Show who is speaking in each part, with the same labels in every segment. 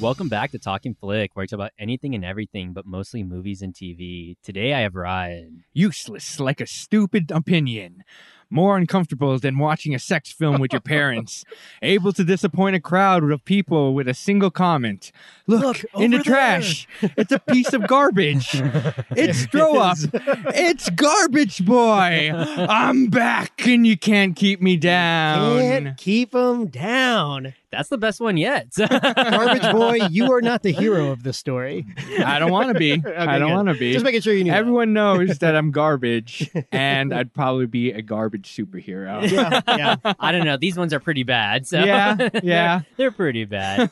Speaker 1: Welcome back to Talking Flick, where I talk about anything and everything, but mostly movies and TV. Today I have Ryan.
Speaker 2: Useless, like a stupid opinion. More uncomfortable than watching a sex film with your parents. Able to disappoint a crowd of people with a single comment. Look,
Speaker 3: Look,
Speaker 2: in the
Speaker 3: over there."
Speaker 2: trash. It's a piece of garbage. It's throw up. It's garbage boy. I'm back and you can't keep me down.
Speaker 3: Can't keep him down.
Speaker 1: That's the best one yet.
Speaker 3: Garbage boy, you are not the hero of the story.
Speaker 2: I don't want to be. I don't
Speaker 3: good.
Speaker 2: want to be.
Speaker 3: Just making sure you knew. that.
Speaker 2: Everyone knows that I'm garbage and I'd probably be a garbage superhero.
Speaker 3: Yeah, yeah.
Speaker 1: I don't know. These ones are pretty bad. So
Speaker 2: Yeah, yeah.
Speaker 1: they're, they're pretty bad.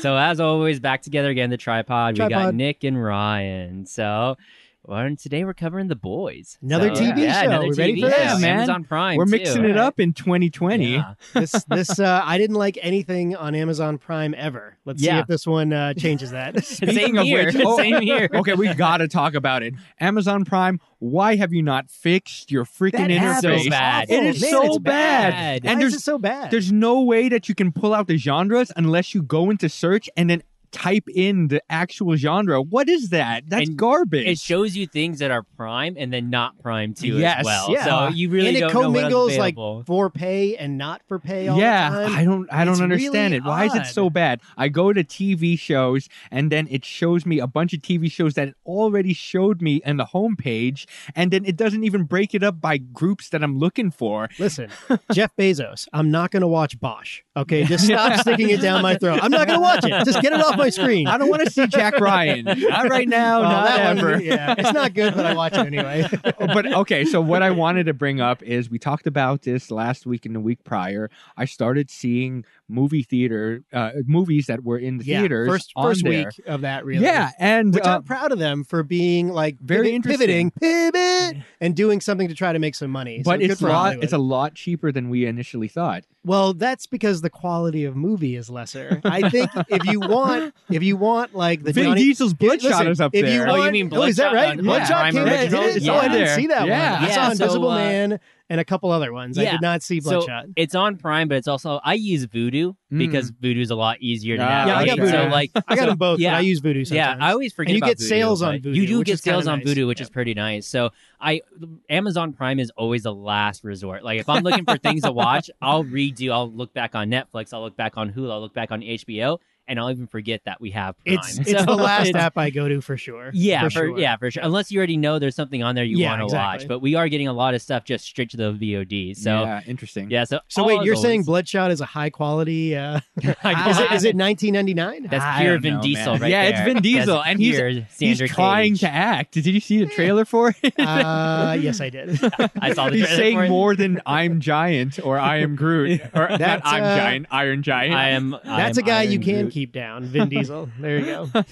Speaker 1: so as always, back together again. The tripod. We got
Speaker 3: Tripod.
Speaker 1: Nick and Ryan. So. well, and today we're covering the boys.
Speaker 3: Another
Speaker 1: So,
Speaker 3: TV
Speaker 1: yeah,
Speaker 3: show.
Speaker 1: Another
Speaker 3: We
Speaker 1: TV
Speaker 3: ready for
Speaker 1: show.
Speaker 3: this?
Speaker 2: Yeah, man.
Speaker 1: Amazon Prime.
Speaker 2: We're
Speaker 1: too.
Speaker 2: mixing it up in 2020.
Speaker 1: Yeah.
Speaker 3: This, this, uh, I didn't like anything on Amazon Prime ever. Let's see
Speaker 1: Yeah.
Speaker 3: if this one uh, changes that.
Speaker 1: Same
Speaker 2: Speaking of
Speaker 1: here.
Speaker 2: which- oh.
Speaker 1: Same here.
Speaker 2: okay, we gotta talk about it. Amazon Prime, why have you not fixed your freaking
Speaker 3: That app
Speaker 2: interface?
Speaker 3: is
Speaker 1: bad.
Speaker 2: It is
Speaker 3: Man,
Speaker 2: so
Speaker 3: it's
Speaker 2: bad.
Speaker 1: bad.
Speaker 3: Why
Speaker 2: And
Speaker 3: is
Speaker 2: there's
Speaker 3: it so bad?
Speaker 2: there's no way that you can pull out the genres unless you go into search and then type in the actual genre. What is that? That's
Speaker 1: And
Speaker 2: garbage.
Speaker 1: It shows you things that are prime and then not prime too as
Speaker 2: Yes,
Speaker 1: well.
Speaker 2: yeah.
Speaker 1: So you really
Speaker 3: and it
Speaker 1: don't know what
Speaker 3: commingles
Speaker 1: else
Speaker 3: like
Speaker 1: available.
Speaker 3: for pay and not for pay all
Speaker 2: yeah,
Speaker 3: the time.
Speaker 2: I don't I
Speaker 3: It's
Speaker 2: don't understand
Speaker 3: really
Speaker 2: it. Why is it so
Speaker 3: odd.
Speaker 2: bad? I go to TV shows and then it shows me a bunch of TV shows that it already showed me in the homepage and then it doesn't even break it up by groups that I'm looking for.
Speaker 3: Listen, Jeff Bezos, I'm not going to watch Bosch. Okay, just stop sticking it down my throat. I'm not going to watch it. Just get it off my screen.
Speaker 2: I don't want to see Jack Ryan. Not right now,
Speaker 3: Oh,
Speaker 2: not
Speaker 3: that
Speaker 2: ever. Oh,
Speaker 3: One, yeah, it's not good, but I watch it anyway.
Speaker 2: but okay, so what I wanted to bring up is we talked about this last week and the week prior. I started seeing movie theater uh, movies that were in the
Speaker 3: yeah,
Speaker 2: theaters
Speaker 3: first
Speaker 2: on
Speaker 3: first
Speaker 2: there.
Speaker 3: week of that, really.
Speaker 2: Yeah, and
Speaker 3: Which
Speaker 2: uh,
Speaker 3: I'm proud of them for being like
Speaker 2: Very
Speaker 3: pivi- pivoting, pivot, and doing something to try to make some money. So
Speaker 2: but
Speaker 3: good
Speaker 2: it's a
Speaker 3: for
Speaker 2: lot
Speaker 3: Hollywood.
Speaker 2: it's a lot cheaper than we initially thought.
Speaker 3: Well, that's because the quality of movie is lesser. I think if you want, if you want like the
Speaker 2: Vin
Speaker 3: Johnny,
Speaker 2: Diesel's Bloodshot
Speaker 3: listen,
Speaker 2: is up
Speaker 3: if
Speaker 2: there.
Speaker 3: you
Speaker 1: Oh, you
Speaker 3: want-
Speaker 1: mean
Speaker 3: oh, is that
Speaker 1: Bloodshot
Speaker 3: right?
Speaker 1: on
Speaker 2: Prime
Speaker 3: Bloodshot came
Speaker 2: Yeah,
Speaker 3: in.
Speaker 2: it is.
Speaker 3: It is.
Speaker 2: Yeah.
Speaker 3: Oh, I didn't
Speaker 2: Yeah.
Speaker 3: see that one. I
Speaker 1: Yeah,
Speaker 3: saw
Speaker 1: so,
Speaker 3: Invisible
Speaker 1: uh,
Speaker 3: Man and a couple other ones. I
Speaker 1: yeah.
Speaker 3: did not see
Speaker 1: So,
Speaker 3: Bloodshot.
Speaker 1: It's on Prime, but it's also I use Voodoo
Speaker 2: Mm.
Speaker 1: because
Speaker 3: Hmm.
Speaker 1: Voodoo's a lot easier to
Speaker 2: Ah,
Speaker 1: navigate.
Speaker 2: Yeah, I got
Speaker 1: So
Speaker 2: Voodoo.
Speaker 1: like
Speaker 3: I got them both.
Speaker 1: yeah.
Speaker 3: Yeah, I use Voodoo
Speaker 1: yeah,
Speaker 3: sometimes.
Speaker 1: I always forget.
Speaker 3: And you
Speaker 1: about
Speaker 3: get
Speaker 1: Voodoo,
Speaker 3: sales on
Speaker 1: but
Speaker 3: Voodoo,
Speaker 1: You do
Speaker 3: which
Speaker 1: get
Speaker 3: is kinda
Speaker 1: sales on
Speaker 3: nice.
Speaker 1: Voodoo, which
Speaker 3: Yeah.
Speaker 1: is pretty nice. So I, Amazon Prime is always the last resort. Like if I'm looking for things to watch, I'll redo. I'll look back on Netflix. I'll look back on Hulu. I'll look back on HBO, and I'll even forget that we have. Prime.
Speaker 3: it's it's
Speaker 1: So
Speaker 3: the last
Speaker 1: it's-
Speaker 3: app I go to for sure.
Speaker 1: Yeah,
Speaker 3: for
Speaker 1: for,
Speaker 3: sure.
Speaker 1: yeah, for sure. Unless you already know there's something on there you
Speaker 3: Yeah,
Speaker 1: want to
Speaker 3: exactly.
Speaker 1: watch, but we are getting a lot of stuff just straight to the VOD. So yeah,
Speaker 2: yeah, interesting.
Speaker 1: so
Speaker 3: So
Speaker 1: all
Speaker 3: wait, you're
Speaker 1: those-
Speaker 3: saying Bloodshot is a high quality? Uh,
Speaker 1: I-
Speaker 3: is it is it 1999?
Speaker 1: that's
Speaker 2: I
Speaker 1: pure
Speaker 2: don't
Speaker 1: Vin
Speaker 2: know,
Speaker 1: Diesel,
Speaker 2: man.
Speaker 1: right?
Speaker 2: Yeah, it's
Speaker 1: there.
Speaker 2: Vin
Speaker 1: That's
Speaker 2: Diesel, and he's-
Speaker 1: pure
Speaker 2: He's
Speaker 1: Sandra
Speaker 2: trying
Speaker 1: Cage.
Speaker 2: to act. Did you see the trailer for it?
Speaker 3: uh, yes, I did.
Speaker 1: I saw Oh, the trailer for
Speaker 2: He's saying
Speaker 1: it.
Speaker 2: more than I'm Giant or I am Groot or
Speaker 3: That's,
Speaker 2: not I'm
Speaker 3: uh,
Speaker 2: Giant, Iron Giant.
Speaker 1: I am. I
Speaker 3: That's
Speaker 1: am
Speaker 3: a guy
Speaker 1: Iron
Speaker 3: you can
Speaker 1: Groot.
Speaker 3: keep down, Vin Diesel. There you go.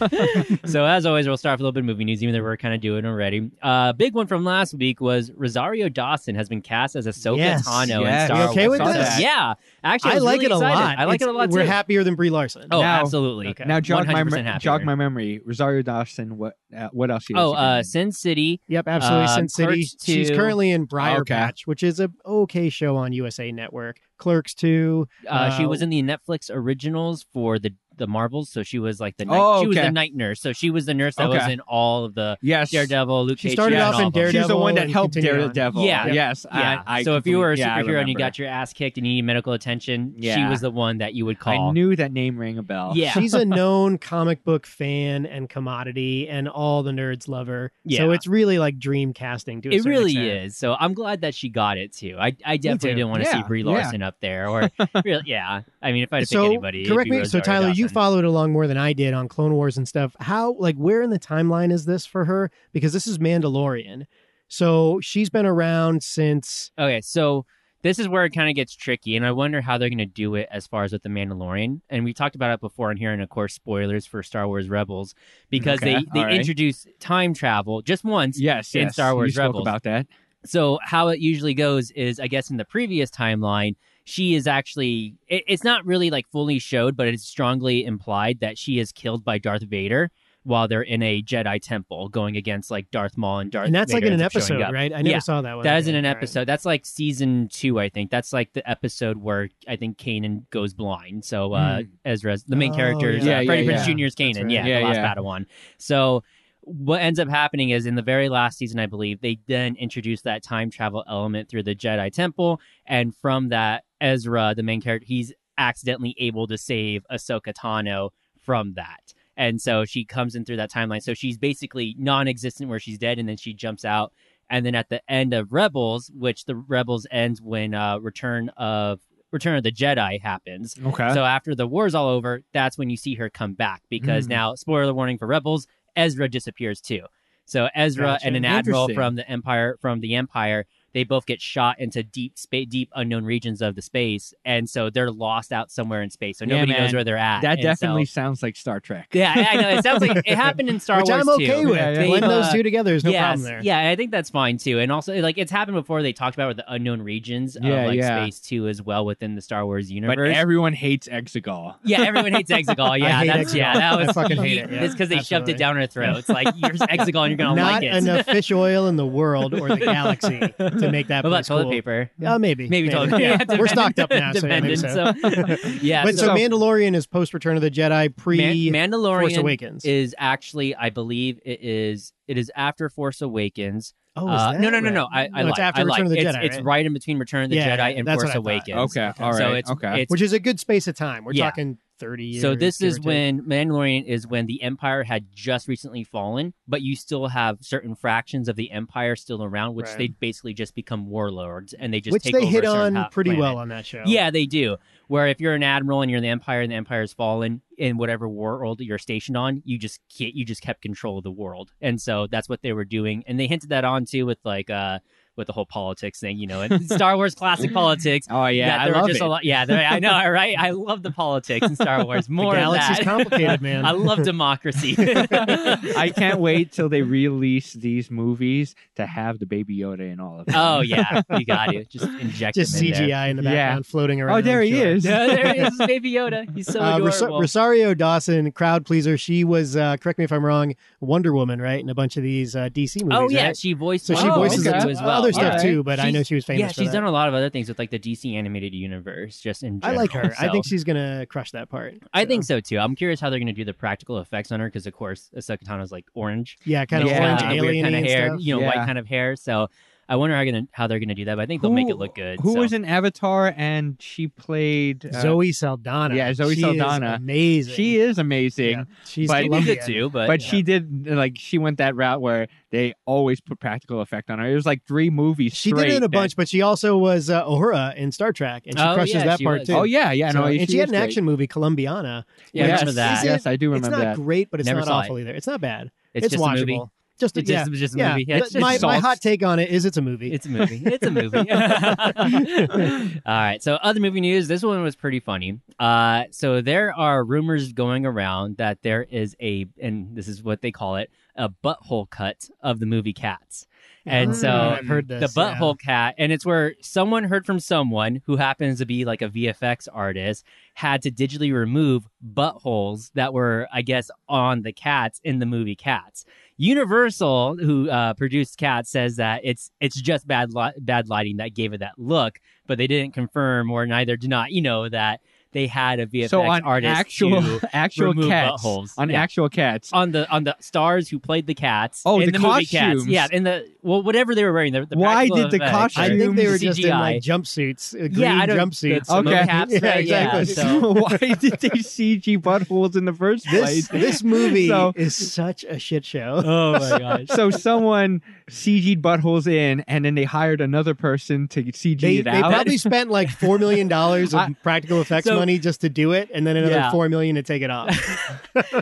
Speaker 1: so as always, we'll start with a little bit of movie news, even though we're kind of doing already. Uh, big one from last week was Rosario Dawson has been cast as Ahsoka
Speaker 3: Yes,
Speaker 1: Tano in
Speaker 2: yes.
Speaker 1: Star
Speaker 3: You okay
Speaker 1: Wars.
Speaker 3: with
Speaker 1: So,
Speaker 3: this?
Speaker 1: Yeah, actually, I,
Speaker 3: I
Speaker 1: was
Speaker 3: like
Speaker 1: really
Speaker 3: it a
Speaker 1: excited.
Speaker 3: lot.
Speaker 1: I like
Speaker 3: It's-
Speaker 1: it a lot.
Speaker 3: We're
Speaker 1: too.
Speaker 3: happier than Brie Larson.
Speaker 1: Oh,
Speaker 2: now.
Speaker 1: absolutely.
Speaker 3: Okay.
Speaker 2: now jog my
Speaker 1: 100% happier.
Speaker 2: jog my memory. Rosario Dawson. What uh, what else?
Speaker 1: Oh,
Speaker 2: has
Speaker 1: uh,
Speaker 2: she
Speaker 1: Sin City.
Speaker 3: Yep, absolutely.
Speaker 1: Um,
Speaker 3: Sin City.
Speaker 1: Clerks
Speaker 3: She's
Speaker 1: 2.
Speaker 3: currently in Briar
Speaker 2: Okay.
Speaker 3: Patch, which is a okay show on USA Network. Clerks 2.
Speaker 1: Uh, she
Speaker 3: Uh,
Speaker 1: was in the Netflix originals for the the Marvels, so she was like the night,
Speaker 2: Oh,
Speaker 1: she was
Speaker 2: okay.
Speaker 1: the night nurse, so she was the nurse that
Speaker 2: Okay.
Speaker 1: was in all of the
Speaker 2: been in? yes,
Speaker 1: Daredevil, Luke
Speaker 3: She
Speaker 1: Cage,
Speaker 3: started
Speaker 1: and
Speaker 2: yeah.
Speaker 3: off
Speaker 1: all
Speaker 3: in
Speaker 1: of them.
Speaker 3: Daredevil.
Speaker 2: She's the one that
Speaker 3: and
Speaker 2: helped
Speaker 3: continued on.
Speaker 2: Daredevil.
Speaker 1: Yeah.
Speaker 2: Yes. I-
Speaker 1: Yeah.
Speaker 2: I
Speaker 1: so if you were a
Speaker 2: completely- yeah, I
Speaker 1: superhero and you
Speaker 2: remember.
Speaker 1: got your ass kicked and you needed medical attention, she
Speaker 2: Yeah.
Speaker 1: was the one that you would
Speaker 2: I
Speaker 1: call.
Speaker 2: knew that name rang a bell.
Speaker 1: yeah.
Speaker 3: She's a known comic book fan and commodity, and all the nerds love her. So
Speaker 1: Yeah.
Speaker 3: it's really like dream casting to a
Speaker 1: it
Speaker 3: certain
Speaker 1: really
Speaker 3: extent.
Speaker 1: is. So I'm glad that she got it too. I, I definitely
Speaker 3: too.
Speaker 1: didn't want to see
Speaker 2: Yeah,
Speaker 1: Brie
Speaker 2: yeah.
Speaker 1: Larson up there or really, yeah. I mean, if I had to
Speaker 3: so
Speaker 1: pick anybody, it'd
Speaker 3: correct
Speaker 1: be
Speaker 3: me. So
Speaker 1: Rosario
Speaker 3: Tyler, you
Speaker 1: Dawson.
Speaker 3: followed along more than I did on Clone Wars and stuff. How like where in the timeline is this for her? Because this is Mandalorian, so she's been around since.
Speaker 1: Okay, so this is where it kind of gets tricky, and I wonder how they're going to do it as far as with the Mandalorian. And we talked about it before in here, and of course, spoilers for Star Wars Rebels because
Speaker 2: Okay,
Speaker 1: they they
Speaker 2: all right.
Speaker 1: introduce time travel just once.
Speaker 2: Yes.
Speaker 1: In
Speaker 2: yes.
Speaker 1: Star Wars
Speaker 2: you spoke
Speaker 1: Rebels.
Speaker 2: about that.
Speaker 1: So how it usually goes is, I guess, in the previous timeline. She is actually, it, it's not really like fully showed, but it's strongly implied that she is killed by Darth Vader while they're in a Jedi temple going against like Darth Maul and Darth.
Speaker 3: and that's like
Speaker 1: Vader
Speaker 3: in an
Speaker 1: ends up showing
Speaker 3: episode,
Speaker 1: up.
Speaker 3: right? I never
Speaker 1: Yeah.
Speaker 3: saw that one.
Speaker 1: That isn't
Speaker 3: Okay,
Speaker 1: an
Speaker 3: all right.
Speaker 1: episode. That's like season two, I think. That's like the episode where I think Kanan goes blind. So uh,
Speaker 2: Mm.
Speaker 1: Ezra's the main
Speaker 3: Oh,
Speaker 1: character, is,
Speaker 3: yeah.
Speaker 1: uh,
Speaker 2: Yeah,
Speaker 1: Freddie
Speaker 2: yeah,
Speaker 1: Prinze
Speaker 3: yeah.
Speaker 1: Jr. is Kanan.
Speaker 3: That's right.
Speaker 1: Yeah,
Speaker 2: Yeah,
Speaker 1: the last
Speaker 2: yeah.
Speaker 1: Padawan. So what ends up happening is in the very last season, I believe, they then introduce that time travel element through the Jedi Temple, and from that, Ezra, the main character, he's accidentally able to save Ahsoka Tano from that. And so she comes in through that timeline. So she's basically non existent where she's dead, and then she jumps out. And then at the end of Rebels, which the Rebels ends when uh, Return of Return of the Jedi happens.
Speaker 2: Okay.
Speaker 1: So after the war's all over, that's when you see her come back because
Speaker 3: Hmm.
Speaker 2: Mm.
Speaker 1: now, spoiler warning for Rebels, Ezra disappears too. So Ezra
Speaker 2: Gotcha.
Speaker 1: and an admiral
Speaker 2: Interesting.
Speaker 1: from the Empire from the Empire, they both get shot into deep space, deep unknown regions of the space, and so they're lost out somewhere in space. So
Speaker 2: Yeah,
Speaker 1: nobody
Speaker 2: man.
Speaker 1: knows where they're at.
Speaker 2: that
Speaker 1: And so-
Speaker 2: definitely sounds like Star Trek.
Speaker 1: yeah, I know. It sounds like it happened in Star
Speaker 3: Which
Speaker 1: Wars
Speaker 3: I'm okay
Speaker 1: too.
Speaker 3: with.
Speaker 2: Yeah, yeah.
Speaker 3: Blend
Speaker 1: They've,
Speaker 3: those
Speaker 1: uh,
Speaker 3: two together. There's no
Speaker 1: Yes,
Speaker 3: problem there.
Speaker 1: Yeah, I think that's fine too. And also, like, it's happened before. They talked about with the unknown regions
Speaker 2: Yeah,
Speaker 1: of like
Speaker 2: yeah.
Speaker 1: space too, as well within the Star Wars universe.
Speaker 2: But everyone hates Exegol.
Speaker 1: Yeah, everyone hates Exegol. Yeah,
Speaker 3: hate
Speaker 1: that's yeah, that
Speaker 3: Exegol. I
Speaker 1: was
Speaker 3: fucking hate it, yeah.
Speaker 1: It's because they shoved
Speaker 3: Absolutely.
Speaker 1: it down our throats. Like you're Exegol, and you're gonna
Speaker 3: Not
Speaker 1: like it.
Speaker 3: enough fish oil in the world or the galaxy to make that
Speaker 1: What about
Speaker 3: place
Speaker 1: toilet
Speaker 3: cool.
Speaker 1: paper? Hmm.
Speaker 3: Uh, maybe.
Speaker 1: Maybe toilet paper.
Speaker 3: Yeah. We're
Speaker 1: dependent-
Speaker 3: stocked up now, so yeah, maybe
Speaker 1: Dependent.
Speaker 3: so.
Speaker 1: So, yeah,
Speaker 3: But so,
Speaker 1: so,
Speaker 3: Mandalorian is post Return of the Jedi, pre
Speaker 1: Man-
Speaker 3: Force
Speaker 1: Mandalorian
Speaker 3: Awakens.
Speaker 1: is actually, I believe, it is it is after Force Awakens.
Speaker 3: oh,
Speaker 1: Uh, no, no,
Speaker 3: right?
Speaker 1: no, no. I, I
Speaker 3: No,
Speaker 1: lied.
Speaker 3: it's after
Speaker 1: I
Speaker 3: Return
Speaker 1: lied.
Speaker 3: of the
Speaker 1: it's,
Speaker 3: Jedi.
Speaker 1: It's
Speaker 3: right?
Speaker 1: right in between Return of the
Speaker 3: Yeah,
Speaker 1: Jedi and
Speaker 3: that's what
Speaker 1: Force
Speaker 3: I thought.
Speaker 1: Awakens.
Speaker 2: Okay. All right.
Speaker 1: So it's
Speaker 2: okay.
Speaker 1: it's
Speaker 3: Which is a good space of time. We're
Speaker 1: Yeah.
Speaker 3: talking 30 years.
Speaker 1: So this
Speaker 3: give
Speaker 1: is
Speaker 3: or take.
Speaker 1: when Mandalorian is when the Empire had just recently fallen, but you still have certain fractions of the Empire still around, which
Speaker 3: Right.
Speaker 1: they basically just become warlords and they just
Speaker 3: which
Speaker 1: take
Speaker 3: they
Speaker 1: over
Speaker 3: hit
Speaker 1: a certain
Speaker 3: on
Speaker 1: ho-
Speaker 3: pretty
Speaker 1: planet.
Speaker 3: well on that show.
Speaker 1: Yeah, they do. Where if you're an admiral and you're in the Empire and the Empire's fallen in whatever world you're stationed on, you just can't, you just kept control of the world, and so that's what they were doing. And they hinted that on too with like uh with the whole politics thing, you know, and Star Wars classic politics.
Speaker 2: Oh yeah,
Speaker 1: that
Speaker 2: I
Speaker 1: there were
Speaker 2: love
Speaker 1: just
Speaker 2: it.
Speaker 1: a lot. Yeah, there, I know, right? I love the politics in Star Wars.
Speaker 3: the
Speaker 1: More of
Speaker 3: galaxy's
Speaker 1: that.
Speaker 3: complicated, man.
Speaker 1: I love democracy.
Speaker 2: I can't wait till they release these movies to have the Baby Yoda in all of them.
Speaker 1: oh yeah, you got it. Just inject
Speaker 3: just
Speaker 1: him in
Speaker 3: CGI in the
Speaker 2: Yeah.
Speaker 3: background floating around.
Speaker 2: oh, there he
Speaker 3: sure.
Speaker 1: There.
Speaker 2: is.
Speaker 1: Yeah, there he is Baby Yoda. He's so
Speaker 3: Uh, Ros-
Speaker 1: adorable.
Speaker 3: Rosario Dawson, crowd pleaser. She was, uh, correct me if I'm wrong, Wonder Woman, right? In a bunch of these uh, DC movies.
Speaker 1: oh yeah,
Speaker 3: right?
Speaker 1: she voiced.
Speaker 3: So she
Speaker 2: Oh,
Speaker 1: Wonder
Speaker 3: voices
Speaker 1: Woman
Speaker 2: okay.
Speaker 1: too
Speaker 3: other-
Speaker 1: as well.
Speaker 3: other stuff
Speaker 1: yeah.
Speaker 2: Alright.
Speaker 3: too, but I know
Speaker 1: She's-
Speaker 3: she was famous.
Speaker 1: Yeah,
Speaker 3: for
Speaker 1: she's
Speaker 3: that.
Speaker 1: done a lot of other things with like the DC animated universe, just in
Speaker 3: I
Speaker 1: general.
Speaker 3: like her. I
Speaker 1: so-
Speaker 3: think she's gonna crush that part.
Speaker 1: I
Speaker 3: so.
Speaker 1: think so too. I'm curious how they're going to do the practical effects on her because, of course, Ahsoka Tano's like orange.
Speaker 3: Yeah, kind of
Speaker 2: Yeah,
Speaker 3: orange
Speaker 2: weird
Speaker 3: alien
Speaker 1: kind of hair,
Speaker 3: stuff.
Speaker 1: you know,
Speaker 2: Yeah.
Speaker 1: white kind of hair. So I wonder how, gonna, how they're going to do that. But I think they'll make it look good.
Speaker 2: Who
Speaker 1: so.
Speaker 2: was in Avatar and she played uh,
Speaker 3: Zoe Saldana.
Speaker 2: yeah, Zoe
Speaker 3: She is
Speaker 2: Saldana.
Speaker 3: amazing.
Speaker 2: She is amazing,
Speaker 3: Yeah, she's
Speaker 2: but-
Speaker 1: She did
Speaker 3: Colombian.
Speaker 1: it too, but
Speaker 2: but she did like she went that route where they always put practical effect on her. It was like three movies.
Speaker 3: She did it in
Speaker 2: straight
Speaker 3: a bunch, but she also was uh, Uhura in Star Trek, and she
Speaker 1: Oh,
Speaker 3: crushes
Speaker 1: yeah,
Speaker 3: that
Speaker 1: she
Speaker 3: part
Speaker 1: was.
Speaker 2: that-
Speaker 3: too.
Speaker 2: oh yeah, yeah, no,
Speaker 3: So- and she had an
Speaker 2: is great.
Speaker 3: action movie, Columbiana.
Speaker 1: Yeah, I
Speaker 2: yes,
Speaker 1: remember that.
Speaker 2: Yes, I do
Speaker 3: It's
Speaker 2: remember
Speaker 3: not
Speaker 2: that.
Speaker 3: great, but it's
Speaker 1: Never
Speaker 3: not
Speaker 1: saw
Speaker 3: awful either. It's not bad.
Speaker 1: it's,
Speaker 3: it's
Speaker 1: just
Speaker 3: watchable.
Speaker 1: a movie.
Speaker 3: Just
Speaker 1: It's
Speaker 3: yeah,
Speaker 1: just, it's just a
Speaker 3: yeah.
Speaker 1: movie. Yeah,
Speaker 3: But
Speaker 1: it's, it's
Speaker 3: my,
Speaker 1: salt.
Speaker 3: my
Speaker 2: salt.
Speaker 3: hot take on it is it's a movie.
Speaker 1: It's a movie. It's a movie. All right. So, other movie news. This one was pretty funny. Uh, so there are rumors going around that there is a, and this is what they call it, a butthole cut of the movie Cats. And so
Speaker 3: Mm, I've heard this,
Speaker 1: the
Speaker 3: yeah.
Speaker 1: butthole cat, and it's where someone heard from someone who happens to be like a VFX artist had to digitally remove buttholes that were, I guess, on the cats in the movie Cats. Universal, who uh, produced Cats, says that it's it's just bad li- bad lighting that gave it that look, but they didn't confirm or neither did not, you know, that they had a VFX
Speaker 2: so on
Speaker 1: artist
Speaker 2: actual
Speaker 1: to-
Speaker 2: actual
Speaker 1: remove
Speaker 2: cats
Speaker 1: buttholes.
Speaker 2: on
Speaker 1: Yeah. Oh,
Speaker 2: actual cats.
Speaker 1: on the on the stars who played the cats.
Speaker 2: Oh,
Speaker 1: in
Speaker 2: the
Speaker 1: the, movie cats.
Speaker 2: costumes.
Speaker 1: Yeah, in the well, whatever they were wearing. The, the
Speaker 2: Why
Speaker 1: practical
Speaker 2: did the
Speaker 1: effects.
Speaker 2: costume-
Speaker 3: I think they were
Speaker 1: CGI.
Speaker 3: just in like jumpsuits, uh, green
Speaker 1: Yeah, I don't-
Speaker 3: jumpsuits.
Speaker 1: the smoke
Speaker 2: Okay.
Speaker 1: caps,
Speaker 3: Yeah,
Speaker 1: right? Yeah,
Speaker 3: exactly.
Speaker 1: so-
Speaker 2: why did they CG buttholes in the first place?
Speaker 3: This this movie
Speaker 2: So-
Speaker 3: is such a shit show.
Speaker 1: oh my gosh.
Speaker 2: so someone CG'd buttholes in, and then they hired another person to CG
Speaker 3: They,
Speaker 2: it
Speaker 3: they
Speaker 2: out.
Speaker 3: probably spent like four million dollars of
Speaker 2: I-
Speaker 3: practical effects
Speaker 1: So-
Speaker 3: money just to do it, and then another
Speaker 1: Yeah.
Speaker 3: four million to take it off.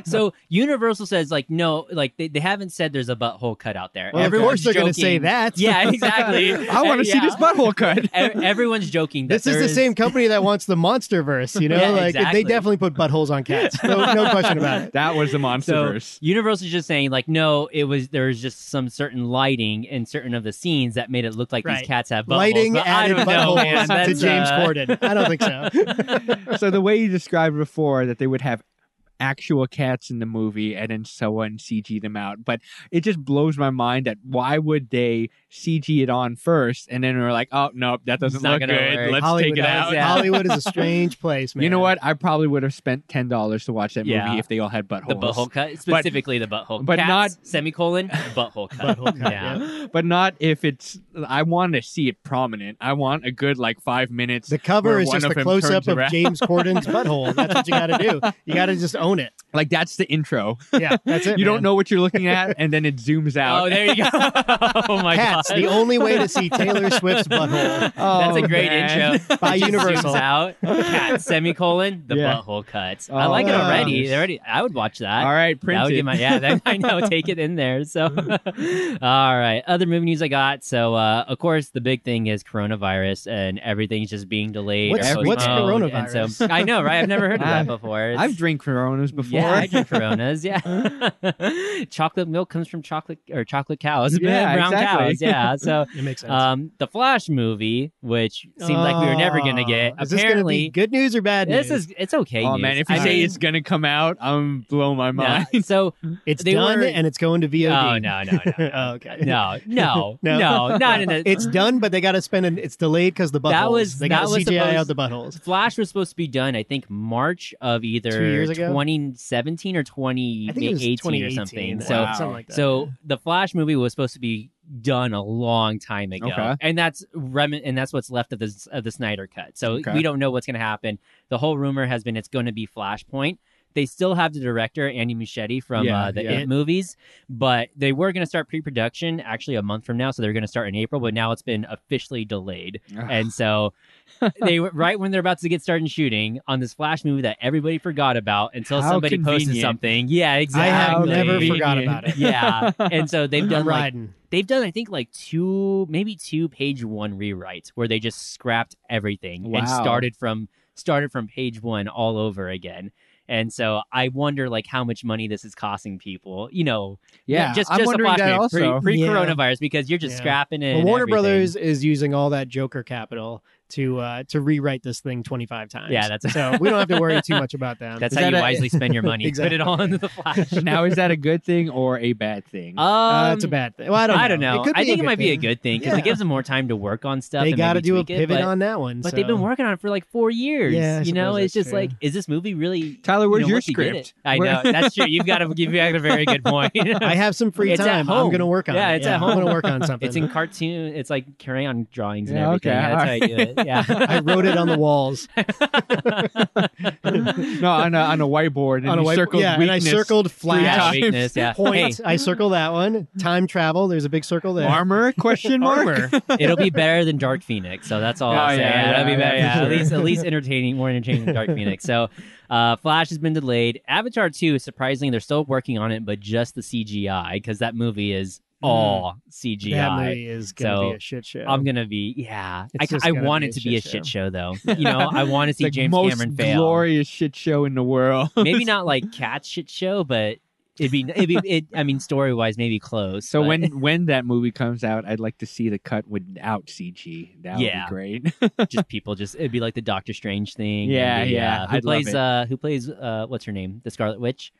Speaker 1: so Universal says like no, like they, they haven't said there's a butthole cut out there.
Speaker 3: Well, of
Speaker 1: Everyone's
Speaker 3: course they're going to
Speaker 1: joking.
Speaker 3: say that.
Speaker 1: Yeah, exactly.
Speaker 2: I want to see
Speaker 1: Yeah.
Speaker 2: this butthole cut.
Speaker 1: E- Everyone's joking. That
Speaker 3: This is
Speaker 1: there
Speaker 3: the same company that wants the MonsterVerse, you know?
Speaker 1: Yeah,
Speaker 3: like
Speaker 1: exactly.
Speaker 3: they definitely put buttholes on cats. No, no question about it.
Speaker 2: That was the
Speaker 1: So
Speaker 2: MonsterVerse.
Speaker 1: Universal's just saying like no, it was there was just some certain lighting in certain of the scenes that made it look like
Speaker 3: Right.
Speaker 1: these cats have buttholes.
Speaker 3: Lighting
Speaker 1: But I
Speaker 3: added
Speaker 1: don't know, man.
Speaker 3: buttholes to
Speaker 1: That's,
Speaker 3: James
Speaker 1: uh,
Speaker 3: Corden. I don't think so.
Speaker 2: So, the way you described before that they would have actual cats in the movie and then someone CG them out. But it just blows my mind that why would they CG it on first and then we're like, oh nope, that doesn't
Speaker 1: It's not
Speaker 2: look good.
Speaker 1: gonna work.
Speaker 2: Let's
Speaker 3: Hollywood,
Speaker 2: take it
Speaker 3: has-
Speaker 2: out.
Speaker 3: Hollywood is a strange place, man.
Speaker 2: You know what? I probably would have spent ten dollars to watch that
Speaker 1: Yeah.
Speaker 2: movie if they all had buttholes.
Speaker 1: The butthole cut, specifically the butthole,
Speaker 2: but
Speaker 1: Cats, semicolon butthole cut.
Speaker 3: Butthole cut,
Speaker 1: yeah.
Speaker 2: but not if it's. I want to see it prominent. I want a good like five minutes.
Speaker 3: The cover
Speaker 2: Where
Speaker 3: is
Speaker 2: one
Speaker 3: just
Speaker 2: of
Speaker 3: a
Speaker 2: him
Speaker 3: close up
Speaker 2: turns
Speaker 3: of
Speaker 2: around.
Speaker 3: James Corden's butthole. That's what you got to do. You got to just own it.
Speaker 2: Like that's the intro.
Speaker 3: Yeah, that's it.
Speaker 2: you
Speaker 3: man.
Speaker 2: don't know what you're looking at, and then it zooms out.
Speaker 1: Oh, there you go. oh my
Speaker 3: Cats,
Speaker 1: god.
Speaker 3: the only way to see Taylor Swift's butthole.
Speaker 1: That's a great
Speaker 2: Oh, man.
Speaker 1: intro.
Speaker 3: By
Speaker 1: It just
Speaker 3: Universal.
Speaker 1: zooms out. Cat semicolon the
Speaker 2: Yeah.
Speaker 1: butthole cuts. I
Speaker 2: Oh,
Speaker 1: like it
Speaker 3: yeah.
Speaker 1: already. They already. I would watch that.
Speaker 2: All right, print
Speaker 1: that would
Speaker 2: it.
Speaker 1: get my yeah. That, I know. Take it in there. So, all right. Other movie news I got. So, uh, of course, the big thing is coronavirus and everything's just being delayed. or
Speaker 3: What's-
Speaker 2: what's
Speaker 1: postponed. And so,
Speaker 3: coronavirus?
Speaker 1: I know, right? I've never heard of that
Speaker 2: I've-
Speaker 1: before. It's-
Speaker 2: I've drank Coronas before.
Speaker 1: Yeah, I drink Coronas. Yeah, chocolate milk comes from chocolate or chocolate cows,
Speaker 2: Yeah,
Speaker 1: brown
Speaker 2: exactly.
Speaker 1: cows. Yeah, so
Speaker 3: It makes sense.
Speaker 1: um, the Flash movie, which seemed like we were never gonna get.
Speaker 3: Oh, is this gonna be
Speaker 1: apparently,
Speaker 3: good news or bad news?
Speaker 1: this is it's okay.
Speaker 2: oh
Speaker 1: news.
Speaker 2: man, if you
Speaker 1: I
Speaker 2: say
Speaker 1: mean,
Speaker 2: it's gonna come out, I'm blow my
Speaker 1: no,
Speaker 2: mind.
Speaker 1: so
Speaker 3: it's
Speaker 1: they
Speaker 3: done
Speaker 1: were-
Speaker 3: and it's going to VOD.
Speaker 1: oh no no no
Speaker 3: Oh, okay.
Speaker 1: no no
Speaker 3: No.
Speaker 1: no not in a
Speaker 3: It's done, but they got to spend. An, it's delayed because the buttholes.
Speaker 1: That was-
Speaker 3: they got
Speaker 1: that was
Speaker 3: CGI out
Speaker 1: supposed-
Speaker 3: the buttholes.
Speaker 1: Flash was supposed to be done, I think, March of either
Speaker 3: Two years ago?
Speaker 1: 2017 or
Speaker 3: I think it was
Speaker 1: 2018 or
Speaker 3: 2018
Speaker 1: something.
Speaker 3: wow,
Speaker 1: So
Speaker 3: something like that.
Speaker 1: So the Flash movie was supposed to be done a long time ago,
Speaker 2: Okay.
Speaker 1: and that's rem- and that's what's left of the of the Snyder cut. So
Speaker 2: Okay.
Speaker 1: we don't know what's going to happen. The whole rumor has been it's going to be Flashpoint. They still have the director Andy Muschietti from
Speaker 2: Yeah,
Speaker 1: uh, the
Speaker 2: yeah.
Speaker 1: It movies, but they were going to start pre-production actually a month from now. So they're going to start in April, but now it's been officially delayed, and so they were right when they're about to get started shooting on this Flash movie that everybody forgot about until
Speaker 2: How
Speaker 1: somebody posted
Speaker 2: convenient.
Speaker 1: something. Yeah, exactly.
Speaker 3: I have
Speaker 2: Exactly.
Speaker 3: never
Speaker 2: Convenient.
Speaker 3: forgot about it.
Speaker 1: Yeah, and so they've done
Speaker 3: I'm
Speaker 1: like
Speaker 3: riding.
Speaker 1: they've done I think like two, maybe two page one rewrites where they just scrapped everything
Speaker 2: Wow.
Speaker 1: and started from started from page one all over again. And so I wonder like how much money this is costing people. You know,
Speaker 2: yeah,
Speaker 1: just
Speaker 2: I'm
Speaker 1: just
Speaker 2: wondering
Speaker 1: a
Speaker 2: that
Speaker 1: flash
Speaker 2: also.
Speaker 1: pre
Speaker 3: Yeah.
Speaker 1: coronavirus because you're just
Speaker 3: Yeah.
Speaker 1: scrapping it.
Speaker 3: Well,
Speaker 1: and
Speaker 3: Warner
Speaker 1: everything.
Speaker 3: Brothers is using all that Joker capital to uh, to rewrite this thing 25 times.
Speaker 1: Yeah, that's-
Speaker 3: so we don't have to worry too much about them.
Speaker 1: That's
Speaker 2: Is
Speaker 1: how
Speaker 2: that
Speaker 1: you
Speaker 2: a-
Speaker 1: wisely spend your money. Put
Speaker 3: Exactly.
Speaker 1: it all into the flash.
Speaker 2: now, is that a good thing or a bad thing?
Speaker 3: uh, it's a
Speaker 1: Um,
Speaker 3: bad thing. Well, I don't. Know. could
Speaker 1: I
Speaker 3: be a
Speaker 1: think it might be a
Speaker 3: thing.
Speaker 1: good thing because
Speaker 3: Yeah.
Speaker 1: it gives them more time to work on stuff.
Speaker 3: They
Speaker 1: got to
Speaker 3: do a
Speaker 1: it,
Speaker 3: pivot
Speaker 1: but,
Speaker 3: on that one.
Speaker 1: But they've been
Speaker 3: so-
Speaker 1: working on it for like four years.
Speaker 3: Yeah, I
Speaker 1: you know,
Speaker 3: suppose
Speaker 1: it's
Speaker 3: that's
Speaker 1: just
Speaker 3: true.
Speaker 1: like, is this movie really?
Speaker 2: Tyler,
Speaker 1: you
Speaker 2: where's
Speaker 1: know,
Speaker 2: your
Speaker 1: once you get
Speaker 2: script?
Speaker 1: it- I
Speaker 2: Where-
Speaker 1: know that's true. You've got to give you a very good point.
Speaker 3: I have some free
Speaker 1: It's at
Speaker 3: time. I'm
Speaker 1: home.
Speaker 3: going to work on
Speaker 1: Yeah,
Speaker 3: it.
Speaker 1: it's at
Speaker 3: I'm
Speaker 1: home.
Speaker 3: going to work on something.
Speaker 1: it's in cartoon. It's like crayon drawings and
Speaker 2: Yeah,
Speaker 1: everything.
Speaker 2: okay,
Speaker 1: Yeah, that's how
Speaker 3: I
Speaker 1: I do
Speaker 3: wrote it on the walls
Speaker 1: it. Yeah.
Speaker 2: no, on a, on a whiteboard and
Speaker 3: on a
Speaker 2: you
Speaker 3: white.
Speaker 2: circled
Speaker 3: yeah,
Speaker 2: weakness.
Speaker 3: and I circled
Speaker 1: Flash
Speaker 3: flash
Speaker 2: times.
Speaker 1: weakness. Yeah. Hey,
Speaker 3: point. I circle that one. Time travel. There's a big circle there.
Speaker 2: armor question mark.
Speaker 3: Armor.
Speaker 1: It'll be better than Dark Phoenix, so that's all.
Speaker 2: Oh,
Speaker 1: I'll say. Yeah,
Speaker 2: yeah,
Speaker 1: it'll
Speaker 2: yeah,
Speaker 1: be better.
Speaker 2: yeah, for
Speaker 1: Yeah, at
Speaker 2: sure.
Speaker 1: least at least entertaining, more entertaining than Dark Phoenix. So, uh, Flash has been delayed. Avatar two, surprisingly, they're still working on it, but just the CGI because that movie is all CGI.
Speaker 3: Mm-hmm. That movie is going to
Speaker 1: So,
Speaker 3: be a shit show.
Speaker 1: I'm gonna be yeah.
Speaker 3: It's
Speaker 1: I,
Speaker 3: just
Speaker 1: I
Speaker 3: gonna
Speaker 1: want
Speaker 3: be
Speaker 1: it
Speaker 3: a
Speaker 1: to be a
Speaker 3: shit
Speaker 1: shit show though. You know, I want to see
Speaker 2: the
Speaker 1: James
Speaker 2: most
Speaker 1: Cameron fail.
Speaker 2: glorious shit show in the world.
Speaker 1: Maybe not like cat shit show, but it'd be it'd be it. I mean, story wise, maybe close.
Speaker 2: So
Speaker 1: but-
Speaker 2: when when that movie comes out, I'd like to see the cut without CG. That would
Speaker 1: Yeah.
Speaker 2: be great.
Speaker 1: just people just it'd be like the Doctor Strange thing.
Speaker 2: Yeah,
Speaker 1: and the,
Speaker 2: yeah,
Speaker 1: Uh, who
Speaker 2: I'd love
Speaker 1: plays
Speaker 2: it.
Speaker 1: uh who plays uh what's her name? The Scarlet Witch.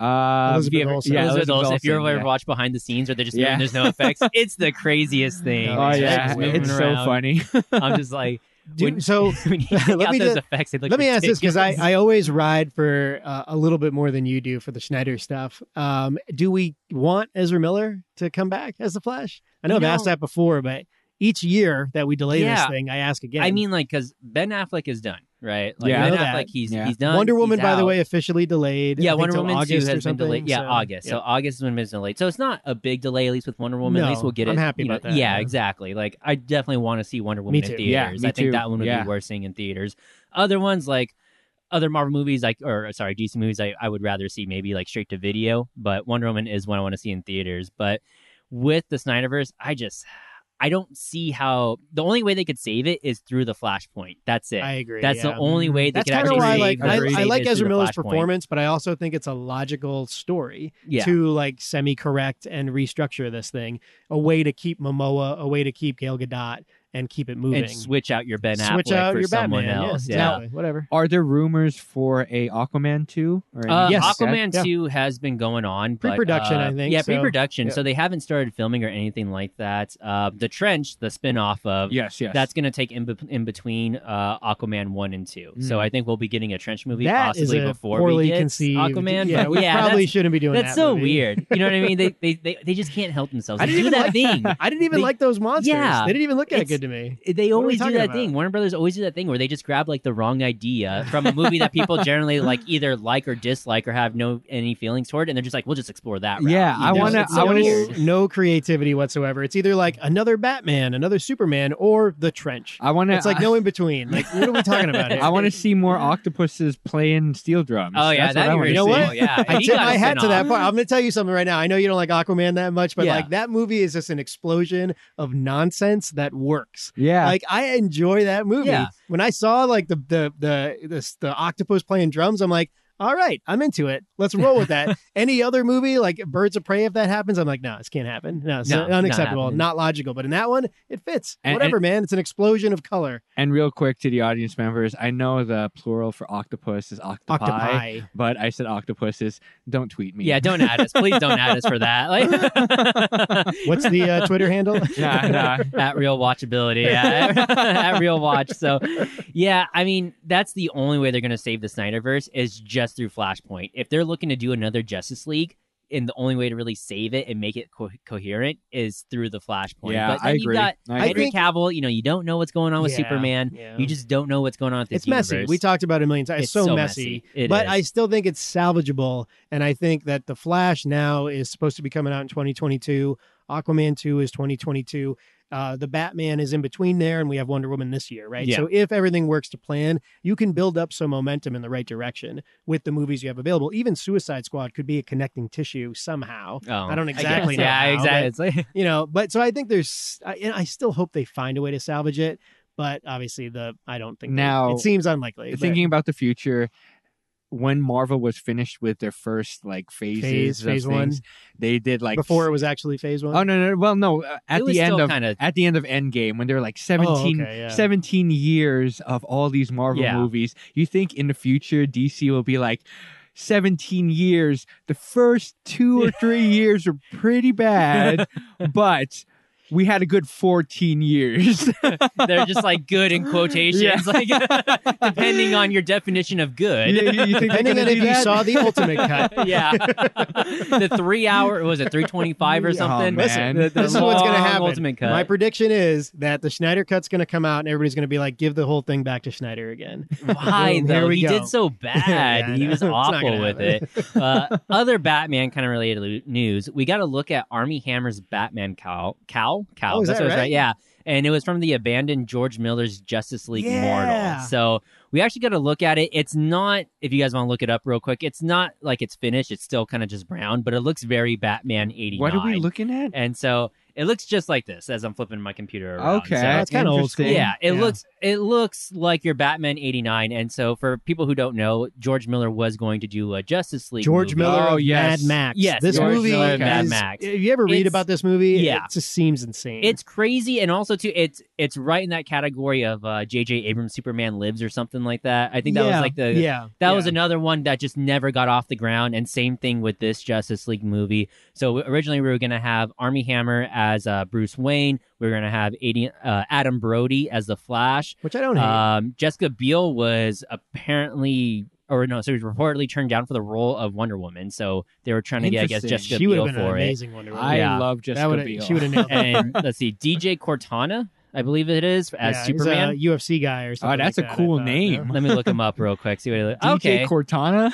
Speaker 2: Uh,
Speaker 3: Elizabeth
Speaker 2: be-
Speaker 3: Olsen.
Speaker 2: Yeah,
Speaker 1: Elizabeth Olsen. If you
Speaker 2: Olsen,
Speaker 1: ever
Speaker 2: yeah.
Speaker 1: watch behind the scenes where they're just
Speaker 2: Yeah.
Speaker 1: there's no effects, it's the craziest thing.
Speaker 3: Oh,
Speaker 2: Oh
Speaker 1: It's
Speaker 2: yeah,
Speaker 1: just moving
Speaker 2: it's so
Speaker 1: around.
Speaker 2: funny.
Speaker 1: I'm just like
Speaker 3: Dude,
Speaker 1: when-
Speaker 3: so
Speaker 1: when you take
Speaker 3: Let
Speaker 1: out
Speaker 3: me
Speaker 1: those
Speaker 3: ju-
Speaker 1: effects, they look
Speaker 3: Let me ask this because I,
Speaker 1: ridiculous.
Speaker 3: I always ride for uh, a little bit more than you do for the Schneider stuff. Um, do we want Ezra Miller to come back as the Flash? I know
Speaker 1: You
Speaker 3: I've asked
Speaker 1: know-
Speaker 3: that before, but each year that we delay
Speaker 1: Yeah.
Speaker 3: this thing, I ask again.
Speaker 1: I mean like because Ben Affleck is done, right? Like
Speaker 2: Yeah. I
Speaker 1: Ben
Speaker 3: know
Speaker 1: Affleck,
Speaker 3: that.
Speaker 1: he's
Speaker 2: Yeah.
Speaker 1: he's done.
Speaker 3: Wonder Woman,
Speaker 1: he's
Speaker 3: by the
Speaker 1: out.
Speaker 3: way, officially delayed. I
Speaker 1: Yeah,
Speaker 3: think,
Speaker 1: Wonder
Speaker 3: till
Speaker 1: Woman
Speaker 3: August
Speaker 1: two
Speaker 3: or
Speaker 1: has been
Speaker 3: something,
Speaker 1: delayed. Yeah,
Speaker 3: so-
Speaker 1: August. So August is when it's been delayed. So it's not a big delay, at least with Wonder Woman. at least
Speaker 3: No,
Speaker 1: we'll get it.
Speaker 3: I'm happy
Speaker 1: you know-
Speaker 3: about that,
Speaker 1: Yeah,
Speaker 3: yeah.
Speaker 1: exactly. Like I definitely want to see Wonder Woman in
Speaker 3: too.
Speaker 1: theaters.
Speaker 2: Yeah, me
Speaker 1: I think
Speaker 2: too.
Speaker 1: that one would
Speaker 2: Yeah.
Speaker 1: be worth seeing in theaters. Other ones like other Marvel movies, like or sorry, DC movies, I, I would rather see maybe like straight to video. But Wonder Woman is one I want to see in theaters. But with the Snyderverse, I just I don't see how the only way they could save it is through the Flashpoint. That's it.
Speaker 3: I agree.
Speaker 1: That's
Speaker 3: yeah.
Speaker 1: the only way they
Speaker 3: That's
Speaker 1: could
Speaker 3: kind of
Speaker 1: actually
Speaker 3: why I
Speaker 1: save,
Speaker 3: like I,
Speaker 2: Agreed.
Speaker 3: I
Speaker 1: save it
Speaker 3: like
Speaker 1: is
Speaker 3: Ezra
Speaker 1: through the
Speaker 3: Miller's
Speaker 1: Flashpoint.
Speaker 3: performance, but I also think it's a logical story.
Speaker 1: Yeah.
Speaker 3: to like semi correct and restructure this thing, a way to keep Momoa, a way to keep Gail Gadot, and keep it moving.
Speaker 1: and switch out your Ben
Speaker 3: Switch
Speaker 1: Affleck
Speaker 3: out
Speaker 1: for
Speaker 3: your
Speaker 1: someone
Speaker 3: Batman.
Speaker 1: else.
Speaker 3: Yeah,
Speaker 1: yeah.
Speaker 3: exactly. Whatever.
Speaker 2: Are there rumors for a Aquaman two? Or
Speaker 1: Uh,
Speaker 2: anything like that?
Speaker 1: Aquaman
Speaker 3: Yeah.
Speaker 1: 2 has been going on. but,
Speaker 3: Pre-production,
Speaker 1: uh,
Speaker 3: I think,
Speaker 1: Yeah,
Speaker 3: so-
Speaker 1: pre production.
Speaker 3: yeah.
Speaker 1: So they haven't started filming or anything like that. Uh, the Trench, the spin off of,
Speaker 2: Yes, yes.
Speaker 1: that's going to take in, be- in between uh, Aquaman 1 and 2. So
Speaker 2: Mm.
Speaker 1: I think we'll be getting a Trench movie
Speaker 3: Hmm. That is
Speaker 1: possibly
Speaker 3: a
Speaker 1: before
Speaker 3: poorly
Speaker 1: we get
Speaker 3: conceived
Speaker 1: Aquaman.
Speaker 3: Yeah,
Speaker 1: but
Speaker 3: we
Speaker 1: yeah,
Speaker 3: probably
Speaker 1: that's,
Speaker 3: shouldn't be doing
Speaker 1: that's
Speaker 3: that.
Speaker 1: so
Speaker 3: movie.
Speaker 1: weird. You know what I mean? They, they, they, they just can't help themselves.
Speaker 3: I
Speaker 1: They
Speaker 3: didn't
Speaker 1: do
Speaker 3: even
Speaker 1: that
Speaker 3: like-
Speaker 1: thing.
Speaker 3: I didn't even
Speaker 1: They-
Speaker 3: like those monsters.
Speaker 1: Yeah.
Speaker 3: They didn't even look that
Speaker 1: It's-
Speaker 3: good to me.
Speaker 1: They
Speaker 3: What are we
Speaker 1: always do
Speaker 3: talking
Speaker 1: that
Speaker 3: about?
Speaker 1: thing. Warner Brothers always do that thing where they just grab like the wrong idea from a movie that people generally like either like or dislike or have no any feelings toward, and they're just like, we'll just explore that. route,"
Speaker 2: Yeah,
Speaker 1: you
Speaker 2: I
Speaker 1: know?
Speaker 2: wanna-
Speaker 1: It's
Speaker 2: I
Speaker 1: so
Speaker 2: wanna-
Speaker 1: weird.
Speaker 3: no creativity whatsoever. It's either like another Batman, another Superman, or the trench.
Speaker 2: I want to.
Speaker 3: It's like no in between. Like what are we talking about? Here?
Speaker 2: I want to see more octopuses playing steel drums.
Speaker 1: Oh yeah,
Speaker 2: That's
Speaker 1: that'd
Speaker 2: what I
Speaker 1: be really
Speaker 2: wanna
Speaker 3: You
Speaker 1: cool.
Speaker 3: know
Speaker 2: see.
Speaker 3: what?
Speaker 1: Yeah,
Speaker 3: I
Speaker 1: he
Speaker 3: tip
Speaker 1: got a
Speaker 3: my hat to
Speaker 1: spin-off.
Speaker 3: that part. I'm going to tell you something right now. I know you don't like Aquaman that much, but
Speaker 1: Yeah.
Speaker 3: like that movie is just an explosion of nonsense that works.
Speaker 2: Yeah,
Speaker 3: Like I enjoy that movie.
Speaker 1: Yeah.
Speaker 3: When I saw like the the the the, the octopus playing drums, I'm like, all right, I'm into it. Let's roll with that. Any other movie like Birds of Prey, if that happens, I'm like, no, this can't happen. No, it's
Speaker 1: No,
Speaker 3: un-
Speaker 1: not
Speaker 3: unacceptable, not,
Speaker 1: happening.
Speaker 3: logical. But in that one, it fits.
Speaker 2: And-
Speaker 3: Whatever, man. It's an explosion of color.
Speaker 2: and real quick to the audience members, I know the plural for octopus is octopi,
Speaker 3: Octopi.
Speaker 2: but I said octopuses. Don't tweet me.
Speaker 1: Yeah, don't add us. Please don't add us for that. Like
Speaker 3: What's the uh, Twitter handle?
Speaker 2: nah, nah.
Speaker 1: at real watchability. Yeah, at real watch. So, yeah, I mean, that's the only way they're going to save the Snyderverse is just through Flashpoint. If they're looking to do another Justice League, and the only way to really save it and make it co- coherent is through the Flashpoint.
Speaker 2: Yeah,
Speaker 1: but then
Speaker 2: I
Speaker 1: you
Speaker 2: agree.
Speaker 1: got
Speaker 2: I
Speaker 1: Henry
Speaker 2: agree.
Speaker 3: think-
Speaker 1: Cavill. You know, you don't know what's going on with
Speaker 3: Yeah,
Speaker 1: Superman.
Speaker 3: yeah.
Speaker 1: You just don't know what's going on with this.
Speaker 3: it's messy.
Speaker 1: universe.
Speaker 3: We talked about it a million times. It's,
Speaker 1: It's
Speaker 3: so,
Speaker 1: so
Speaker 3: messy.
Speaker 1: messy. It
Speaker 3: but
Speaker 1: is.
Speaker 3: I still think it's salvageable. And I think that The Flash now is supposed to be coming out in 2022. Aquaman 2 is 2022. Uh, the Batman is in between there, and we have Wonder Woman this year, right?
Speaker 1: Yeah.
Speaker 3: So if everything works to plan, you can build up some momentum in the right direction with the movies you have available. Even Suicide Squad could be a connecting tissue somehow.
Speaker 1: Oh,
Speaker 3: I don't
Speaker 1: guess.
Speaker 3: exactly know
Speaker 1: yeah,
Speaker 3: how,
Speaker 1: exactly.
Speaker 3: but-
Speaker 1: It's like-
Speaker 3: you know but so i think there's I, and I still hope they find a way to salvage it but obviously the i don't think they-
Speaker 2: Now,
Speaker 3: it seems unlikely but
Speaker 2: Thinking about the future, when Marvel was finished with their first like phases,
Speaker 3: phase
Speaker 2: of
Speaker 3: phase one
Speaker 2: things, they did like
Speaker 3: before it was actually phase one
Speaker 2: Oh no, no, well no, uh,
Speaker 1: it
Speaker 2: at
Speaker 1: was
Speaker 2: the end
Speaker 1: still
Speaker 2: of
Speaker 1: kind of
Speaker 2: at the end of Endgame when there were like 17,
Speaker 3: Oh, okay, yeah.
Speaker 2: 17 years of all these Marvel
Speaker 1: Yeah.
Speaker 2: movies, you think in the future DC will be like 17 years. The first two or three years were pretty bad, but we had a good 14 years.
Speaker 1: they're just like good in quotations, like depending on your definition of
Speaker 2: you,
Speaker 1: good.
Speaker 2: you think they're
Speaker 3: and then
Speaker 2: gonna
Speaker 3: if
Speaker 2: do
Speaker 3: you
Speaker 2: that?
Speaker 3: saw the ultimate cut
Speaker 1: yeah. the three hour was it three twenty five or
Speaker 2: Oh,
Speaker 1: something?
Speaker 2: man.
Speaker 1: Listen, the, the
Speaker 3: this is what's gonna
Speaker 1: long
Speaker 3: happen.
Speaker 1: Ultimate cut.
Speaker 3: My prediction is that the Schneider cut's going to come out, and everybody's going to be like, "Give the whole thing back to Schneider again."
Speaker 1: Why
Speaker 3: Boom,
Speaker 1: though?
Speaker 3: here we
Speaker 1: he
Speaker 3: go.
Speaker 1: did so bad.
Speaker 3: Yeah, I
Speaker 1: he
Speaker 3: know. It's
Speaker 1: was
Speaker 3: not
Speaker 1: awful
Speaker 3: gonna
Speaker 1: with it. Uh, other Batman kind of related lo- news. We got to look at Army Hammer's Batman cow. Cow? Cow.
Speaker 3: Oh, is
Speaker 1: That's
Speaker 3: that
Speaker 1: what it was,
Speaker 3: right?
Speaker 1: Yeah. And it was from the abandoned George Miller's Justice League
Speaker 3: Yeah.
Speaker 1: Mortal. So we actually got to look at it. It's not, if you guys want to look it up real quick, it's not like it's finished. It's still kind of just brown, but it looks very Batman 89.
Speaker 2: What are we looking at?
Speaker 1: And so it looks just like this as I'm flipping my computer around.
Speaker 2: Okay,
Speaker 1: So-
Speaker 3: it's kinda old school.
Speaker 2: interesting.
Speaker 1: yeah, it
Speaker 3: Yeah.
Speaker 1: looks it looks like your Batman '89, and so for people who don't know, George Miller was going to do a Justice League.
Speaker 3: George
Speaker 1: movie.
Speaker 3: Miller,
Speaker 2: Oh,
Speaker 3: of
Speaker 2: yes.
Speaker 3: Mad Max.
Speaker 1: Yes,
Speaker 3: this
Speaker 2: George
Speaker 3: movie,
Speaker 2: Miller
Speaker 3: is,
Speaker 2: of Mad
Speaker 1: Max.
Speaker 3: If you ever read
Speaker 1: It's-
Speaker 3: about this movie,
Speaker 1: yeah.
Speaker 3: it just seems insane.
Speaker 1: It's crazy, and also too, it's it's right in that category of uh, J.J. Abrams Superman Lives or something like that. I think that
Speaker 3: Yeah,
Speaker 1: was like the
Speaker 3: yeah,
Speaker 1: that
Speaker 3: yeah.
Speaker 1: was another one that just never got off the ground. And same thing with this Justice League movie. So originally we were going to have Army Hammer as uh, Bruce Wayne. We were going to have 80, uh, Adam Brody as the Flash.
Speaker 3: which I don't hate.
Speaker 1: Um, Jessica Biel was apparently, or no, so she was reportedly turned down for the role of Wonder Woman. So they were trying to get, I guess,
Speaker 2: Interesting.
Speaker 1: Jessica
Speaker 3: she would
Speaker 1: Biel
Speaker 3: have been an
Speaker 1: for it.
Speaker 3: amazing Wonder Woman.
Speaker 2: I
Speaker 1: Yeah.
Speaker 2: love
Speaker 3: that
Speaker 2: Jessica
Speaker 3: would
Speaker 2: Biel.
Speaker 3: she would have nailed that.
Speaker 1: And let's see, DJ Cortana, I believe it is, as
Speaker 3: Yeah, he's uh,
Speaker 1: Superman.
Speaker 3: a UFC guy or something.
Speaker 2: Oh, that's
Speaker 3: like
Speaker 2: a
Speaker 3: that, I
Speaker 2: cool
Speaker 3: thought,
Speaker 2: name.
Speaker 1: Let me look him up real quick. See what he looks.
Speaker 2: DJ
Speaker 1: Okay,
Speaker 2: Cortana.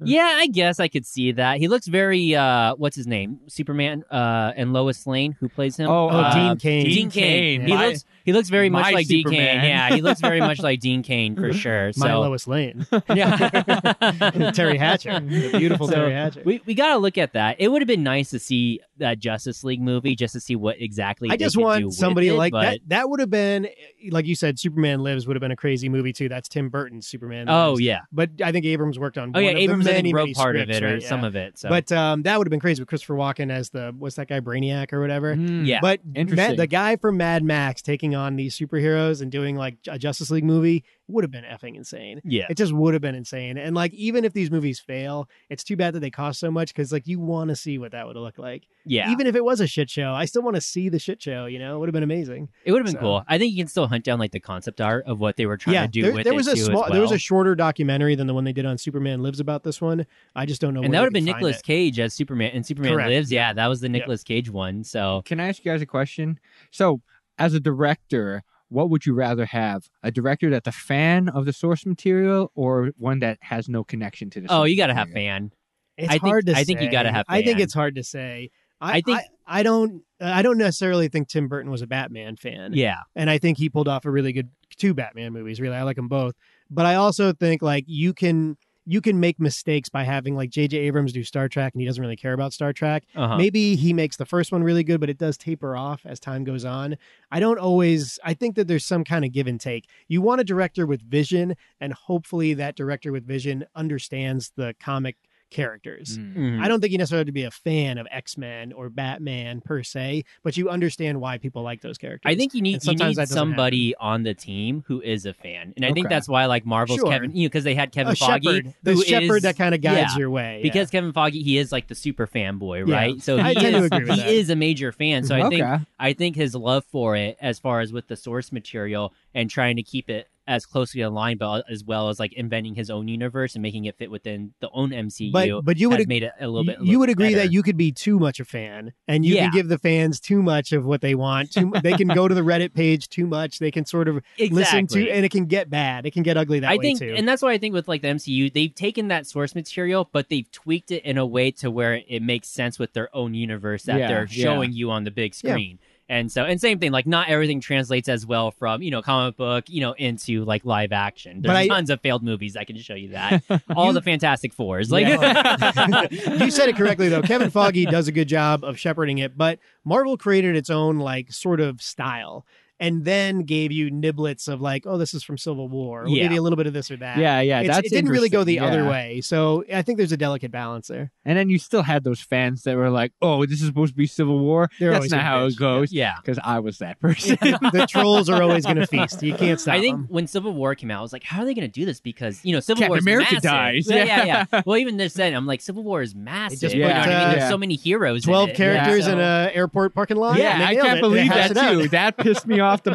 Speaker 1: yeah, I guess I could see that. He looks very. uh What's his name? Superman uh and Lois Lane, who plays him?
Speaker 2: Oh,
Speaker 3: Oh,
Speaker 1: Uh,
Speaker 3: Dean Kane.
Speaker 1: Dean Kane. He
Speaker 2: My-
Speaker 1: looks. He looks very
Speaker 2: my
Speaker 1: much like Dean
Speaker 2: Superman.
Speaker 1: Kane. Yeah, he looks very much like Dean Kane for sure.
Speaker 3: My
Speaker 1: so
Speaker 3: Lois Lane.
Speaker 1: yeah.
Speaker 3: Terry Hatcher. The beautiful
Speaker 1: So,
Speaker 3: Terry Hatcher.
Speaker 1: We, we got to look at that. It would have been nice to see that Justice League movie just to see what exactly.
Speaker 3: I
Speaker 1: they
Speaker 3: just
Speaker 1: could do
Speaker 3: want
Speaker 1: with
Speaker 3: somebody
Speaker 1: it,
Speaker 3: like
Speaker 1: but-
Speaker 3: that. That would have been, like you said, Superman Lives would have been a crazy movie too. That's Tim Burton's Superman.
Speaker 1: Oh
Speaker 3: Lives.
Speaker 1: yeah.
Speaker 3: but I think Abrams worked on.
Speaker 1: Oh yeah.
Speaker 3: one of the
Speaker 1: Abrams I
Speaker 3: many,
Speaker 1: think wrote
Speaker 3: many
Speaker 1: part of
Speaker 3: scripts,
Speaker 1: it or
Speaker 3: right? Yeah.
Speaker 1: some of it. So
Speaker 3: But um, that would have been crazy with Christopher Walken as the what's that guy Brainiac or whatever.
Speaker 2: Mm.
Speaker 1: yeah.
Speaker 3: But
Speaker 2: Interesting.
Speaker 3: Mad, the guy from Mad Max taking on these superheroes and doing like a Justice League movie would have been effing insane.
Speaker 1: Yeah.
Speaker 3: It just would have been insane. And like, even if these movies fail, it's too bad that they cost so much because like you want to see what that would have looked like.
Speaker 1: Yeah.
Speaker 3: Even if it was a shit show, I still want to see the shit show. You know, it would have been amazing.
Speaker 1: it would have been
Speaker 3: so-
Speaker 1: cool. I think you can still hunt down like the concept art of what they were trying
Speaker 3: yeah,
Speaker 1: to do
Speaker 3: there,
Speaker 1: with
Speaker 3: there
Speaker 1: it
Speaker 3: was a
Speaker 1: too, as
Speaker 3: small, there was
Speaker 1: well.
Speaker 3: a shorter documentary than the one they did on Superman Lives about this one. I just don't know.
Speaker 1: and
Speaker 3: where
Speaker 1: that
Speaker 3: you
Speaker 1: would have been
Speaker 3: can find
Speaker 1: Nicolas
Speaker 3: it.
Speaker 1: Cage as Superman and Superman
Speaker 3: Correct.
Speaker 1: Lives. Yeah, that was the
Speaker 3: Yeah.
Speaker 1: Nicolas Cage one. So
Speaker 2: Can I ask you guys a question? So, as a director, what would you rather have? A director that's a fan of the source material or one that has no connection to the
Speaker 1: oh,
Speaker 2: source
Speaker 1: you gotta have
Speaker 2: material?
Speaker 1: fan.
Speaker 3: It's
Speaker 1: I think-
Speaker 3: hard to.
Speaker 1: I think you gotta
Speaker 3: say.
Speaker 1: have
Speaker 3: I think
Speaker 1: fan.
Speaker 3: it's hard to say. I,
Speaker 1: I think-
Speaker 3: I, I don't. uh, I don't necessarily think Tim Burton was a Batman fan.
Speaker 1: Yeah,
Speaker 3: and I think he pulled off a really good two Batman movies. Really, I like them both. But I also think like you can you can make mistakes by having like J.J. Abrams do Star Trek, and he doesn't really care about Star Trek.
Speaker 1: uh-huh.
Speaker 3: Maybe he makes the first one really good, but it does taper off as time goes on. I don't always. I think that there's some kind of give and take. You want a director with vision, and hopefully that director with vision understands the comic characters.
Speaker 2: Mm.
Speaker 1: Mhm.
Speaker 3: I don't think you necessarily have to be a fan of X Men or Batman per se, but you understand why people like those characters.
Speaker 1: I think you need you
Speaker 3: sometimes
Speaker 1: need
Speaker 3: that doesn't
Speaker 1: somebody on the team who is a fan, and I think
Speaker 2: Okay.
Speaker 1: that's why like Marvel's
Speaker 3: Sure.
Speaker 1: Kevin, you know, because they had Kevin
Speaker 3: a
Speaker 1: Foggy,
Speaker 3: shepherd, the
Speaker 1: who
Speaker 3: shepherd
Speaker 1: is-
Speaker 3: that kind of guides
Speaker 1: yeah,
Speaker 3: your way. yeah.
Speaker 1: because Kevin Foggy he is like the super fanboy,
Speaker 3: Yeah.
Speaker 1: right? So
Speaker 3: I
Speaker 1: he
Speaker 3: tend to
Speaker 1: is
Speaker 3: agree with
Speaker 1: he
Speaker 3: that.
Speaker 1: is a major fan. So I
Speaker 2: okay.
Speaker 1: think I think his love for it, as far as with the source material and trying to keep it as closely aligned, but as well as like inventing his own universe and making it fit within the own MCU,
Speaker 3: but but you would
Speaker 1: has
Speaker 3: ag-
Speaker 1: made it a little
Speaker 3: you-
Speaker 1: bit.
Speaker 3: you would agree that
Speaker 1: better.
Speaker 3: you could be too much a fan, and you
Speaker 1: Yeah.
Speaker 3: can give the fans too much of what they want. Too, they can go to the Reddit page too much. They can sort of listen to,
Speaker 1: Exactly.
Speaker 3: and it can get bad. It can get ugly that
Speaker 1: I
Speaker 3: way
Speaker 1: think,
Speaker 3: too.
Speaker 1: and that's why I think with like the MCU, they've taken that source material, but they've tweaked it in a way to where it makes sense with their own universe that
Speaker 2: Yeah,
Speaker 1: they're
Speaker 2: yeah.
Speaker 1: showing you on the big
Speaker 3: Yeah.
Speaker 1: screen. And so, and same thing, like not everything translates as well from you know comic book, you know, into like live action.
Speaker 3: But
Speaker 1: There's
Speaker 3: I-
Speaker 1: tons of failed movies I can show you that. All the Fantastic Fours, like
Speaker 3: Yeah. you said it correctly though. Kevin Foggy does a good job of shepherding it, but Marvel created its own like sort of style. And then gave you niblets of like, oh, this is from Civil War. We'll give
Speaker 1: Yeah.
Speaker 3: you a little bit of this or that.
Speaker 2: Yeah, yeah,
Speaker 3: It's-
Speaker 2: that's
Speaker 3: it didn't really go the
Speaker 2: interesting,
Speaker 3: other
Speaker 2: yeah.
Speaker 3: way. So I think there's a delicate balance there.
Speaker 2: And then you still had those fans that were like, "Oh, this is supposed to be civil war."
Speaker 3: They're
Speaker 2: that's
Speaker 3: always
Speaker 2: not
Speaker 3: gonna
Speaker 2: how
Speaker 3: bitch,
Speaker 2: it goes.
Speaker 1: yeah.
Speaker 2: Because I was that person.
Speaker 3: the trolls are always going to feast. You can't stop
Speaker 1: I think
Speaker 3: them.
Speaker 1: when Civil War came out, I was like, how are they going to do this? Because, you know, Civil
Speaker 2: Captain
Speaker 1: War is
Speaker 2: America
Speaker 1: massive.
Speaker 2: dies.
Speaker 1: Yeah, yeah, yeah. well, even this then, I'm like, Civil War is massive.
Speaker 3: just
Speaker 1: you know
Speaker 2: put,
Speaker 1: what I mean?
Speaker 2: uh,
Speaker 1: There's so many heroes. in
Speaker 3: 12
Speaker 1: it.
Speaker 3: characters
Speaker 1: Yeah.
Speaker 3: in an airport parking lot. and
Speaker 2: yeah,
Speaker 3: they
Speaker 2: I can't
Speaker 3: nailed it. They
Speaker 2: believe
Speaker 3: hashed
Speaker 2: that
Speaker 3: it out.
Speaker 2: too. That pissed me off the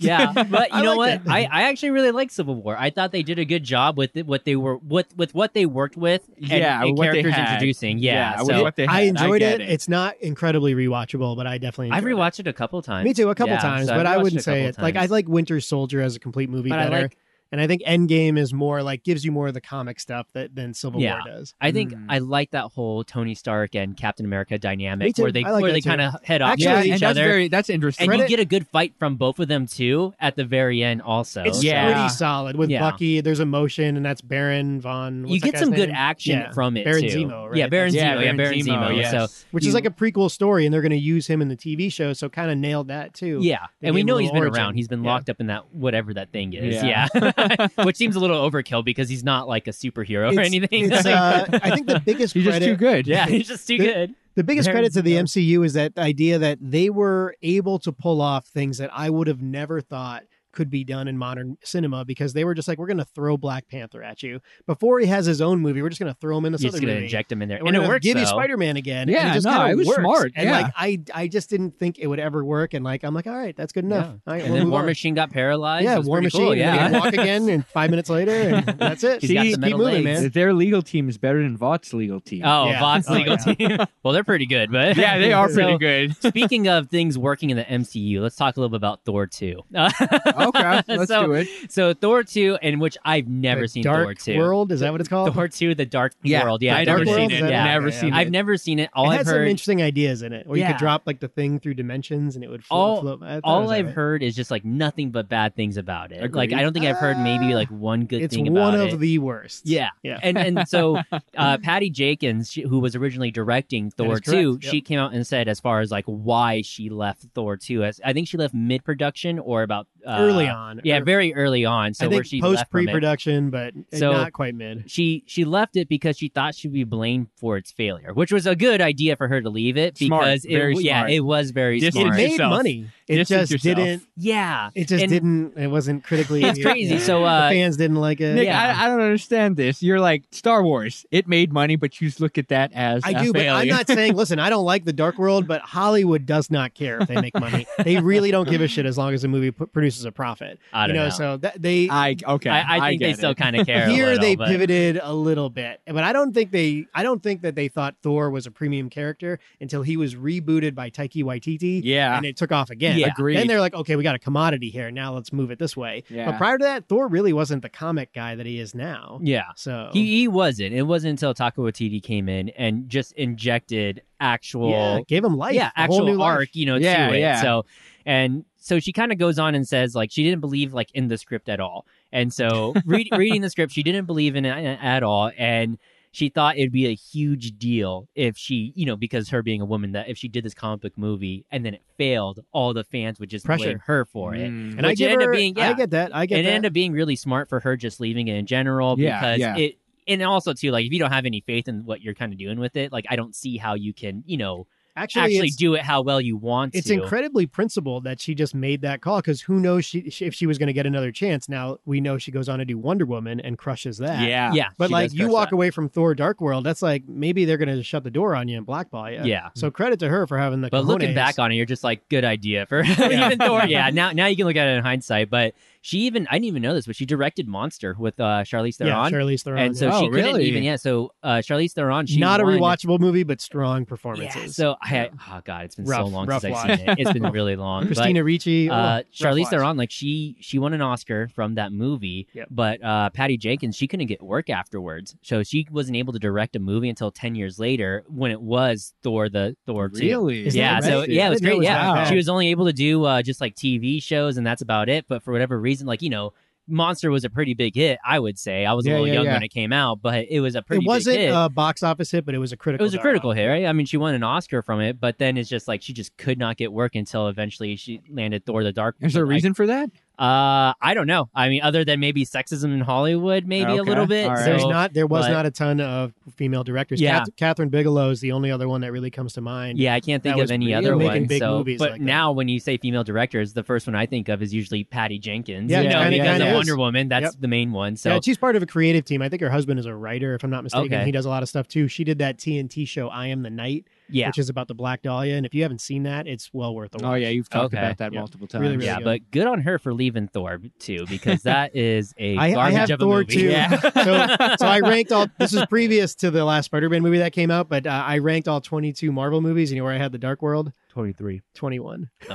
Speaker 1: yeah, but you
Speaker 3: I
Speaker 1: know
Speaker 3: like
Speaker 1: what? I, I actually really liked Civil War. I thought they did a good job with it, what they were with with what they worked with and,
Speaker 2: Yeah,
Speaker 1: and
Speaker 2: what they
Speaker 1: characters
Speaker 2: had.
Speaker 1: introducing. Yeah,
Speaker 2: with
Speaker 1: so
Speaker 2: what they
Speaker 3: I
Speaker 2: had,
Speaker 3: enjoyed
Speaker 2: get
Speaker 3: it. It's not incredibly rewatchable, but I definitely
Speaker 1: I've
Speaker 3: enjoyed it.
Speaker 1: rewatched it a couple times.
Speaker 3: Me too, a couple
Speaker 1: Yeah,
Speaker 3: times,
Speaker 1: so I've
Speaker 3: but I
Speaker 1: rewatched
Speaker 3: wouldn't
Speaker 1: a
Speaker 3: say
Speaker 1: couple
Speaker 3: it. Like I
Speaker 1: times.
Speaker 3: like Winter Soldier as a complete movie
Speaker 1: But I
Speaker 3: better,
Speaker 1: like
Speaker 3: and I think Endgame is more like gives you more of the comic stuff that than Civil
Speaker 1: Yeah.
Speaker 3: War does.
Speaker 1: I think
Speaker 2: Mm.
Speaker 1: I like that whole Tony Stark and Captain America
Speaker 3: Me
Speaker 1: dynamic
Speaker 3: too.
Speaker 1: where they
Speaker 3: I like
Speaker 1: where
Speaker 3: that
Speaker 1: they
Speaker 3: too.
Speaker 1: kind of head off
Speaker 3: Actually,
Speaker 2: Yeah,
Speaker 1: each
Speaker 2: and that's
Speaker 1: other.
Speaker 2: very that's
Speaker 1: and
Speaker 2: interesting.
Speaker 3: Reddit-
Speaker 1: you get a good fight from both of them too at the very end. Also,
Speaker 3: It's
Speaker 1: So-
Speaker 2: Yeah.
Speaker 3: pretty solid with
Speaker 1: Yeah.
Speaker 3: Bucky. There's emotion, and that's Baron von. what's
Speaker 1: you
Speaker 3: that
Speaker 1: get
Speaker 3: guy's
Speaker 1: some good
Speaker 3: name?
Speaker 1: action
Speaker 3: Yeah.
Speaker 1: from it
Speaker 3: Baron
Speaker 1: too.
Speaker 3: Zemo, right?
Speaker 1: Yeah, Baron
Speaker 3: That's-
Speaker 1: Zemo. Yeah, Baron Zemo.
Speaker 2: yes.
Speaker 1: So
Speaker 3: which is like a prequel story, and they're going to use him in the TV show. So kind of nailed that too.
Speaker 1: yeah,
Speaker 3: They
Speaker 1: and we
Speaker 3: gave
Speaker 1: know
Speaker 3: him a
Speaker 1: he's been
Speaker 3: little origin.
Speaker 1: around. He's been
Speaker 3: Yeah.
Speaker 1: locked up in that whatever that thing is.
Speaker 2: Yeah.
Speaker 1: Yeah, which seems a little overkill because he's not like a superhero or
Speaker 3: It's-
Speaker 1: anything.
Speaker 3: it's,
Speaker 1: Like,
Speaker 3: uh, I think the biggest
Speaker 2: You're just
Speaker 3: credit,
Speaker 2: too good.
Speaker 1: yeah, he's just too
Speaker 3: the-
Speaker 1: good.
Speaker 3: the biggest
Speaker 1: Baron
Speaker 3: credit to the
Speaker 1: Zemo.
Speaker 3: MCU is that idea that they were able to pull off things that I would have never thought could be done in modern cinema because they were just like, we're going to throw Black Panther at you before he has his own movie. We're just going to throw him in this
Speaker 1: He's
Speaker 3: other
Speaker 1: just gonna
Speaker 3: movie.
Speaker 1: inject him in there,
Speaker 3: And, we're
Speaker 1: and it
Speaker 3: gonna
Speaker 1: works.
Speaker 3: Give you
Speaker 1: though.
Speaker 3: Spider Man again. and
Speaker 2: Yeah,
Speaker 3: it just
Speaker 2: no,
Speaker 3: kinda
Speaker 2: it was
Speaker 3: works.
Speaker 2: smart,
Speaker 3: And
Speaker 2: yeah.
Speaker 3: like I, I just didn't think it would ever work. And like I'm like, all right, that's good enough.
Speaker 1: Yeah.
Speaker 3: All right,
Speaker 1: And
Speaker 3: we'll
Speaker 1: then
Speaker 3: move
Speaker 1: War
Speaker 3: on.
Speaker 1: Machine got paralyzed.
Speaker 3: Yeah,
Speaker 1: It was
Speaker 3: War
Speaker 1: pretty
Speaker 3: Machine.
Speaker 1: cool,
Speaker 3: and then he
Speaker 1: Yeah,
Speaker 3: can walk again, and five minutes later, and that's it.
Speaker 1: He's got
Speaker 3: See,
Speaker 1: the
Speaker 3: keep
Speaker 1: metal
Speaker 3: moving,
Speaker 1: legs.
Speaker 3: man.
Speaker 2: Their legal team is better than Vought's legal team.
Speaker 1: Oh,
Speaker 3: Yeah.
Speaker 1: Vought's
Speaker 3: Oh,
Speaker 1: legal team. well, they're pretty good, but
Speaker 2: yeah, they are pretty
Speaker 1: So,
Speaker 2: good.
Speaker 1: Speaking of things working in the MCU, let's talk a little bit about Thor 2.
Speaker 2: Okay, let's
Speaker 1: so,
Speaker 2: do it.
Speaker 1: So Thor 2, in which I've never
Speaker 3: The
Speaker 1: seen
Speaker 3: Dark
Speaker 1: Thor 2.
Speaker 3: World is that what it's called?
Speaker 1: Thor 2, The Dark
Speaker 2: Yeah,
Speaker 1: World. Yeah,
Speaker 2: The
Speaker 1: I've
Speaker 2: Dark
Speaker 1: never
Speaker 2: World,
Speaker 1: seen
Speaker 2: is
Speaker 1: it.
Speaker 2: that-
Speaker 1: Yeah.
Speaker 2: Never seen it.
Speaker 1: I've never seen it. All
Speaker 3: it
Speaker 1: I've
Speaker 3: had some
Speaker 1: heard,
Speaker 3: interesting ideas in it, where you
Speaker 1: Yeah.
Speaker 3: could drop like the thing through dimensions and it would float.
Speaker 1: All-
Speaker 3: float. I thought it
Speaker 1: all
Speaker 3: was
Speaker 1: I've
Speaker 3: alright.
Speaker 1: heard is just like nothing but bad things about it. Like
Speaker 2: Agreed.
Speaker 1: I don't think I've heard maybe like one good
Speaker 3: It's
Speaker 1: thing
Speaker 3: one
Speaker 1: about
Speaker 3: of
Speaker 1: it.
Speaker 3: the worst.
Speaker 1: yeah.
Speaker 3: Yeah.
Speaker 1: and and so uh, Patty Jenkins, she, who was originally directing Thor
Speaker 3: is
Speaker 1: two,
Speaker 3: correct, yep.
Speaker 1: she came out and said as far as like why she left Thor two, as I think she left mid production or about uh,
Speaker 3: early on.
Speaker 1: yeah,
Speaker 3: Or-
Speaker 1: very early on. So
Speaker 3: I
Speaker 1: where
Speaker 3: think
Speaker 1: she
Speaker 3: post
Speaker 1: left from it-
Speaker 3: pre-production, but
Speaker 1: So-
Speaker 3: not quite mid.
Speaker 1: she she left it because she thought she'd be blamed for its failure, which was a good idea for her to leave it
Speaker 2: Smart,
Speaker 1: because it,
Speaker 2: very
Speaker 1: yeah,
Speaker 2: smart.
Speaker 1: it was very
Speaker 2: Dis-
Speaker 3: It
Speaker 1: smart.
Speaker 2: Alright.
Speaker 3: made
Speaker 2: Itself.
Speaker 3: money. It
Speaker 2: Distance
Speaker 3: just
Speaker 2: yourself.
Speaker 3: didn't.
Speaker 1: Yeah,
Speaker 3: It just
Speaker 1: And-
Speaker 3: didn't. It wasn't critically.
Speaker 1: it's crazy. So
Speaker 3: the
Speaker 1: uh,
Speaker 3: fans didn't like it.
Speaker 2: Nick,
Speaker 1: Yeah.
Speaker 2: I, I don't understand this. You're like Star Wars. It made money, but you just look at that as
Speaker 3: I
Speaker 2: a
Speaker 3: do, but I'm
Speaker 2: failure.
Speaker 3: not saying. Listen, I don't like the Dark World, but Hollywood does not care if they make money. they really don't give a shit as long as the movie p- produces a profit.
Speaker 1: I don't
Speaker 3: you know,
Speaker 1: know.
Speaker 3: so that they
Speaker 2: I okay.
Speaker 1: I, I think
Speaker 2: get
Speaker 1: they
Speaker 2: it.
Speaker 1: still kind of care. a
Speaker 3: here
Speaker 1: little,
Speaker 3: they
Speaker 1: but-
Speaker 3: pivoted a little bit, but I don't think they. I don't think that they thought Thor was a premium character until he was rebooted by Taiki Waititi.
Speaker 2: Yeah.
Speaker 3: And it took off again.
Speaker 2: Yeah. Agreed.
Speaker 3: Then they're like, okay, we got a commodity here. Now let's move it this way.
Speaker 2: Yeah.
Speaker 3: But prior to that, Thor really wasn't the comic guy that he is now.
Speaker 1: Yeah.
Speaker 3: So
Speaker 1: He, he wasn't. It wasn't until Taco Watiti came in and just injected actual
Speaker 3: yeah, gave him life.
Speaker 1: yeah,
Speaker 3: a whole
Speaker 1: actual
Speaker 3: new
Speaker 1: arc,
Speaker 3: life.
Speaker 1: you know,
Speaker 2: Yeah,
Speaker 1: to it.
Speaker 2: yeah.
Speaker 1: So and so she kind of goes on and says like she didn't believe like in the script at all. And so read, reading the script, she didn't believe in it uh, at all and she thought it'd be a huge deal if she, you know, because her being a woman that if she did this comic book movie and then it failed, all the fans would just
Speaker 3: Pressure.
Speaker 1: blame her for it.
Speaker 2: Mm.
Speaker 3: And I
Speaker 1: Which it
Speaker 3: give
Speaker 1: ended
Speaker 3: her,
Speaker 1: up being-
Speaker 3: I
Speaker 1: yeah.
Speaker 3: get that. I get
Speaker 1: it
Speaker 3: that.
Speaker 1: ended up being really smart for her just leaving it in general
Speaker 2: Yeah,
Speaker 1: because
Speaker 2: yeah.
Speaker 1: it and also too like if you don't have any faith in what you're kind of doing with it like i don't see how you can you know
Speaker 3: actually,
Speaker 1: actually,
Speaker 3: it's-
Speaker 1: do it how well you want
Speaker 3: it's
Speaker 1: to
Speaker 3: incredibly principled that she just made that call because who knows she, she, if she was going to get another chance. Now we know she goes on to do Wonder Woman and crushes that.
Speaker 2: Yeah.
Speaker 1: yeah
Speaker 3: But
Speaker 1: she
Speaker 3: like
Speaker 1: does
Speaker 3: you
Speaker 1: crush
Speaker 3: walk
Speaker 1: that.
Speaker 3: away from Thor Dark World, that's like maybe they're going to shut the door on you and blackball you.
Speaker 1: yeah
Speaker 3: So credit to her for having the.
Speaker 1: but looking
Speaker 3: cojones.
Speaker 1: back on it you're just like good idea for even thor yeah now now you can look at it in hindsight but she even i didn't even know this but she directed monster with uh charlize theron
Speaker 3: yeah, Charlize Theron.
Speaker 1: and so
Speaker 3: yeah.
Speaker 2: Oh,
Speaker 1: she couldn't
Speaker 2: really?
Speaker 1: even yeah so uh charlize theron she
Speaker 3: not a
Speaker 1: won-
Speaker 3: rewatchable movie, but strong
Speaker 1: yeah,
Speaker 3: performances.
Speaker 1: so i oh god it's been
Speaker 3: Rough-
Speaker 1: so long
Speaker 3: rough
Speaker 1: since i've
Speaker 3: watch.
Speaker 1: seen it it's been really long but-
Speaker 3: Christina Ricci, oh,
Speaker 1: uh,
Speaker 3: rough
Speaker 1: Charlize
Speaker 3: watch.
Speaker 1: Theron, like she she won an Oscar from that movie,
Speaker 3: Yep.
Speaker 1: but uh, Patty Jenkins she couldn't get work afterwards, so she wasn't able to direct a movie until ten years later when it was Thor the Thor two.
Speaker 2: Really?
Speaker 3: Is that
Speaker 1: Yeah,
Speaker 3: right?
Speaker 1: so yeah, it was
Speaker 3: That
Speaker 1: great.
Speaker 3: was
Speaker 1: yeah,
Speaker 2: not bad.
Speaker 1: she was only able to do uh, just like TV shows, and that's about it. But for whatever reason, like you know, Monster was a pretty big hit. I would say I was
Speaker 2: Yeah,
Speaker 1: a little
Speaker 2: yeah,
Speaker 1: young
Speaker 2: yeah.
Speaker 1: when it came out, but it was a pretty
Speaker 3: It
Speaker 1: big
Speaker 3: wasn't
Speaker 1: hit.
Speaker 3: a box office hit, but it was a
Speaker 1: It
Speaker 3: critical.
Speaker 1: was a critical hit, right? I mean, she won an Oscar from it, but then it's just like she just could not get work until eventually she landed Thor: The Dark.
Speaker 2: Is there a
Speaker 1: World. I
Speaker 2: reason for that?
Speaker 1: uh, I don't know. I mean, other than maybe sexism in Hollywood, maybe
Speaker 2: Okay,
Speaker 1: a little bit.
Speaker 2: all right.
Speaker 1: So,
Speaker 3: There's not. There was
Speaker 1: but-
Speaker 3: not a ton of female directors.
Speaker 1: Yeah.
Speaker 3: Cath- Catherine Bigelow is the only other one that really comes to mind.
Speaker 1: yeah, I can't think
Speaker 3: That
Speaker 1: of
Speaker 3: was
Speaker 1: any
Speaker 3: pretty-
Speaker 1: other
Speaker 3: making
Speaker 1: one.
Speaker 3: big
Speaker 1: so,
Speaker 3: movies
Speaker 1: but
Speaker 3: like that.
Speaker 1: now when you say female directors, the first one I think of is usually Patty Jenkins.
Speaker 3: Yeah,
Speaker 1: you
Speaker 2: it
Speaker 1: know,
Speaker 2: kinda-
Speaker 1: because
Speaker 2: kinda
Speaker 1: of
Speaker 2: is.
Speaker 1: Wonder Woman, that's
Speaker 3: Yep.
Speaker 1: the main one. So,
Speaker 3: yeah, she's part of a creative team. I think her husband is a writer, if I'm not mistaken.
Speaker 1: Okay.
Speaker 3: He does a lot of stuff too. She did that TNT show, I Am the Night,
Speaker 1: yeah,
Speaker 3: which is about the Black Dahlia. And if you haven't seen that, it's well worth a watch.
Speaker 2: Oh yeah, you've talked
Speaker 1: Okay.
Speaker 2: about that
Speaker 3: Yeah.
Speaker 2: multiple times.
Speaker 3: Really, really
Speaker 1: yeah.
Speaker 3: good.
Speaker 1: But good on her for leaving Thor too, because that is a
Speaker 3: I- I
Speaker 1: garbage
Speaker 3: have
Speaker 1: of a
Speaker 3: Thor,
Speaker 1: movie.
Speaker 3: too.
Speaker 1: Yeah.
Speaker 3: so, so I ranked all. This is previous to the last Spider-Man movie that came out, but uh, I ranked all 22 Marvel movies. You know where I had the Dark World?
Speaker 1: twenty-three.
Speaker 3: 21.
Speaker 1: Oh.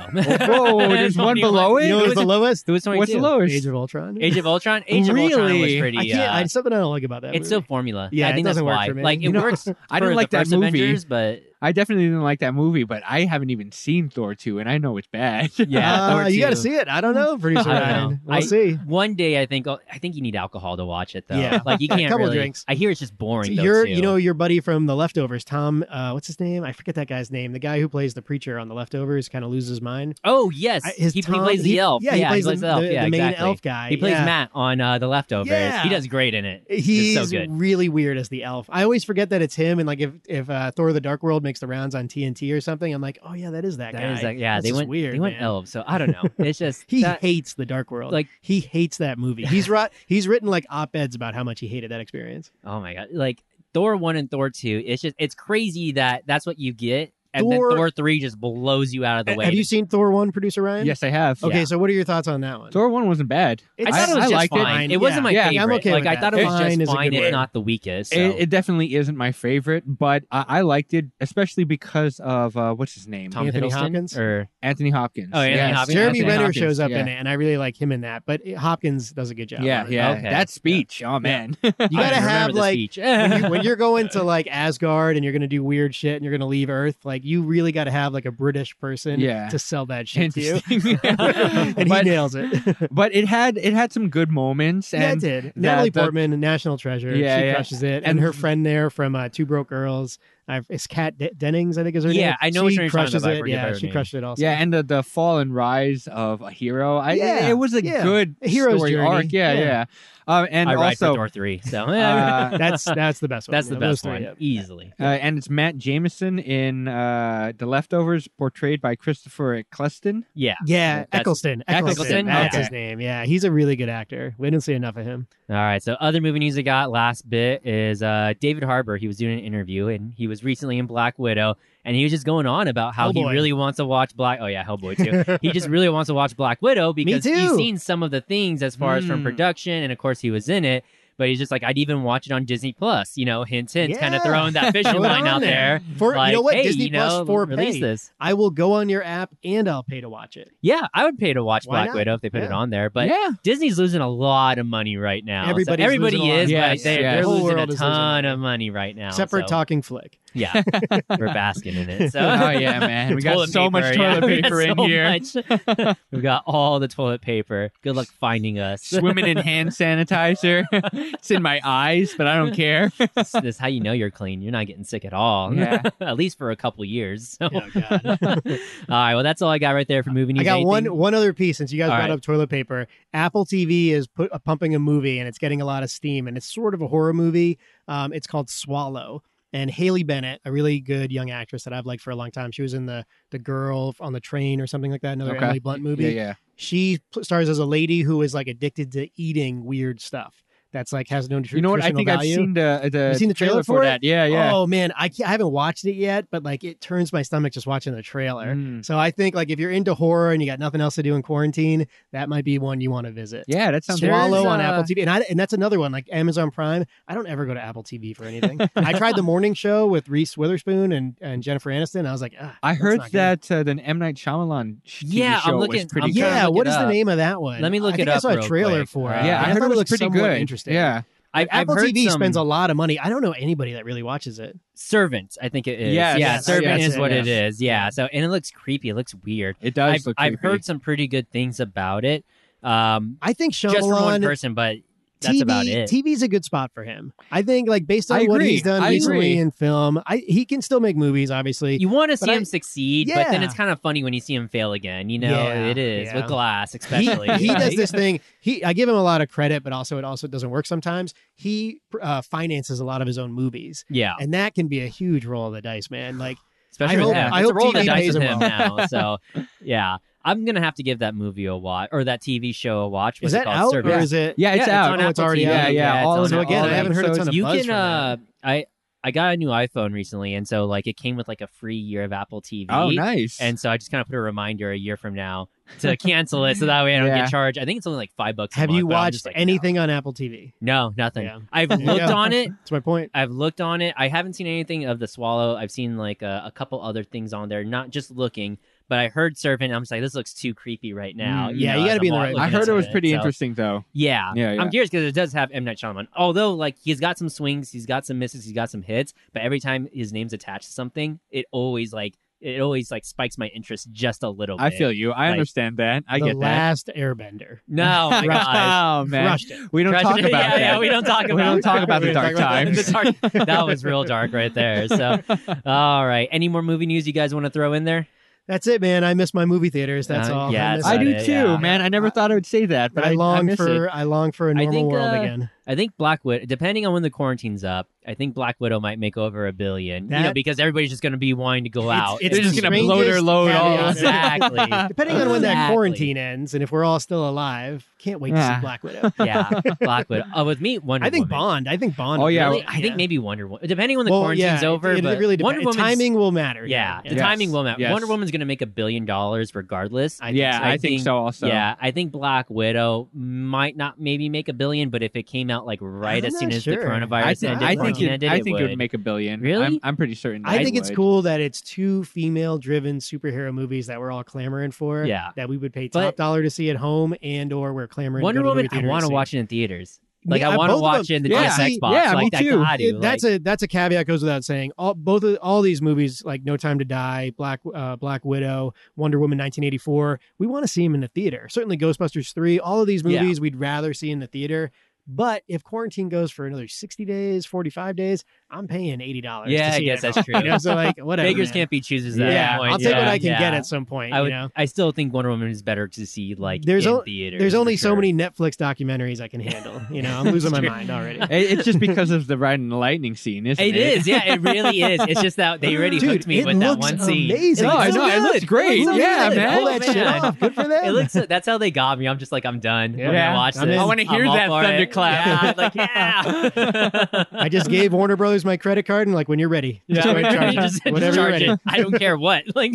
Speaker 2: Whoa, there's one below it?
Speaker 3: You know
Speaker 1: Who
Speaker 3: what's
Speaker 1: was
Speaker 3: the lowest?
Speaker 1: who was
Speaker 2: What's
Speaker 1: 22?
Speaker 2: the lowest?
Speaker 3: Age of Ultron.
Speaker 1: Age of Ultron. Age of Ultron was
Speaker 2: Really?
Speaker 1: pretty.
Speaker 3: I can't.
Speaker 1: uh,
Speaker 3: I, something I don't like about that.
Speaker 1: it's so
Speaker 3: movie.
Speaker 1: formula.
Speaker 3: Yeah,
Speaker 1: I
Speaker 3: it
Speaker 1: think that's
Speaker 3: doesn't work
Speaker 1: why.
Speaker 3: for me.
Speaker 1: Like it
Speaker 2: You know,
Speaker 1: works.
Speaker 2: I didn't
Speaker 1: for
Speaker 2: like
Speaker 1: the
Speaker 2: that
Speaker 1: first
Speaker 2: movie.
Speaker 1: Avengers, but
Speaker 2: I definitely didn't like that movie, but I haven't even seen Thor 2 and I know it's bad.
Speaker 1: Yeah,
Speaker 3: Uh,
Speaker 1: Thor
Speaker 3: you got to
Speaker 1: two.
Speaker 3: see it. I don't know, producer
Speaker 1: I don't
Speaker 3: Ryan.
Speaker 1: know.
Speaker 3: We'll
Speaker 1: I-
Speaker 3: see.
Speaker 1: One day, I think oh, I think you need alcohol to watch it though.
Speaker 3: Yeah.
Speaker 1: like you can't
Speaker 3: Couple
Speaker 1: really-
Speaker 3: drinks.
Speaker 1: I hear it's just boring. though,
Speaker 3: Your,
Speaker 1: too.
Speaker 3: you know, your buddy from The Leftovers, Tom. Uh, what's his name? I forget that guy's name. The guy who plays the preacher on The Leftovers kind of loses his mind.
Speaker 1: Oh yes,
Speaker 3: I- his
Speaker 1: he, he
Speaker 3: Tom-
Speaker 1: plays the
Speaker 3: he-
Speaker 1: elf.
Speaker 3: Yeah, he plays, the,
Speaker 1: the elf.
Speaker 3: the-
Speaker 1: yeah,
Speaker 3: the main
Speaker 1: exactly.
Speaker 3: elf guy.
Speaker 1: He plays
Speaker 3: yeah.
Speaker 1: Matt on uh, the leftovers.
Speaker 3: Yeah.
Speaker 1: He does great in it. It's
Speaker 3: He's
Speaker 1: so good.
Speaker 3: really weird as the elf. I always forget that it's him. And like if if uh, Thor: The Dark World makes the rounds on TNT or something, I'm like, oh yeah, that is that,
Speaker 1: That
Speaker 3: guy.
Speaker 1: is like- yeah,
Speaker 3: That's
Speaker 1: they
Speaker 3: just
Speaker 1: went
Speaker 3: weird,
Speaker 1: they went
Speaker 3: man.
Speaker 1: elves. So I don't know. It's just
Speaker 3: He
Speaker 1: that-
Speaker 3: hates the Dark World.
Speaker 1: like-
Speaker 3: he hates that movie. He's wrote, he's written like op eds about how much he hated that experience.
Speaker 1: oh my god, like Thor one and Thor two. It's just it's crazy that that's what you get, and
Speaker 3: Thor-
Speaker 1: then Thor three just blows you out of the way.
Speaker 3: Have you seen Thor one, producer Ryan?
Speaker 2: yes, I have.
Speaker 3: Okay,
Speaker 1: Yeah.
Speaker 3: so what are your thoughts on that one?
Speaker 2: Thor 1 wasn't bad.
Speaker 1: I
Speaker 3: It's-
Speaker 1: thought it was
Speaker 2: I
Speaker 1: just
Speaker 2: liked it.
Speaker 1: fine. It,
Speaker 3: Yeah.
Speaker 1: wasn't my
Speaker 2: Yeah, I'm
Speaker 1: favorite.
Speaker 3: okay with
Speaker 1: like I
Speaker 3: that.
Speaker 1: thought it was
Speaker 3: Fine is
Speaker 1: just
Speaker 3: a
Speaker 1: fine,
Speaker 3: good
Speaker 1: if
Speaker 3: word.
Speaker 1: not the weakest. so.
Speaker 2: It, it definitely isn't my favorite, but I, I liked it, especially because of uh, what's his name?
Speaker 1: Tom
Speaker 3: Anthony
Speaker 1: Hiddleston
Speaker 3: Hopkins?
Speaker 1: or
Speaker 2: Anthony Hopkins.
Speaker 1: Oh, Anthony
Speaker 2: Yes.
Speaker 1: Hopkins.
Speaker 3: Jeremy
Speaker 1: Anthony
Speaker 3: Renner
Speaker 2: Hopkins,
Speaker 3: shows up
Speaker 2: yeah.
Speaker 3: in it, and I really like him in that. But Hopkins does a good job.
Speaker 2: Yeah,
Speaker 3: on it.
Speaker 2: yeah.
Speaker 1: Okay.
Speaker 2: That speech. Oh man. Yeah.
Speaker 3: You gotta
Speaker 1: I remember
Speaker 3: have
Speaker 1: the
Speaker 3: like
Speaker 1: speech.
Speaker 3: when, you, when you're going to like Asgard and you're gonna do weird shit and you're gonna leave Earth, like you really gotta have like a British person
Speaker 2: Yeah.
Speaker 3: to sell that shit to you.
Speaker 2: Interesting.
Speaker 3: and he
Speaker 2: but,
Speaker 3: nails it.
Speaker 2: but it had it had some good moments
Speaker 3: yeah, it
Speaker 2: and
Speaker 3: did. Natalie
Speaker 2: the-
Speaker 3: Portman, National Treasure,
Speaker 2: Yeah,
Speaker 3: she
Speaker 2: yeah.
Speaker 3: crushes it, and,
Speaker 2: And-
Speaker 3: her friend there from uh, Two Broke Girls, I've, it's Kat De- Dennings, I think is her name.
Speaker 1: Yeah, I know which
Speaker 3: she
Speaker 1: one you're talking
Speaker 3: crushes
Speaker 1: about, I
Speaker 3: it.
Speaker 1: forget
Speaker 3: Yeah,
Speaker 1: her
Speaker 3: she
Speaker 1: name.
Speaker 3: crushed it also.
Speaker 2: Yeah, and the, the fall and rise of a hero. I,
Speaker 3: Yeah,
Speaker 2: it was a
Speaker 3: yeah.
Speaker 2: good
Speaker 3: A hero's
Speaker 2: story
Speaker 3: journey.
Speaker 2: arc. Yeah,
Speaker 3: Yeah.
Speaker 2: yeah. Um, and
Speaker 1: I ride for
Speaker 2: also,
Speaker 1: door three, so eh.
Speaker 2: uh,
Speaker 3: that's that's the best one.
Speaker 1: that's the
Speaker 3: Yeah,
Speaker 1: best
Speaker 3: those three.
Speaker 1: one easily.
Speaker 2: uh, and it's Matt Jameson in uh, The Leftovers, portrayed by christopher Eccleston.
Speaker 1: Yeah.
Speaker 3: Yeah,
Speaker 1: That's-
Speaker 3: Eccleston. Eccleston.
Speaker 1: Eccleston?
Speaker 3: That's
Speaker 1: Okay.
Speaker 3: his name. Yeah, he's a really good actor. We didn't see enough of him.
Speaker 1: All right. So other movie news I got last bit is uh, David Harbour. He was doing an interview and he was recently in Black Widow and he was just going on about how he
Speaker 3: Hellboy.
Speaker 1: really wants to watch Black. Oh yeah, Hellboy too. he just really wants to watch Black Widow because he's
Speaker 3: too. Hmm.
Speaker 1: seen some of the things as far as from
Speaker 2: Mm.
Speaker 1: production and of course he was in it. But he's just like, I'd even watch it on Disney Plus. You know, hint hint, kind of
Speaker 3: Yeah.
Speaker 1: throwing that fishing
Speaker 3: Throw it
Speaker 1: line
Speaker 3: on
Speaker 1: out there.
Speaker 3: there. For
Speaker 1: Like,
Speaker 3: you know what,
Speaker 1: hey,
Speaker 3: Disney
Speaker 1: you know,
Speaker 3: Plus for
Speaker 1: release
Speaker 3: pay.
Speaker 1: this.
Speaker 3: I will go on your app and I'll pay to watch it.
Speaker 1: Yeah, I would pay to watch
Speaker 3: Why
Speaker 1: Black
Speaker 3: not?
Speaker 1: Widow if they put it
Speaker 3: Yeah.
Speaker 1: on there. But
Speaker 2: yeah,
Speaker 1: Disney's losing a lot of money right now. So
Speaker 3: Everybody's
Speaker 1: everybody
Speaker 3: losing a lot
Speaker 1: is,
Speaker 2: of money.
Speaker 1: but they're,
Speaker 2: Yes,
Speaker 1: they're
Speaker 2: yes.
Speaker 3: Whole
Speaker 1: losing a
Speaker 3: world is losing
Speaker 1: ton
Speaker 3: money.
Speaker 1: of money right now.
Speaker 3: Except for
Speaker 1: so-
Speaker 3: Talking Flick.
Speaker 1: Yeah, we're basking in it. So.
Speaker 2: oh yeah, man, we got
Speaker 1: Toilet
Speaker 2: so much
Speaker 1: yeah,
Speaker 2: toilet
Speaker 1: we got
Speaker 2: paper in
Speaker 1: so
Speaker 2: here.
Speaker 1: much. We've got all the toilet paper. Good luck finding us.
Speaker 2: Swimming in hand sanitizer. it's in my eyes, but I don't care.
Speaker 1: this is how you know you're clean. You're not getting sick at all.
Speaker 2: Yeah.
Speaker 1: at least for a couple years. So.
Speaker 3: Oh, God.
Speaker 1: all right. Well, that's all I got right there for movie news.
Speaker 3: I got
Speaker 1: Anything?
Speaker 3: one one other piece since you guys
Speaker 1: All
Speaker 3: brought
Speaker 1: right.
Speaker 3: up toilet paper. Apple TV is put, uh, pumping a movie and it's getting a lot of steam and it's sort of a horror movie. Um, it's called Swallow. And Haley Bennett, a really good young actress that I've liked for a long time, she was in the the girl on the train or something like that, another
Speaker 2: Okay.
Speaker 3: Emily Blunt movie.
Speaker 2: Yeah, yeah.
Speaker 3: She pl- stars as a lady who is like addicted to eating weird stuff that's like has no nutritional
Speaker 2: You know what? I think I've
Speaker 3: value.
Speaker 2: seen the the,
Speaker 3: You've seen the trailer for it?
Speaker 2: that. Yeah, yeah.
Speaker 3: Oh man, I can't, I haven't watched it yet, but like it turns my stomach just watching the trailer.
Speaker 2: Mm.
Speaker 3: So I think like if you're into horror and you got nothing else to do in quarantine, that might be one you want to visit.
Speaker 2: Yeah, that sounds
Speaker 3: Swallow
Speaker 1: There's,
Speaker 3: on
Speaker 1: uh,
Speaker 3: Apple TV, and I, and that's another one like Amazon Prime. I don't ever go to Apple TV for anything. I tried the morning show with Reese Witherspoon and, and Jennifer Aniston. I was like, ah,
Speaker 2: I
Speaker 3: that's
Speaker 2: heard
Speaker 3: not good.
Speaker 2: that uh, the M Night Shyamalan sh- TV
Speaker 1: Yeah, I'm
Speaker 2: show
Speaker 1: looking-
Speaker 2: was pretty
Speaker 1: I'm
Speaker 2: good.
Speaker 1: trying
Speaker 3: Yeah,
Speaker 1: to look
Speaker 3: what
Speaker 1: it
Speaker 3: is the
Speaker 1: up.
Speaker 3: name of that one?
Speaker 1: Let me look
Speaker 3: I
Speaker 1: it
Speaker 3: think I
Speaker 1: up
Speaker 3: saw a
Speaker 1: real
Speaker 3: trailer
Speaker 1: quick.
Speaker 3: for
Speaker 1: Uh,
Speaker 3: it.
Speaker 2: Yeah, I,
Speaker 3: thought
Speaker 2: heard it was
Speaker 3: looked
Speaker 2: pretty
Speaker 3: somewhat
Speaker 2: good.
Speaker 3: Interesting.
Speaker 2: Yeah,
Speaker 1: I, I've
Speaker 3: Apple
Speaker 1: heard
Speaker 3: TV
Speaker 1: some
Speaker 3: spends a lot of money. I don't know anybody that really watches it.
Speaker 1: servant. I think it is.
Speaker 2: Yes,
Speaker 1: yeah,
Speaker 2: yes,
Speaker 1: servant
Speaker 2: yes,
Speaker 1: is what
Speaker 3: yes.
Speaker 1: it is. Yeah. So and it looks creepy. It looks weird.
Speaker 2: it does.
Speaker 1: I've, I've heard some pretty good things about it. Um,
Speaker 3: I think Shyamalan
Speaker 1: just from one person, but that's
Speaker 3: TV,
Speaker 1: about it.
Speaker 3: TV's a good spot for him. I think, like based on
Speaker 2: I
Speaker 3: what
Speaker 2: agree.
Speaker 3: he's done
Speaker 2: I
Speaker 3: recently
Speaker 2: agree.
Speaker 3: in film, I, he can still make movies. Obviously,
Speaker 1: you want to see
Speaker 3: I-
Speaker 1: him succeed, but then
Speaker 3: Yeah.
Speaker 1: it's kind of funny when you see him fail again. You know,
Speaker 3: Yeah,
Speaker 1: it is
Speaker 3: yeah.
Speaker 1: with glass,
Speaker 3: he,
Speaker 1: especially.
Speaker 3: he does
Speaker 1: Like,
Speaker 3: this thing. He, I give him a lot of credit, but also it also doesn't work sometimes. He uh, finances a lot of his own movies,
Speaker 1: Yeah,
Speaker 3: and that can be a huge roll of the dice, man. Like,
Speaker 1: especially
Speaker 3: I
Speaker 1: with
Speaker 3: hope-
Speaker 1: him.
Speaker 3: I
Speaker 1: It's a
Speaker 3: hope
Speaker 1: roll of the
Speaker 3: TV
Speaker 1: dice
Speaker 3: pays
Speaker 1: with
Speaker 3: him
Speaker 1: him now. So, yeah, I'm gonna have to give that movie a watch or that TV show a watch.
Speaker 3: is
Speaker 1: What's it
Speaker 3: that
Speaker 1: called?
Speaker 3: out
Speaker 1: Servant.
Speaker 3: or is it?
Speaker 2: Yeah, it's
Speaker 1: Yeah,
Speaker 2: out.
Speaker 1: on
Speaker 3: oh,
Speaker 1: Apple
Speaker 3: it's already
Speaker 1: TV.
Speaker 3: out.
Speaker 2: yeah, yeah.
Speaker 1: it's
Speaker 2: All
Speaker 1: on
Speaker 2: of it-
Speaker 3: So
Speaker 1: all
Speaker 3: again,
Speaker 2: all
Speaker 3: I
Speaker 1: of it.
Speaker 3: haven't heard a
Speaker 2: episodes.
Speaker 3: ton of
Speaker 1: you
Speaker 3: buzz
Speaker 1: can
Speaker 3: from
Speaker 1: uh i i got a new iphone recently and so like it came with like a free year of apple tv
Speaker 2: Oh, nice.
Speaker 1: and so i just kind of put a reminder a year from now to cancel it so that way i don't
Speaker 2: Yeah.
Speaker 1: get charged i think it's only like five bucks a
Speaker 3: Have
Speaker 1: month,
Speaker 3: you
Speaker 1: but I'm
Speaker 3: watched
Speaker 1: just like, no.
Speaker 3: anything on Apple TV?
Speaker 1: no, nothing
Speaker 3: Yeah.
Speaker 1: i've
Speaker 3: There you
Speaker 1: looked
Speaker 3: go.
Speaker 1: on it
Speaker 3: That's my point.
Speaker 1: i've looked on it i haven't seen anything of the swallow i've seen like a, a couple other things on there not just looking but i heard servant and i'm just like this looks too creepy right now
Speaker 2: Mm,
Speaker 3: yeah,
Speaker 1: know,
Speaker 3: you
Speaker 1: as
Speaker 3: gotta
Speaker 1: I'm
Speaker 3: be in the
Speaker 1: wa-
Speaker 3: right
Speaker 1: looking
Speaker 2: I heard
Speaker 1: into
Speaker 2: it was pretty
Speaker 1: so,
Speaker 2: interesting, though.
Speaker 1: yeah
Speaker 2: Yeah, yeah.
Speaker 1: I'm curious because it does have M Night Shyamalan. Although, like, he's got some swings, he's got some misses, he's got some hits, but every time his name's attached to something, it always like it always like spikes my interest just a little. bit.
Speaker 2: I feel you. I
Speaker 1: Like,
Speaker 2: understand that. I
Speaker 3: the
Speaker 2: get that.
Speaker 3: Last Airbender.
Speaker 1: no, my God.
Speaker 2: oh man,
Speaker 3: Crushed it.
Speaker 2: we don't
Speaker 1: Crushed
Speaker 2: talk
Speaker 1: it.
Speaker 2: about
Speaker 1: yeah,
Speaker 2: that.
Speaker 1: Yeah, we don't talk about.
Speaker 2: We don't talk about the
Speaker 3: We don't
Speaker 2: dark
Speaker 3: talk about
Speaker 2: times.
Speaker 1: The
Speaker 3: that.
Speaker 1: dark- that was real dark right there. So, all right. Any more movie news you guys want to throw in there?
Speaker 3: That's it, man. I miss my movie theaters. That's
Speaker 1: Uh,
Speaker 3: all.
Speaker 1: yeah,
Speaker 3: miss
Speaker 2: I
Speaker 1: That's
Speaker 2: do
Speaker 1: it,
Speaker 2: too,
Speaker 1: yeah.
Speaker 2: man. I never thought I would say that, but
Speaker 3: But I, long
Speaker 2: miss
Speaker 3: for
Speaker 2: it.
Speaker 3: I long for a
Speaker 1: I
Speaker 3: normal
Speaker 1: think,
Speaker 3: world
Speaker 1: uh,
Speaker 3: again.
Speaker 1: I think Black Widow, depending on when the quarantine's up, I think Black Widow might make over a billion. you know,
Speaker 3: That-
Speaker 1: because everybody's just going to be wanting to go
Speaker 3: It's-
Speaker 1: out.
Speaker 3: it's
Speaker 2: They're just
Speaker 3: the
Speaker 2: gonna blow their
Speaker 3: strangest
Speaker 2: load all
Speaker 3: caveat.
Speaker 1: exactly.
Speaker 3: Depending on when that
Speaker 1: Exactly.
Speaker 3: quarantine ends and if we're all still alive, can't wait to
Speaker 2: Yeah.
Speaker 3: see Black Widow.
Speaker 1: yeah, Black Widow. Oh, with me, Wonder
Speaker 3: I think
Speaker 1: Woman.
Speaker 3: Bond. I think Bond.
Speaker 2: Oh, yeah.
Speaker 1: Really? I think maybe Wonder Woman. Depending when the
Speaker 3: well,
Speaker 1: quarantine's
Speaker 3: yeah,
Speaker 1: over,
Speaker 3: It, it
Speaker 1: but
Speaker 3: really depends.
Speaker 1: Wonder Woman's
Speaker 3: timing will matter.
Speaker 1: Yeah, the
Speaker 2: Yes.
Speaker 1: timing will matter.
Speaker 2: Yes.
Speaker 1: Wonder Woman's going to make a billion dollars regardless.
Speaker 3: I
Speaker 2: Yeah,
Speaker 1: so. I
Speaker 2: I think
Speaker 1: think-
Speaker 2: so. Also,
Speaker 1: yeah, I think Black Widow might not maybe make a billion, but if it came out like right
Speaker 3: I'm
Speaker 1: as soon
Speaker 3: not
Speaker 1: as the
Speaker 3: sure.
Speaker 1: coronavirus
Speaker 2: I think
Speaker 1: ended,
Speaker 2: I think
Speaker 1: quarantine
Speaker 2: it,
Speaker 1: ended,
Speaker 2: I
Speaker 1: it
Speaker 2: think
Speaker 1: would.
Speaker 2: it would make a billion.
Speaker 1: Really?
Speaker 2: I'm, I'm pretty certain.
Speaker 3: I
Speaker 2: it
Speaker 3: think it's
Speaker 2: would.
Speaker 3: cool that it's two female driven superhero movies that we're all clamoring for.
Speaker 1: Yeah.
Speaker 3: That we would pay
Speaker 1: But-
Speaker 3: top dollar to see at home and or we're clamoring.
Speaker 1: Wonder
Speaker 3: to go to the
Speaker 1: Woman,
Speaker 3: movie
Speaker 1: I
Speaker 3: theater
Speaker 1: want to
Speaker 3: see.
Speaker 1: watch it in theaters. Like
Speaker 3: Yeah,
Speaker 1: I want to
Speaker 3: both of
Speaker 1: watch it
Speaker 3: them.
Speaker 1: in the
Speaker 2: Yeah,
Speaker 1: DSX box.
Speaker 2: yeah, me
Speaker 1: like that
Speaker 2: too.
Speaker 1: gotta,
Speaker 3: It- that's a that's a caveat goes without saying. All both of, all these movies like No Time to Die, Black uh, Black Widow, Wonder Woman 1984, we want to see them in the theater. Certainly Ghostbusters 3, all of these
Speaker 1: Yeah.
Speaker 3: movies we'd rather see in the theater. But if quarantine goes for another 60 days, 45 days, I'm paying $80. to
Speaker 1: Yeah, I
Speaker 3: see it
Speaker 1: guess
Speaker 3: at
Speaker 1: that's
Speaker 3: home. You
Speaker 1: true.
Speaker 3: know, so like whatever.
Speaker 1: Beggars
Speaker 3: man.
Speaker 1: can't be choosers. At
Speaker 3: Yeah,
Speaker 1: that point.
Speaker 3: I'll take what
Speaker 1: Yeah,
Speaker 3: I can get
Speaker 1: yeah.
Speaker 3: at some point.
Speaker 1: I
Speaker 3: you
Speaker 1: would.
Speaker 3: know?
Speaker 1: I still think Wonder Woman is better to see like
Speaker 3: There's
Speaker 1: in
Speaker 3: o-
Speaker 1: theaters.
Speaker 3: There's
Speaker 1: for
Speaker 3: only so
Speaker 1: sure.
Speaker 3: many Netflix documentaries I can handle. You know, I'm losing my mind already.
Speaker 2: It- It's just because of the ride and lightning scene, isn't it?
Speaker 1: It is, yeah, it really is. It's just that they already
Speaker 3: Dude,
Speaker 1: hooked me
Speaker 3: it
Speaker 1: with that
Speaker 3: looks
Speaker 1: one scene.
Speaker 3: amazing.
Speaker 1: It
Speaker 2: No,
Speaker 1: looks
Speaker 2: I know,
Speaker 1: so
Speaker 2: it looks
Speaker 1: good.
Speaker 2: great.
Speaker 1: looks
Speaker 2: Yeah,
Speaker 1: good.
Speaker 2: man.
Speaker 3: Pull that shit
Speaker 1: man.
Speaker 3: off. Good for them.
Speaker 1: It looks. That's how they got me. I'm just like, I'm done.
Speaker 3: Yeah.
Speaker 1: I'm
Speaker 2: Yeah.
Speaker 1: gonna watch
Speaker 3: I'm
Speaker 1: this.
Speaker 3: in. I
Speaker 2: wanna hear
Speaker 1: I'm all
Speaker 2: that
Speaker 1: for it.
Speaker 2: thunderclap.
Speaker 1: Yeah, like yeah.
Speaker 3: I just gave Warner Brothers my credit card and like when you're ready.
Speaker 2: Yeah.
Speaker 3: Just go ahead and charge
Speaker 1: just,
Speaker 3: it.
Speaker 1: just
Speaker 3: Whenever
Speaker 1: charge
Speaker 3: you're ready.
Speaker 1: it. I don't care what. Like,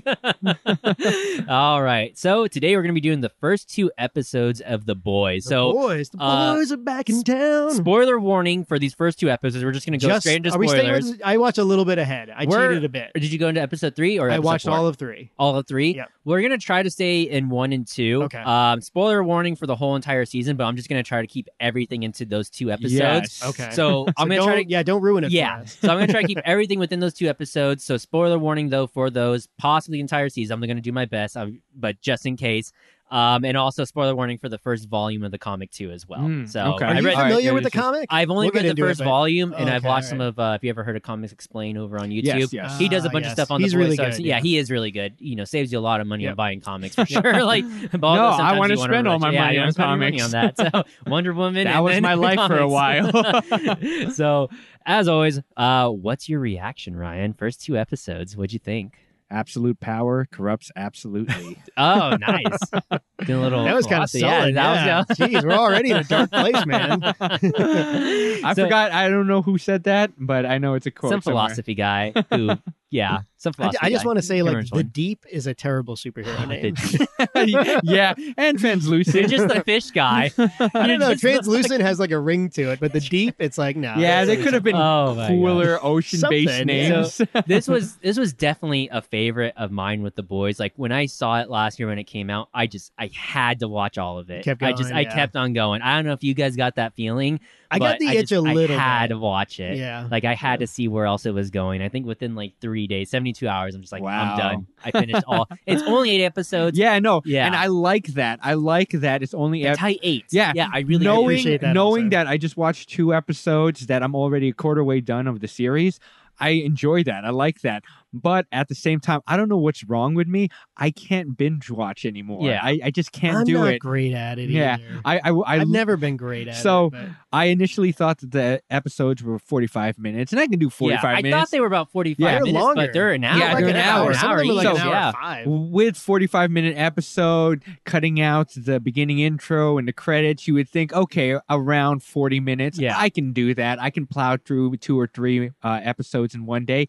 Speaker 1: all right. So today we're gonna be doing the first two episodes of The Boys. So.
Speaker 3: the boys, the
Speaker 1: uh,
Speaker 3: boys are back in town.
Speaker 1: Spoiler warning for these first two episodes. We're just going to go
Speaker 3: Just-
Speaker 1: straight into
Speaker 3: are we staying
Speaker 1: spoilers.
Speaker 3: with- I watch a little bit ahead. I
Speaker 1: We're-
Speaker 3: cheated a bit.
Speaker 1: Or did you go into episode three or
Speaker 3: I
Speaker 1: episode
Speaker 3: watched
Speaker 1: four?
Speaker 3: all of three.
Speaker 1: all of three?
Speaker 3: Yep.
Speaker 1: We're gonna try to stay in one and two.
Speaker 3: Okay.
Speaker 1: Um, spoiler warning for the whole entire season, but I'm just gonna try to keep everything into those two episodes.
Speaker 2: Yes.
Speaker 3: Okay.
Speaker 1: So I'm
Speaker 3: So
Speaker 1: gonna try
Speaker 3: don't-
Speaker 1: to
Speaker 3: yeah, don't ruin it. for
Speaker 1: yeah.
Speaker 3: us.
Speaker 1: so I'm gonna try to keep everything within those two episodes. So spoiler warning though for those, possibly the entire season. I'm gonna do my best, um, but just in case. Um, and also spoiler warning for the first volume of the comic too as well.
Speaker 2: Mm,
Speaker 1: so
Speaker 2: okay.
Speaker 3: Are
Speaker 1: I
Speaker 3: you
Speaker 1: read.
Speaker 2: All right,
Speaker 3: familiar
Speaker 2: dude,
Speaker 3: with the
Speaker 2: it's just-
Speaker 3: comic?
Speaker 1: I've only
Speaker 3: Hmm, We'll get
Speaker 1: read the
Speaker 3: into it,
Speaker 1: first
Speaker 3: but-
Speaker 1: volume, and
Speaker 3: Okay,
Speaker 1: I've watched some
Speaker 3: alright.
Speaker 1: of. Uh, if you ever heard of Comics Explain over on YouTube,
Speaker 2: Yes, yes.
Speaker 1: he does a bunch
Speaker 3: Ah,
Speaker 1: of stuff
Speaker 3: yes.
Speaker 1: on the
Speaker 3: He's
Speaker 1: boys,
Speaker 3: really
Speaker 1: so I've
Speaker 3: good,
Speaker 1: seen-
Speaker 3: yeah.
Speaker 1: yeah, he is really good. You know, saves you a lot of money
Speaker 2: Yep.
Speaker 1: on buying comics for sure. like, but although
Speaker 2: No, I
Speaker 1: sometimes
Speaker 2: wanna
Speaker 1: you wanna
Speaker 2: spend all my
Speaker 1: yeah,
Speaker 2: money
Speaker 1: you wanna
Speaker 2: on
Speaker 1: spend your money on that.
Speaker 2: comics.
Speaker 1: So Wonder Woman.
Speaker 2: That
Speaker 1: and
Speaker 2: was
Speaker 1: then
Speaker 2: my life for a
Speaker 1: comics. so, as always, uh, what's your reaction, Ryan? First two episodes, what'd you think?
Speaker 2: Absolute power corrupts absolutely.
Speaker 1: Oh, nice. Did a little
Speaker 3: That was kind of
Speaker 1: philosophy.
Speaker 3: solid. Yeah,
Speaker 1: that was-
Speaker 3: Jeez, we're already in a dark place, man.
Speaker 2: I
Speaker 1: So-
Speaker 2: forgot. I don't know who said that, but I know it's a quote.
Speaker 1: some
Speaker 2: somewhere.
Speaker 1: philosophy guy who yeah some
Speaker 3: I,
Speaker 1: philosophy
Speaker 3: I just
Speaker 1: guy.
Speaker 3: want to say,
Speaker 1: Give
Speaker 3: like,
Speaker 1: her
Speaker 3: the
Speaker 1: one.
Speaker 3: Deep is a terrible superhero
Speaker 1: The
Speaker 3: name.
Speaker 1: Deep.
Speaker 2: yeah,
Speaker 1: you're
Speaker 2: and translucent.
Speaker 1: just the fish guy
Speaker 3: I don't know.
Speaker 1: You're just-
Speaker 3: Translucent has like a ring to it, but the Deep, it's like no.
Speaker 2: yeah,
Speaker 3: it's
Speaker 2: they
Speaker 3: like-
Speaker 2: could have been
Speaker 1: oh my
Speaker 2: cooler ocean-based
Speaker 3: Something,
Speaker 2: names.
Speaker 1: God. this was this was definitely a favorite of mine with the boys like when i saw it last year when it came out i just i had to watch all of it
Speaker 3: Kept
Speaker 1: i just
Speaker 3: going,
Speaker 1: i
Speaker 3: yeah.
Speaker 1: kept on going i don't know if you guys got that feeling
Speaker 3: I got
Speaker 1: but
Speaker 3: the
Speaker 1: I
Speaker 3: itch
Speaker 1: just-
Speaker 3: a little.
Speaker 1: i had
Speaker 3: bit.
Speaker 1: to watch it
Speaker 3: Yeah.
Speaker 1: like i had to see where else it was going i think within like three days 72 hours i'm just like
Speaker 2: Wow.
Speaker 1: i'm done i finished all it's only eight episodes
Speaker 2: yeah, no,
Speaker 1: Yeah.
Speaker 2: and I like that. I like that. It's only
Speaker 1: It's high eight
Speaker 2: Yeah.
Speaker 1: yeah i really
Speaker 2: knowing
Speaker 3: appreciate that
Speaker 2: knowing
Speaker 3: also.
Speaker 2: that I just watched two episodes that I'm already a quarter way done of the series. I enjoy that. I like that. But at the same time, I don't know what's wrong with me. I can't binge watch anymore.
Speaker 1: Yeah.
Speaker 2: I, I just can't
Speaker 3: I'm
Speaker 2: do
Speaker 3: not
Speaker 2: it.
Speaker 3: great at it.
Speaker 2: Yeah.
Speaker 3: either.
Speaker 2: I I, I,
Speaker 3: I've never been great at
Speaker 2: So,
Speaker 3: it. but-
Speaker 2: I initially thought that the episodes were 45 minutes, and I can do 45
Speaker 1: yeah, I thought
Speaker 2: minutes.
Speaker 1: they were about 45
Speaker 2: Yeah.
Speaker 3: They're
Speaker 1: minutes,
Speaker 3: longer.
Speaker 1: but they're an hour.
Speaker 2: Yeah,
Speaker 3: like
Speaker 2: they're an hour.
Speaker 3: Some of them are like
Speaker 1: each.
Speaker 3: an hour
Speaker 1: yeah.
Speaker 3: five.
Speaker 2: With 45 minute episode, cutting out the beginning intro and the credits, you would think, okay, around 40 minutes.
Speaker 1: Yeah.
Speaker 2: I can do that. I can plow through two or three uh, episodes in one day.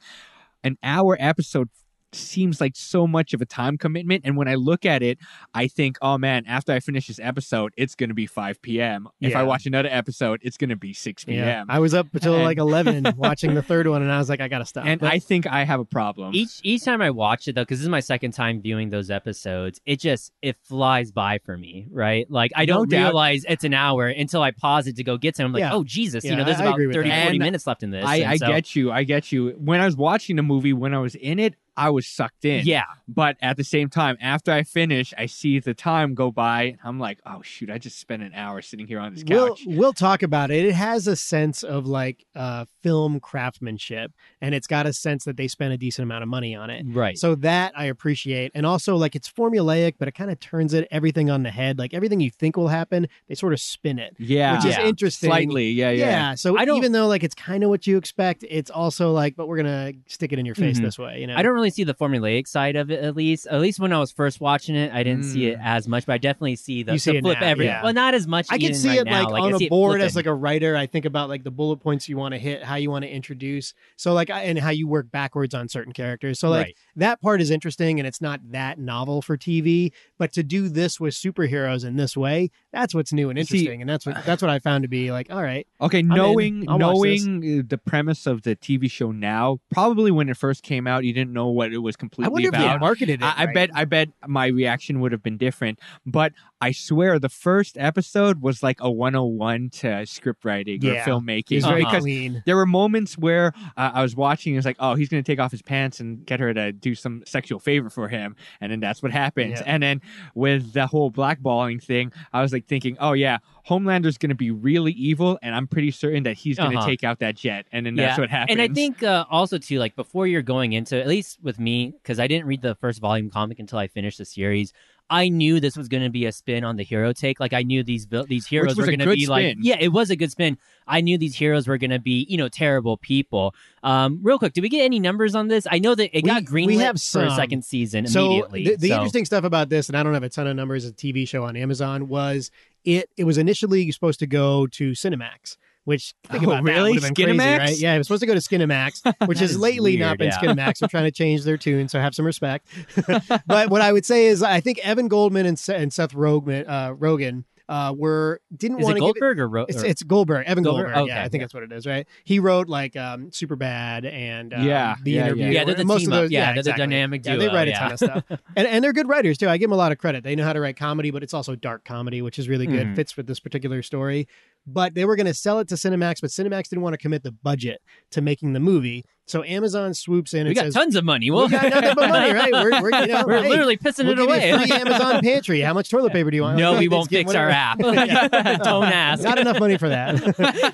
Speaker 2: An hour episode seems like so much of a time commitment. And when I look at it, I think, oh man, after I finish this episode, it's going to be 5 p.m. If I
Speaker 3: Yeah.
Speaker 2: watch another episode, it's going to be 6 p.m.
Speaker 3: Yeah. I was up until
Speaker 2: And-
Speaker 3: like 11 watching the third one, and I was like, I gotta stop.
Speaker 2: And
Speaker 3: But
Speaker 2: I think I have a problem.
Speaker 1: Each each time I watch it though, because this is my second time viewing those episodes, it just it flies by for me, right? Like I
Speaker 2: No
Speaker 1: don't
Speaker 2: doubt.
Speaker 1: realize it's an hour until I pause it to go get some. I'm like,
Speaker 3: Yeah.
Speaker 1: oh Jesus,
Speaker 3: Yeah,
Speaker 1: you know, there's
Speaker 3: I- I
Speaker 1: about
Speaker 3: agree
Speaker 1: 30,
Speaker 3: with
Speaker 1: 40
Speaker 3: that.
Speaker 2: And
Speaker 1: minutes left in this.
Speaker 2: I,
Speaker 1: and
Speaker 2: I
Speaker 1: so-
Speaker 2: get you. I get you. When I was watching the movie, when I was in it, I was sucked in.
Speaker 1: Yeah,
Speaker 2: But at the same time, after I finish, I see the time go by. And I'm like, oh, shoot, I just spent an hour sitting here on this
Speaker 3: we'll
Speaker 2: couch.
Speaker 3: we'll talk about it. It has a sense of like uh, film craftsmanship, and it's got a sense that they spent a decent amount of money on it.
Speaker 1: right.
Speaker 3: So that I appreciate, and also like it's formulaic, but it kind of turns it everything on the head. Like everything you think will happen, they sort of spin it,
Speaker 2: yeah.
Speaker 3: which is
Speaker 1: Yeah.
Speaker 3: interesting.
Speaker 2: Slightly. Yeah.
Speaker 3: Yeah.
Speaker 2: Yeah.
Speaker 3: So
Speaker 1: I don't-
Speaker 3: even though like it's kind of what you expect, it's also like, but we're gonna stick it in your face
Speaker 1: Mhm.
Speaker 3: this way. You know,
Speaker 1: I don't really see the formulaic side of it, at least. At least when I was first watching it, I didn't see it as much, but I definitely see the,
Speaker 3: Mm. You see
Speaker 1: the
Speaker 3: it
Speaker 1: flip
Speaker 3: now,
Speaker 1: every.
Speaker 3: yeah.
Speaker 1: Well, not as much.
Speaker 3: I can
Speaker 1: even
Speaker 3: see
Speaker 1: right
Speaker 3: it
Speaker 1: now.
Speaker 3: like,
Speaker 1: Like, I
Speaker 3: on
Speaker 1: see
Speaker 3: a
Speaker 1: it
Speaker 3: board
Speaker 1: flipping.
Speaker 3: as like a writer. I think about like the bullet points you want to hit, how you want to introduce. So like, I- and how you work backwards on certain characters. So like
Speaker 1: Right.
Speaker 3: that part is interesting, and it's not that novel for TV. But to do this with superheroes in this way, that's what's new and
Speaker 2: You see- uh,
Speaker 3: interesting, and that's what that's what I found to be like. All right,
Speaker 2: Okay. Knowing
Speaker 3: I'll watch this.
Speaker 2: knowing uh, the premise of the TV show now, probably when it first came out, you didn't know what it was completely
Speaker 3: I wonder if
Speaker 2: about.
Speaker 3: they marketed it.
Speaker 2: I, I
Speaker 3: right.
Speaker 2: bet I bet my reaction would have been different. But I swear the first episode was like a 101 to script writing
Speaker 3: Yeah.
Speaker 2: or filmmaking
Speaker 3: it's very
Speaker 1: Uh-huh.
Speaker 2: because
Speaker 3: clean.
Speaker 2: there were moments where uh, I was watching and it's like, oh, he's going to take off his pants and get her to do some sexual favor for him. And then that's what happens.
Speaker 3: Yeah.
Speaker 2: And then with the whole blackballing thing, I was like thinking, oh, yeah, Homelander's going to be really evil, and I'm pretty certain that he's going to
Speaker 1: Uh-huh.
Speaker 2: take out that jet, and then that's
Speaker 1: Yeah.
Speaker 2: what happens.
Speaker 1: And I think uh, also too, like before you're going into at least with me, because I didn't read the first volume comic until I finished the series. I knew this was going to be a spin on the hero take. Like I knew these vil- these heroes
Speaker 2: was
Speaker 1: were
Speaker 2: a
Speaker 1: going to
Speaker 2: good
Speaker 1: be like,
Speaker 2: spin.
Speaker 1: yeah, it was a good spin. I knew these heroes were going to be you know terrible people. Um, real quick, did we get any numbers on this? I know that it
Speaker 3: We-
Speaker 1: got
Speaker 3: we
Speaker 1: greenlit
Speaker 3: have
Speaker 1: for a
Speaker 3: some.
Speaker 1: second season
Speaker 3: So
Speaker 1: immediately.
Speaker 3: the, the
Speaker 1: so-
Speaker 3: interesting stuff about this, and I don't have a ton of numbers. A TV show on Amazon was it. It was initially supposed to go to Cinemax, which think
Speaker 2: Oh,
Speaker 3: about
Speaker 2: really?
Speaker 3: that, would've been
Speaker 2: Skinemax?
Speaker 3: crazy, right? Yeah, it was supposed to go to Skinemax, which
Speaker 1: That
Speaker 3: has
Speaker 1: is
Speaker 3: lately
Speaker 1: weird,
Speaker 3: not been
Speaker 1: yeah.
Speaker 3: Skinemax. They're trying to change their tune, so have some respect. but what I would say is, I think Evan Goldman and, Se- and Seth Rogen, uh, Rogan uh, were didn't
Speaker 1: is
Speaker 3: want
Speaker 1: it
Speaker 3: to give it
Speaker 1: Goldberg or, Ro-
Speaker 3: it's,
Speaker 1: or-
Speaker 3: it's Goldberg, Evan
Speaker 1: Goldberg?
Speaker 3: Goldberg.
Speaker 1: Okay,
Speaker 3: yeah, I think
Speaker 1: yeah.
Speaker 3: that's what it is, right? He wrote like um, Super Bad and um,
Speaker 2: Yeah,
Speaker 3: the
Speaker 2: yeah,
Speaker 3: interview.
Speaker 2: yeah.
Speaker 1: yeah, they're the
Speaker 3: Most
Speaker 1: team
Speaker 3: of those,
Speaker 1: up. Yeah, they're
Speaker 3: exactly.
Speaker 1: the dynamic duo.
Speaker 3: Yeah, they write
Speaker 1: yeah.
Speaker 3: a ton of stuff, and and they're good writers too. I give them a lot of credit. They know how to write comedy, but it's also dark comedy, which is really good.
Speaker 1: Mhm.
Speaker 3: Fits with this particular story. But they were going to sell it to Cinemax, but Cinemax didn't want to commit the budget to making the movie. So Amazon swoops in and
Speaker 1: We got
Speaker 3: says,
Speaker 1: tons of money.
Speaker 3: "We
Speaker 1: We'll-
Speaker 3: got nothing but money, right? We're, we're, you know,
Speaker 1: We're
Speaker 3: hey,
Speaker 1: literally pissing
Speaker 3: we'll
Speaker 1: it
Speaker 3: give
Speaker 1: away.
Speaker 3: you a free Amazon pantry. How much toilet paper do you want?
Speaker 1: no,
Speaker 3: Like,
Speaker 1: we
Speaker 3: just
Speaker 1: won't
Speaker 3: give
Speaker 1: fix
Speaker 3: whatever.
Speaker 1: our app.
Speaker 3: Yeah.
Speaker 1: Don't ask.
Speaker 3: Not enough money for that.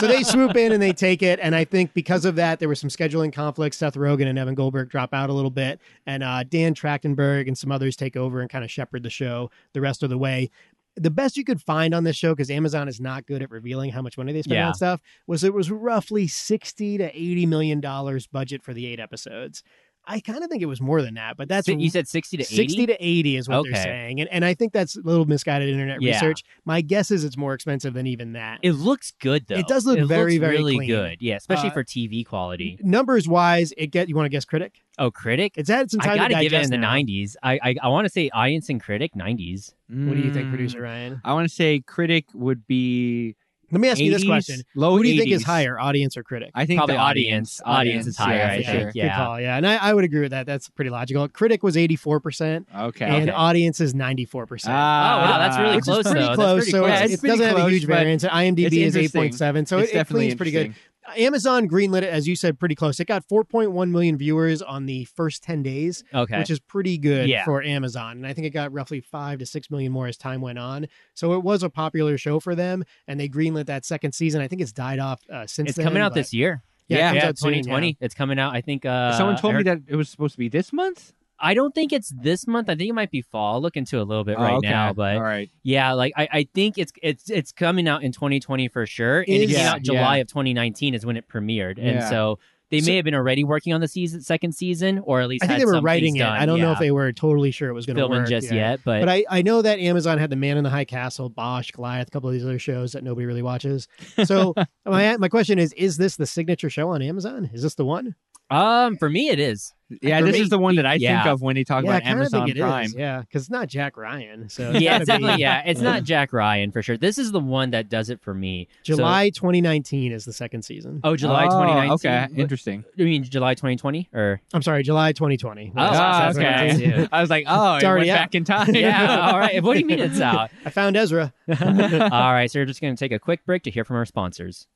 Speaker 3: so they swoop in and they take it. And I think because of that, there was some scheduling conflicts. Seth Rogen and Evan Goldberg drop out a little bit, and uh, Dan Trachtenberg and some others take over and kind of shepherd the show the rest of the way. The best you could find on this show, because Amazon is not good at revealing how much money they spend
Speaker 1: Yeah.
Speaker 3: on stuff, was it was roughly sixty to eighty million dollars budget for the eight episodes. I kind of think it was more than that, but that's
Speaker 1: So you said 60 to 80?
Speaker 3: 60 to 80 is what
Speaker 1: Okay.
Speaker 3: they're saying. And, and I think that's a little misguided internet
Speaker 1: Yeah.
Speaker 3: research. My guess is it's more expensive than even that.
Speaker 1: It looks good though.
Speaker 3: It does look very,
Speaker 1: looks
Speaker 3: very
Speaker 1: really
Speaker 3: clean.
Speaker 1: good. Yeah, especially
Speaker 3: Uh,
Speaker 1: for TV quality.
Speaker 3: Numbers wise, it get you want to guess critic?
Speaker 1: Oh, critic.
Speaker 3: It's had some
Speaker 1: I
Speaker 3: time
Speaker 1: gotta
Speaker 3: to
Speaker 1: give it
Speaker 3: digest
Speaker 1: in the
Speaker 3: now.
Speaker 1: '90s. I I, I want to say audience and critic '90s.
Speaker 3: What do you think,
Speaker 2: Mm,
Speaker 3: producer Ryan?
Speaker 2: I want to say critic would be.
Speaker 3: Let me ask you this
Speaker 2: 80s,
Speaker 3: question:
Speaker 2: Low
Speaker 3: Who do you think is
Speaker 2: 80s.
Speaker 3: higher, audience or critic?
Speaker 2: I think
Speaker 1: Probably
Speaker 2: the
Speaker 1: audience. Audience is higher,
Speaker 2: yeah,
Speaker 1: I
Speaker 2: for
Speaker 1: think.
Speaker 2: sure.
Speaker 3: good
Speaker 1: yeah.
Speaker 3: call, yeah, and I, I would agree with that. That's pretty logical. Critic was eighty four percent,
Speaker 2: Okay. Ah,
Speaker 3: and
Speaker 1: okay.
Speaker 3: audience is ninety four percent.
Speaker 1: Oh, wow, that's really
Speaker 3: Which is
Speaker 1: close,
Speaker 3: pretty
Speaker 1: though. That's
Speaker 3: close,
Speaker 1: pretty
Speaker 3: so
Speaker 1: close.
Speaker 3: it's-
Speaker 1: Yeah,
Speaker 2: it's
Speaker 3: it doesn't
Speaker 2: pretty
Speaker 3: have a huge
Speaker 2: close, but
Speaker 3: variance. IMDb
Speaker 2: it's
Speaker 3: is eight
Speaker 2: interesting.
Speaker 3: point seven, so
Speaker 2: it's
Speaker 3: it, it
Speaker 2: definitely
Speaker 3: cleans pretty good.
Speaker 2: interesting.
Speaker 3: Amazon greenlit it, as you said, pretty close. It got 4.1 million viewers on the first 10 days,
Speaker 1: Okay.
Speaker 3: which is pretty good
Speaker 1: Yeah.
Speaker 3: for Amazon. And I think it got roughly five to six million more as time went on. So it was a popular show for them, and they greenlit that second season. I think it's died off uh, since
Speaker 1: it's
Speaker 3: then,
Speaker 1: coming out
Speaker 3: but-
Speaker 1: this year.
Speaker 3: Yeah, it
Speaker 2: Yeah,
Speaker 3: comes
Speaker 1: yeah,
Speaker 3: out soon,
Speaker 1: 2020. It's coming out. I think. Uh,
Speaker 2: Someone
Speaker 1: I
Speaker 2: told me
Speaker 1: heard-
Speaker 2: that it was supposed to be this month.
Speaker 1: I don't think it's this month. I think it might be fall. I'll look into it a little bit
Speaker 2: Oh,
Speaker 1: right
Speaker 2: okay.
Speaker 1: now, but
Speaker 2: all right.
Speaker 1: yeah, like I, I think it's it's it's coming out in 2020 for sure. And it
Speaker 3: Is-
Speaker 1: came
Speaker 2: Yeah,
Speaker 1: out July
Speaker 2: yeah.
Speaker 1: of 2019 is when it premiered, and
Speaker 2: Yeah.
Speaker 1: so. They
Speaker 3: So-
Speaker 1: may have been already working on the season, second season, or at least
Speaker 3: I think
Speaker 1: had
Speaker 3: they were
Speaker 1: some
Speaker 3: writing
Speaker 1: things
Speaker 3: it.
Speaker 1: done.
Speaker 3: I don't know
Speaker 1: Yeah.
Speaker 3: if they were totally sure it was going to
Speaker 1: filming
Speaker 3: work
Speaker 1: just
Speaker 3: yeah.
Speaker 1: yet, but,
Speaker 3: But I, I know that Amazon had The Man in the High Castle, Bosch, Goliath, a couple of these other shows that nobody really watches. So my my question is: Is this the signature show on Amazon? Is this the one?
Speaker 1: um, for me it is.
Speaker 2: Yeah,
Speaker 3: For
Speaker 2: this
Speaker 3: me-
Speaker 2: is the one that I
Speaker 1: yeah.
Speaker 2: think of when they talk
Speaker 3: yeah, I
Speaker 2: about
Speaker 3: kinda
Speaker 2: Amazon
Speaker 3: think it is.
Speaker 2: Prime.
Speaker 3: Yeah, because it's not Jack Ryan. So it's
Speaker 1: Yeah,
Speaker 3: gotta
Speaker 1: it's
Speaker 3: be
Speaker 1: definitely. Yeah, it's not Jack Ryan for sure. This is the one that does it for me. So-
Speaker 3: July 2019 is the second season.
Speaker 1: oh, July 2019.
Speaker 2: Oh, Okay,
Speaker 1: What-
Speaker 2: interesting.
Speaker 1: You mean July 2020 or?
Speaker 3: I'm sorry, July 2020.
Speaker 1: Oh,
Speaker 2: Ah,
Speaker 1: that's what I
Speaker 2: okay.
Speaker 1: do.
Speaker 2: I was like, oh,
Speaker 3: It's
Speaker 2: it went
Speaker 3: already out.
Speaker 2: back in time.
Speaker 1: yeah. All right. What do you mean it's out?
Speaker 3: I found Ezra.
Speaker 1: all right. So we're just gonna take a quick break to hear from our sponsors.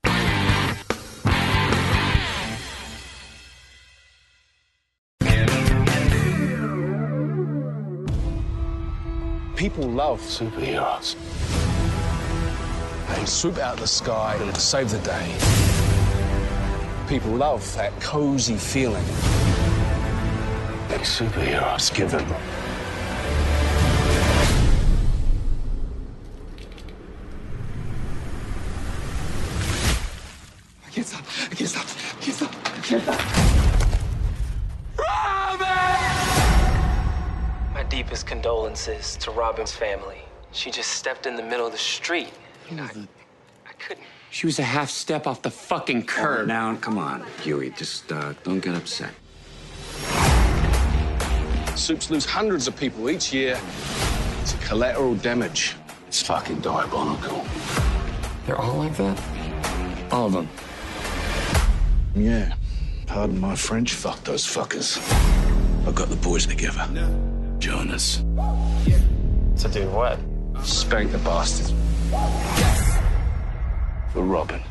Speaker 4: People love superheroes. They swoop out of the sky and save the day. People love that cozy feeling that superheroes give them.
Speaker 5: I can't stop. I can't stop. I can't stop. I can't stop.
Speaker 6: My deepest condolences to Robin's family. She just stepped in the middle of the street. And I, I couldn't.
Speaker 7: She was a half step off the fucking curb.
Speaker 8: Now, come on, Huey, just uh, don't get upset.
Speaker 4: Soups lose hundreds of people each year to collateral damage. It's fucking diabolical.
Speaker 8: They're all like that?
Speaker 4: All of them. Yeah. Pardon my French. Fuck those fuckers. I've got the boys together. Jonas.
Speaker 6: To do what?
Speaker 4: Spank the bastard. For Robin.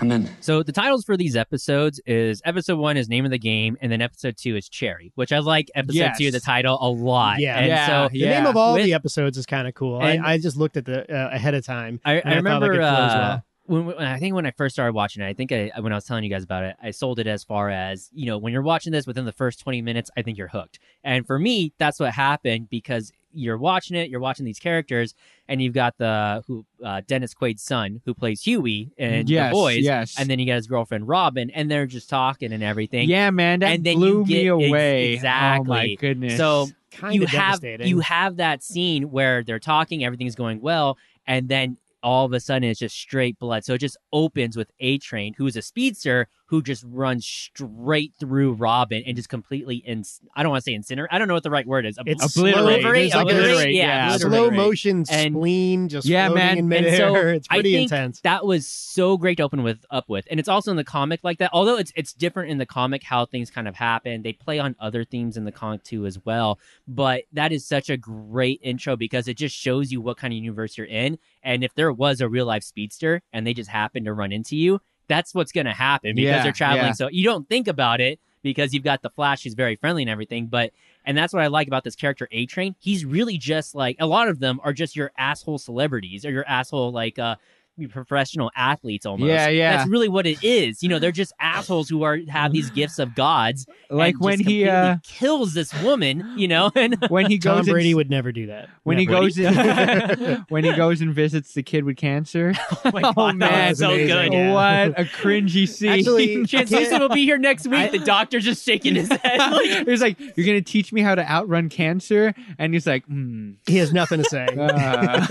Speaker 7: I'm in.
Speaker 1: So the titles for these episodes is episode one is name of the game, and then episode two is cherry, which I like episode
Speaker 2: Yes.
Speaker 1: two the title a lot.
Speaker 3: Yeah.
Speaker 1: and
Speaker 2: Yeah.
Speaker 1: so
Speaker 3: The
Speaker 2: Yeah.
Speaker 3: name of all
Speaker 1: With-
Speaker 3: the episodes is kind of cool.
Speaker 1: And-
Speaker 3: I, I just looked at the uh, ahead of time.
Speaker 1: I,
Speaker 3: and
Speaker 1: I
Speaker 3: thought, like,
Speaker 1: remember
Speaker 3: it flows
Speaker 1: uh,
Speaker 3: well.
Speaker 1: when, when I think when I first started watching it, I think I, when I was telling you guys about it, I sold it as far as you know when you're watching this within the first 20 minutes, I think you're hooked. And for me, that's what happened because you're watching it, you're watching these characters, and you've got the who uh, Dennis Quaid's son who plays Huey and
Speaker 2: yes,
Speaker 1: the boys,
Speaker 2: yes.
Speaker 1: and then you got his girlfriend Robin, and they're just talking and everything.
Speaker 2: yeah, man, that
Speaker 1: and then
Speaker 2: blew
Speaker 1: you get-
Speaker 2: me
Speaker 1: ex-
Speaker 2: away. Oh my
Speaker 1: exactly.
Speaker 2: goodness.
Speaker 1: So
Speaker 3: Kind
Speaker 1: you
Speaker 3: of
Speaker 1: have
Speaker 3: devastating.
Speaker 1: you have that scene where they're talking, everything's going well, and then all of a sudden it's just straight blood. So it just opens with A Train, who is a speedster who just runs straight through Robin and just completely in I don't want to say incinerate. I don't know what the right word is. Ob-
Speaker 3: It's
Speaker 2: Obliterate.
Speaker 3: slow-
Speaker 1: Obliterate.
Speaker 3: There's like a
Speaker 2: Obliterate,
Speaker 1: Yeah.
Speaker 2: yeah.
Speaker 1: obliterate.
Speaker 3: slow motion
Speaker 1: And-
Speaker 3: spleen just
Speaker 2: Yeah,
Speaker 3: floating
Speaker 2: man.
Speaker 3: in
Speaker 1: And
Speaker 3: midair.
Speaker 1: so
Speaker 3: it's pretty
Speaker 1: I think
Speaker 3: intense.
Speaker 1: That was so great to open with up with, and it's also in the comic like that. Although it's it's different in the comic how things kind of happen. They play on other themes in the comic too as well. But that is such a great intro because it just shows you what kind of universe you're in, and if there was a real life speedster and they just happened to run into you, that's what's going to happen because
Speaker 2: Yeah,
Speaker 1: they're traveling.
Speaker 2: yeah.
Speaker 1: So you don't think about it because you've got the Flash who's very friendly and everything, but and that's what I like about this character, A Train. He's really just like a lot of them are just your asshole celebrities or your asshole like uh professional athletes almost.
Speaker 2: Yeah, yeah.
Speaker 1: That's really what it is. You know, they're just assholes who are have these gifts of gods. and
Speaker 2: like
Speaker 1: just
Speaker 2: when he
Speaker 1: completely
Speaker 2: uh,
Speaker 1: kills this woman, you know, and
Speaker 2: when he
Speaker 3: Tom
Speaker 2: goes in-
Speaker 3: Brady would never do that.
Speaker 2: when he
Speaker 3: Never.
Speaker 2: goes in, when he goes and visits the kid with cancer.
Speaker 1: oh, my God, that
Speaker 2: man,
Speaker 1: was so
Speaker 3: amazing.
Speaker 1: good.
Speaker 3: Yeah.
Speaker 2: What a cringy scene!
Speaker 3: Actually,
Speaker 1: Translucent will be here next week. the doctor's just shaking his head. Like,
Speaker 2: it was like you're gonna teach me how to outrun cancer, and he's like, hmm.
Speaker 3: he has nothing to say.
Speaker 2: uh,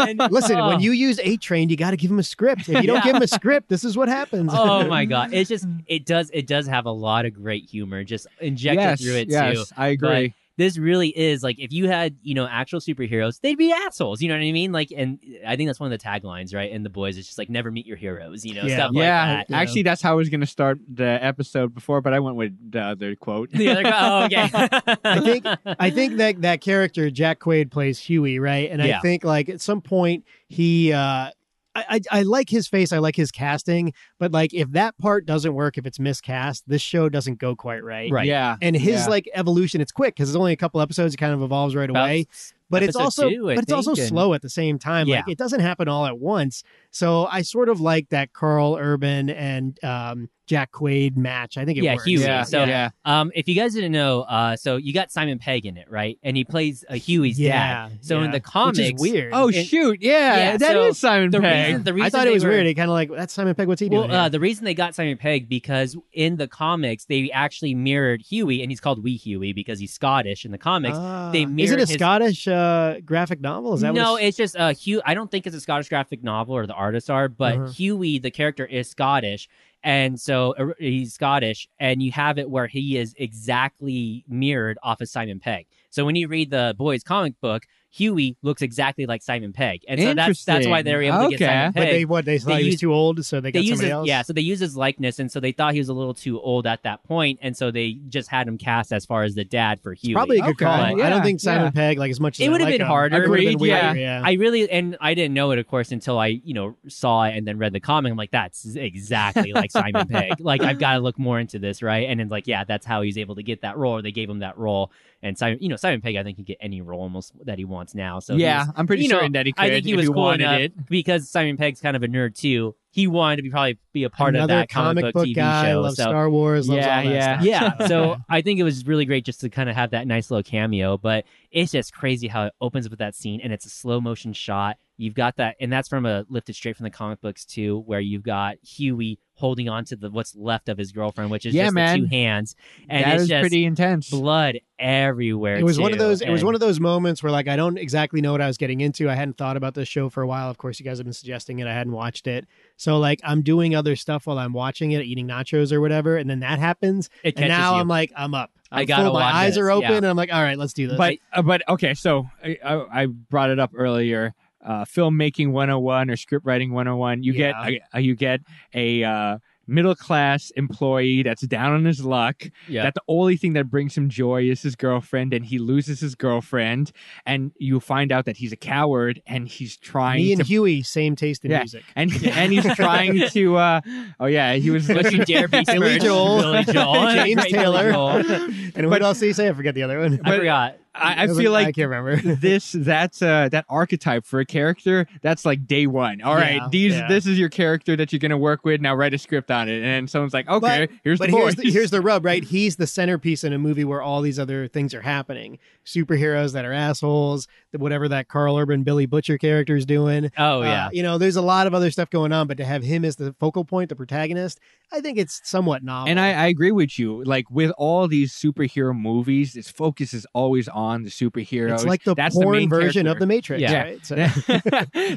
Speaker 1: and-
Speaker 3: Listen,
Speaker 1: Ah. oh.
Speaker 3: when you use A Train, you got to give him a script. If you don't
Speaker 1: Yeah.
Speaker 3: give him a script, this is what happens.
Speaker 1: oh my god it's just it does it does have a lot of great humor just injected
Speaker 2: yes,
Speaker 1: through it
Speaker 2: yes,
Speaker 1: too
Speaker 2: I agree.
Speaker 1: this really is like if you had you know actual superheroes they'd be assholes you know what i mean like and i think that's one of the taglines right in the boys it's just like never meet your heroes you know
Speaker 3: Yeah.
Speaker 1: stuff
Speaker 2: yeah,
Speaker 1: like that
Speaker 2: actually, that's how I was gonna start the episode before, but I went with the other quote.
Speaker 1: the other guy, oh, okay
Speaker 3: I think I think that that character Jack Quaid plays Huey, right? And I
Speaker 1: Yeah.
Speaker 3: think like at some point he uh I, I, I like his face. I like his casting, but like if that part doesn't work, if it's miscast, this show doesn't go quite right.
Speaker 1: Right.
Speaker 2: Yeah,
Speaker 3: And his
Speaker 2: Yeah.
Speaker 3: like evolution, it's quick because it's only a couple episodes. It kind of evolves right
Speaker 1: About
Speaker 3: away, but it's
Speaker 1: episode
Speaker 3: also
Speaker 1: two, I
Speaker 3: but it's also
Speaker 1: think, and-
Speaker 3: slow at the same time. Like
Speaker 1: Yeah.
Speaker 3: it doesn't happen all at once. So I sort of like that Carl Urban and um, Jack Quaid match. I think it
Speaker 1: Yeah,
Speaker 3: works.
Speaker 1: Huey.
Speaker 2: yeah,
Speaker 1: So-
Speaker 2: yeah.
Speaker 1: um if you guys didn't know uh so you got simon pegg in it right and he plays uh, huey's
Speaker 3: Yeah,
Speaker 1: dad so
Speaker 3: yeah.
Speaker 1: in the
Speaker 3: Which is
Speaker 1: comics
Speaker 3: weird.
Speaker 2: Oh
Speaker 1: And-
Speaker 2: shoot, yeah,
Speaker 1: Yeah,
Speaker 2: that is
Speaker 1: so
Speaker 2: Simon
Speaker 1: the
Speaker 2: Pegg.
Speaker 1: reason, the reason
Speaker 3: I thought
Speaker 1: they
Speaker 3: it was
Speaker 1: were-
Speaker 3: weird. It kind of like that's Simon Pegg. What's he doing?
Speaker 1: Well,
Speaker 3: here?
Speaker 1: uh, the reason they got Simon Pegg because in the comics they actually mirrored Huey, and he's called Wee Huey because he's Scottish in the comics. they
Speaker 3: Ah. is it
Speaker 1: mirrored
Speaker 3: a
Speaker 1: his-
Speaker 3: Scottish uh, graphic novel? Is that
Speaker 1: no,
Speaker 3: What
Speaker 1: it's just uh, Hugh. I don't think it's a Scottish graphic novel or the artists are, but
Speaker 3: Uh-huh.
Speaker 1: Huey, the character, is Scottish, and so uh, he's Scottish, and you have it where he is exactly mirrored off of Simon Pegg. So when you read the boys' comic book, Huey looks exactly like Simon Pegg, and so that's that's why they were able to
Speaker 2: Interesting.
Speaker 1: get Simon
Speaker 2: Okay.
Speaker 1: Pegg.
Speaker 3: but they what they thought he was
Speaker 1: use-
Speaker 3: too old, so they
Speaker 1: they
Speaker 3: got
Speaker 1: use
Speaker 3: somebody
Speaker 1: his,
Speaker 3: else.
Speaker 1: yeah, so they use his likeness, and so they thought he was a little too old at that point, and so they just had him cast as far as the dad for Huey.
Speaker 3: probably a good
Speaker 2: Okay,
Speaker 3: call. I
Speaker 2: yeah,
Speaker 3: don't think Simon
Speaker 2: yeah.
Speaker 3: Pegg like as much. as
Speaker 1: It
Speaker 3: would
Speaker 1: would've
Speaker 3: have
Speaker 1: been harder.
Speaker 2: Agreed, yeah.
Speaker 1: I really and I didn't know it, of course, until I you know saw it and then read the comic. I'm like, that's exactly like Simon Pegg. Like I've got to look more into this, right? And it's like, yeah, that's how he's able to get that role. Or they gave him that role, and Simon, you know, Simon Pegg, I think can get any role almost that he wants now. So he
Speaker 2: yeah,
Speaker 1: was-
Speaker 2: I'm pretty
Speaker 1: you know,
Speaker 2: certain that he could.
Speaker 1: I think he
Speaker 2: if
Speaker 1: was
Speaker 2: he
Speaker 1: cool
Speaker 2: wanted
Speaker 1: enough
Speaker 2: it.
Speaker 1: because Simon Pegg's kind of a nerd too. He wanted to be probably be a part
Speaker 3: Another
Speaker 1: of that
Speaker 3: comic,
Speaker 1: book, TV
Speaker 3: guy
Speaker 1: show.
Speaker 3: loves
Speaker 1: so
Speaker 3: Star Wars. Loves
Speaker 2: Yeah,
Speaker 3: all that
Speaker 2: yeah.
Speaker 3: stuff.
Speaker 1: yeah so i think it was really great just to kind of have that nice little cameo but it's just crazy how it opens with that scene and it's a slow motion shot you've got that and that's from a lifted straight from the comic books too where you've got huey holding on to the what's left of his girlfriend which is
Speaker 2: Yeah,
Speaker 1: just
Speaker 2: man.
Speaker 1: the two hands and
Speaker 2: that
Speaker 1: it's
Speaker 2: was
Speaker 1: just
Speaker 2: pretty intense.
Speaker 1: blood everywhere
Speaker 3: It was one of
Speaker 1: too,
Speaker 3: those. It was
Speaker 1: and-
Speaker 3: one of those moments where, like, I don't exactly know what I was getting into. I hadn't thought about this show for a while. Of course, you guys have been suggesting it. I hadn't watched it, so like, I'm doing other stuff while I'm watching it, eating nachos or whatever, and then that happens,
Speaker 1: it
Speaker 3: and
Speaker 1: catches
Speaker 3: now
Speaker 1: you.
Speaker 3: I'm like, I'm up. I'm
Speaker 1: I gotta
Speaker 3: full. My
Speaker 1: watch
Speaker 3: eyes are
Speaker 1: this,
Speaker 3: open,
Speaker 1: yeah.
Speaker 3: and I'm like, all right, let's do this.
Speaker 2: but uh, but okay so I, I, I brought it up earlier oh uh filmmaking 101 or script writing 101 you
Speaker 3: Yeah.
Speaker 2: get a, you get a uh middle class employee that's down on his luck
Speaker 1: Yeah.
Speaker 2: that the only thing that brings him joy is his girlfriend and he loses his girlfriend and you find out that he's a coward and he's trying
Speaker 3: Me and
Speaker 2: to
Speaker 3: Huey, same taste in
Speaker 2: Yeah.
Speaker 3: music.
Speaker 2: and and he's trying to uh oh yeah he was
Speaker 1: Don't you dare be
Speaker 3: Billy
Speaker 1: Smurfs.
Speaker 3: Joel.
Speaker 1: Billy Joel.
Speaker 3: James
Speaker 1: Great Billy
Speaker 3: Taylor.
Speaker 1: Joel.
Speaker 3: and what else did he say? I forget the other one.
Speaker 1: I forgot.
Speaker 2: I, I
Speaker 3: was
Speaker 2: feel
Speaker 3: I
Speaker 2: like
Speaker 3: can't remember.
Speaker 2: this that's uh that archetype for a character that's like day one all right
Speaker 3: Yeah,
Speaker 2: these
Speaker 3: yeah.
Speaker 2: this is your character that you're gonna work with now write a script on it and someone's like okay here's
Speaker 3: but
Speaker 2: the
Speaker 3: here's
Speaker 2: voice
Speaker 3: the, here's the rub, right? He's the centerpiece in a movie where all these other things are happening. Superheroes that are assholes, the- whatever that Carl Urban, Billy Butcher character is doing.
Speaker 1: Oh
Speaker 3: Uh,
Speaker 1: yeah.
Speaker 3: you know, there's a lot of other stuff going on, but to have him as the focal point, the protagonist, I think it's somewhat novel.
Speaker 2: and I, I agree with you. Like with all these superhero movies, this focus is always on the superheroes.
Speaker 3: it's like the
Speaker 2: that's
Speaker 3: porn
Speaker 2: the main
Speaker 3: version
Speaker 2: character.
Speaker 3: of the Matrix,
Speaker 1: Yeah.
Speaker 3: right? So,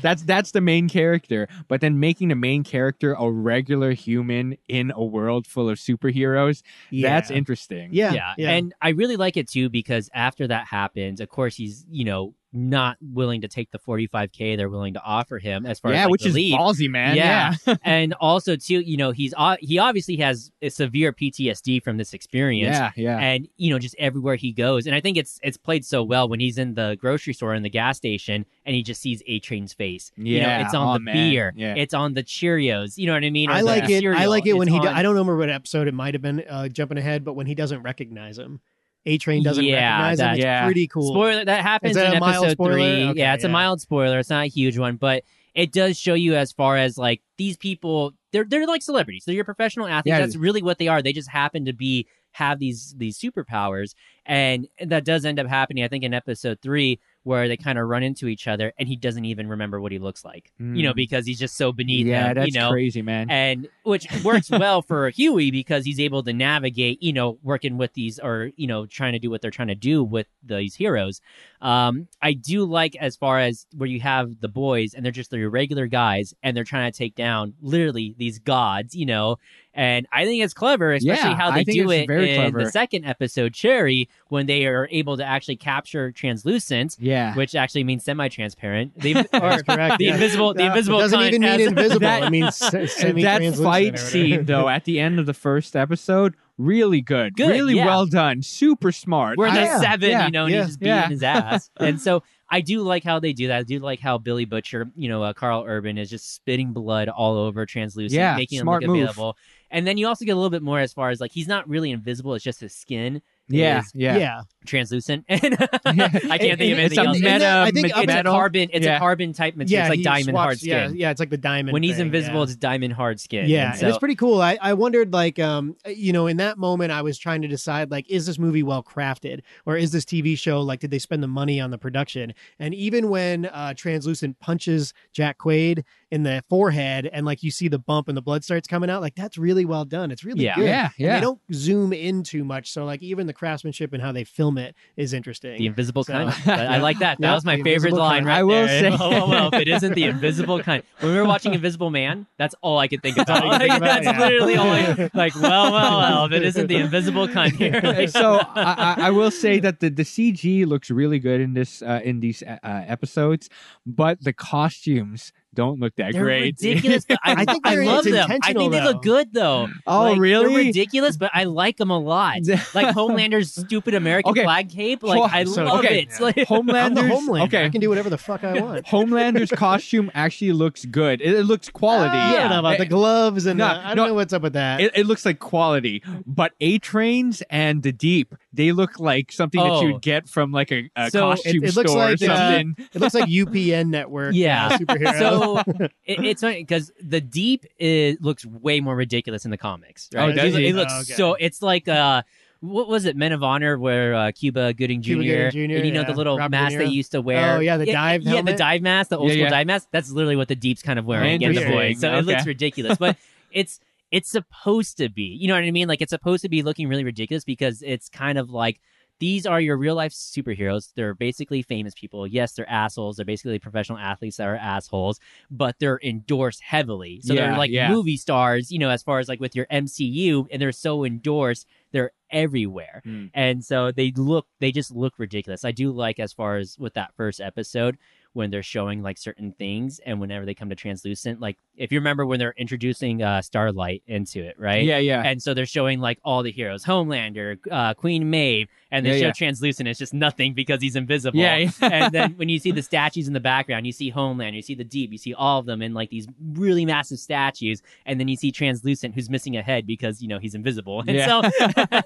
Speaker 2: that's that's the main character. But then making the main character a regular human in a world full of superheroes, that's
Speaker 3: yeah.
Speaker 2: interesting.
Speaker 3: yeah,
Speaker 1: yeah. And I really like it too because after that happens, of course, he's, you know, not willing to take the 45K they're willing to offer him as far as
Speaker 2: yeah,
Speaker 1: like,
Speaker 2: which
Speaker 1: the
Speaker 2: is
Speaker 1: lead.
Speaker 2: ballsy, man.
Speaker 1: Yeah. and also too, you know, he's o- he obviously has a severe PTSD from this experience.
Speaker 2: yeah, yeah.
Speaker 1: And you know, just everywhere he goes, and I think it's it's played so well when he's in the grocery store in the gas station, and he just sees A Train's face. you know,
Speaker 2: Yeah.
Speaker 1: it's on
Speaker 2: Aw,
Speaker 1: the
Speaker 2: man.
Speaker 1: beer,
Speaker 2: Yeah.
Speaker 1: it's on the Cheerios. You know what I mean? Or
Speaker 3: oh, I
Speaker 1: the
Speaker 3: like it. I
Speaker 1: cereal.
Speaker 3: like it when
Speaker 1: It's
Speaker 3: he. do-
Speaker 1: on-
Speaker 3: I don't remember what episode it might have been. Uh, jumping ahead, but when he doesn't recognize him, A Train doesn't
Speaker 1: Yeah,
Speaker 3: recognize him.
Speaker 1: that-
Speaker 3: It's
Speaker 2: yeah.
Speaker 3: pretty cool.
Speaker 1: Spoiler that happens
Speaker 3: Is that
Speaker 1: in
Speaker 3: a mild
Speaker 1: episode
Speaker 3: spoiler?
Speaker 1: three.
Speaker 3: Okay,
Speaker 1: yeah, it's a
Speaker 3: yeah.
Speaker 1: mild spoiler. It's not a huge one, but it does show you as far as like these people, they're they're like celebrities. They're your professional athletes.
Speaker 2: Yeah.
Speaker 1: That's really what they are. They just happen to be have these these superpowers, and that does end up happening. I think in episode three where they kind of run into each other, and he doesn't even remember what he looks like. You
Speaker 3: Hmm.
Speaker 1: know,
Speaker 2: Mm.
Speaker 1: because he's just so beneath
Speaker 2: yeah,
Speaker 1: him.
Speaker 2: that's
Speaker 1: you know,
Speaker 2: crazy, man.
Speaker 1: and which works well for Huey because he's able to navigate, you know, working with these or you know trying to do what they're trying to do with these heroes. Um, I do like as far as where you have the boys and they're just the regular guys and they're trying to take down literally these gods, you know. And I think it's clever, especially
Speaker 2: Yeah,
Speaker 1: how
Speaker 2: I
Speaker 1: they
Speaker 2: think
Speaker 1: do
Speaker 2: it's
Speaker 1: it
Speaker 2: very
Speaker 1: in
Speaker 2: clever.
Speaker 1: the second episode, Cherry, when they are able to actually capture translucent,
Speaker 2: yeah.
Speaker 1: which actually means semi-transparent. They, or,
Speaker 3: correct.
Speaker 1: the
Speaker 3: yeah.
Speaker 1: invisible, the
Speaker 2: That
Speaker 1: invisible
Speaker 3: doesn't
Speaker 1: kind
Speaker 3: even mean
Speaker 1: as-
Speaker 3: invisible.
Speaker 2: That-
Speaker 3: it means se-
Speaker 2: that
Speaker 3: semi-translucent or whatever.
Speaker 2: fight scene though at the end of the first episode really good,
Speaker 1: Good,
Speaker 2: really
Speaker 1: yeah.
Speaker 2: well done super smart
Speaker 1: We're in the
Speaker 2: I-
Speaker 1: seven,
Speaker 2: yeah,
Speaker 1: you know, and
Speaker 3: yeah,
Speaker 1: he's just beating
Speaker 2: yeah.
Speaker 1: his ass. and so I do like how they do that. I do like how Billy Butcher, you know, uh, Carl Urban is just spitting blood all over translucent,
Speaker 2: Yeah,
Speaker 1: making
Speaker 2: smart
Speaker 1: him look
Speaker 2: move.
Speaker 1: available. And then you also get a little bit more as far as like he's not really invisible; it's just his skin
Speaker 2: yeah
Speaker 1: is
Speaker 2: yeah
Speaker 3: Yeah.
Speaker 1: translucent. And I can't think of
Speaker 2: It's
Speaker 1: anything
Speaker 2: a
Speaker 1: else.
Speaker 2: meta
Speaker 3: And that- I think
Speaker 1: it's a
Speaker 2: metal-
Speaker 1: carbon. It's
Speaker 2: yeah.
Speaker 1: a carbon type material.
Speaker 3: Yeah,
Speaker 1: it's like
Speaker 3: he
Speaker 1: diamond hard
Speaker 3: swaps- yeah,
Speaker 1: skin.
Speaker 3: Yeah, it's like the diamond.
Speaker 1: when he's
Speaker 3: thing,
Speaker 1: invisible,
Speaker 3: yeah.
Speaker 1: it's diamond hard skin.
Speaker 3: Yeah,
Speaker 1: and
Speaker 3: and it's
Speaker 1: so-
Speaker 3: pretty cool. I, I wondered like um you know in that moment I was trying to decide like is this movie well crafted or is this TV show like did they spend the money on the production? And even when uh, translucent punches Jack Quaid in the forehead and like you see the bump and the blood starts coming out like that's really well done. It's really
Speaker 1: Yeah.
Speaker 3: good.
Speaker 2: yeah
Speaker 3: And
Speaker 2: yeah
Speaker 3: They don't zoom in too much, so like even the craftsmanship and how they film it is interesting.
Speaker 1: The invisible
Speaker 3: So-
Speaker 1: kind. But I like that. That
Speaker 3: Yeah,
Speaker 1: was my
Speaker 3: the
Speaker 1: favorite
Speaker 3: invisible
Speaker 1: line
Speaker 3: kind.
Speaker 1: right
Speaker 2: I will
Speaker 1: there.
Speaker 2: say-
Speaker 1: well, well, if it isn't the invisible kind. When we were watching Invisible Man, that's all I could think about.
Speaker 3: all you could think
Speaker 1: Like,
Speaker 3: about,
Speaker 1: that's
Speaker 3: yeah.
Speaker 1: literally all I, like, well, well, well, if it isn't the invisible kind here. like-
Speaker 2: so I, I I will say that the, the CG looks really good in this uh, in these uh, uh, episodes, but the costumes don't look that
Speaker 1: They're
Speaker 2: great.
Speaker 1: ridiculous, but I,
Speaker 3: I think
Speaker 1: I
Speaker 3: they're-
Speaker 1: love
Speaker 3: it's
Speaker 1: them. I think
Speaker 3: intentional,
Speaker 1: they look
Speaker 3: though.
Speaker 1: good though.
Speaker 2: Oh,
Speaker 1: Like,
Speaker 2: really?
Speaker 1: They're ridiculous, but I like them a lot. Like Homelander's stupid American
Speaker 2: Okay.
Speaker 1: flag cape. Like I
Speaker 2: So-
Speaker 1: love it.
Speaker 2: okay.
Speaker 1: It's Like,
Speaker 3: I'm the
Speaker 2: Homelander's
Speaker 3: Homelander.
Speaker 2: Okay,
Speaker 3: I can do whatever the fuck I want.
Speaker 2: Homelander's costume actually looks good. It, it looks quality.
Speaker 3: I don't know about the gloves and
Speaker 2: No,
Speaker 3: the- I don't
Speaker 2: no.
Speaker 3: know what's up with that.
Speaker 2: It, it looks like quality, but A trains and the deep they look like something that
Speaker 1: Oh.
Speaker 2: you'd get from like a, a
Speaker 1: So it-
Speaker 2: costume
Speaker 3: it looks
Speaker 2: store
Speaker 3: like,
Speaker 2: or
Speaker 3: uh,
Speaker 2: something.
Speaker 3: It looks like UPN network.
Speaker 1: Yeah.
Speaker 3: uh, superhero.
Speaker 1: So it, it's funny because the deep is, looks way more ridiculous in the comics. Right?
Speaker 2: Oh, does
Speaker 1: it,
Speaker 2: he?
Speaker 1: it looks
Speaker 3: Oh, okay.
Speaker 1: so. It's like uh, what was it, Men of Honor, where uh, Cuba Gooding Jr.
Speaker 3: Cuba Gooding Jr.,
Speaker 1: and you know the
Speaker 3: yeah.
Speaker 1: little
Speaker 3: Robert De
Speaker 1: mask they
Speaker 3: Niro.
Speaker 1: used to wear.
Speaker 3: Oh, yeah, the dive
Speaker 1: Yeah, the
Speaker 3: helmet?
Speaker 1: dive mask, the old
Speaker 2: Yeah,
Speaker 1: school
Speaker 2: yeah.
Speaker 1: dive mask. That's literally what the deep's kind of wearing in the
Speaker 3: Interesting.
Speaker 1: voice. So it looks
Speaker 2: Okay.
Speaker 1: ridiculous, but it's it's supposed to be. You know what I mean? Like it's supposed to be looking really ridiculous because it's kind of like. These are your real life superheroes. They're basically famous people. Yes, they're assholes. They're basically professional athletes that are assholes but they're endorsed heavily. So
Speaker 2: Yeah,
Speaker 1: they're like
Speaker 2: yeah.
Speaker 1: movie stars, you know, as far as like with your MCU, and they're so endorsed, they're everywhere.
Speaker 2: Mm.
Speaker 1: And so they look, they just look ridiculous. I do like as far as with that first episode when they're showing like certain things and whenever they come to translucent like if you remember when they're introducing uh starlight into it right
Speaker 2: Yeah, yeah.
Speaker 1: and so they're showing like all the heroes homelander uh queen maeve and they
Speaker 2: Yeah,
Speaker 1: show
Speaker 2: yeah.
Speaker 1: translucent it's just nothing because he's invisible
Speaker 2: Yeah, yeah.
Speaker 1: and then when you see the statues in the background you see homelander you see the deep you see all of them in like these really massive statues and then you see translucent who's missing a head because you know he's invisible and
Speaker 2: Yeah.
Speaker 1: so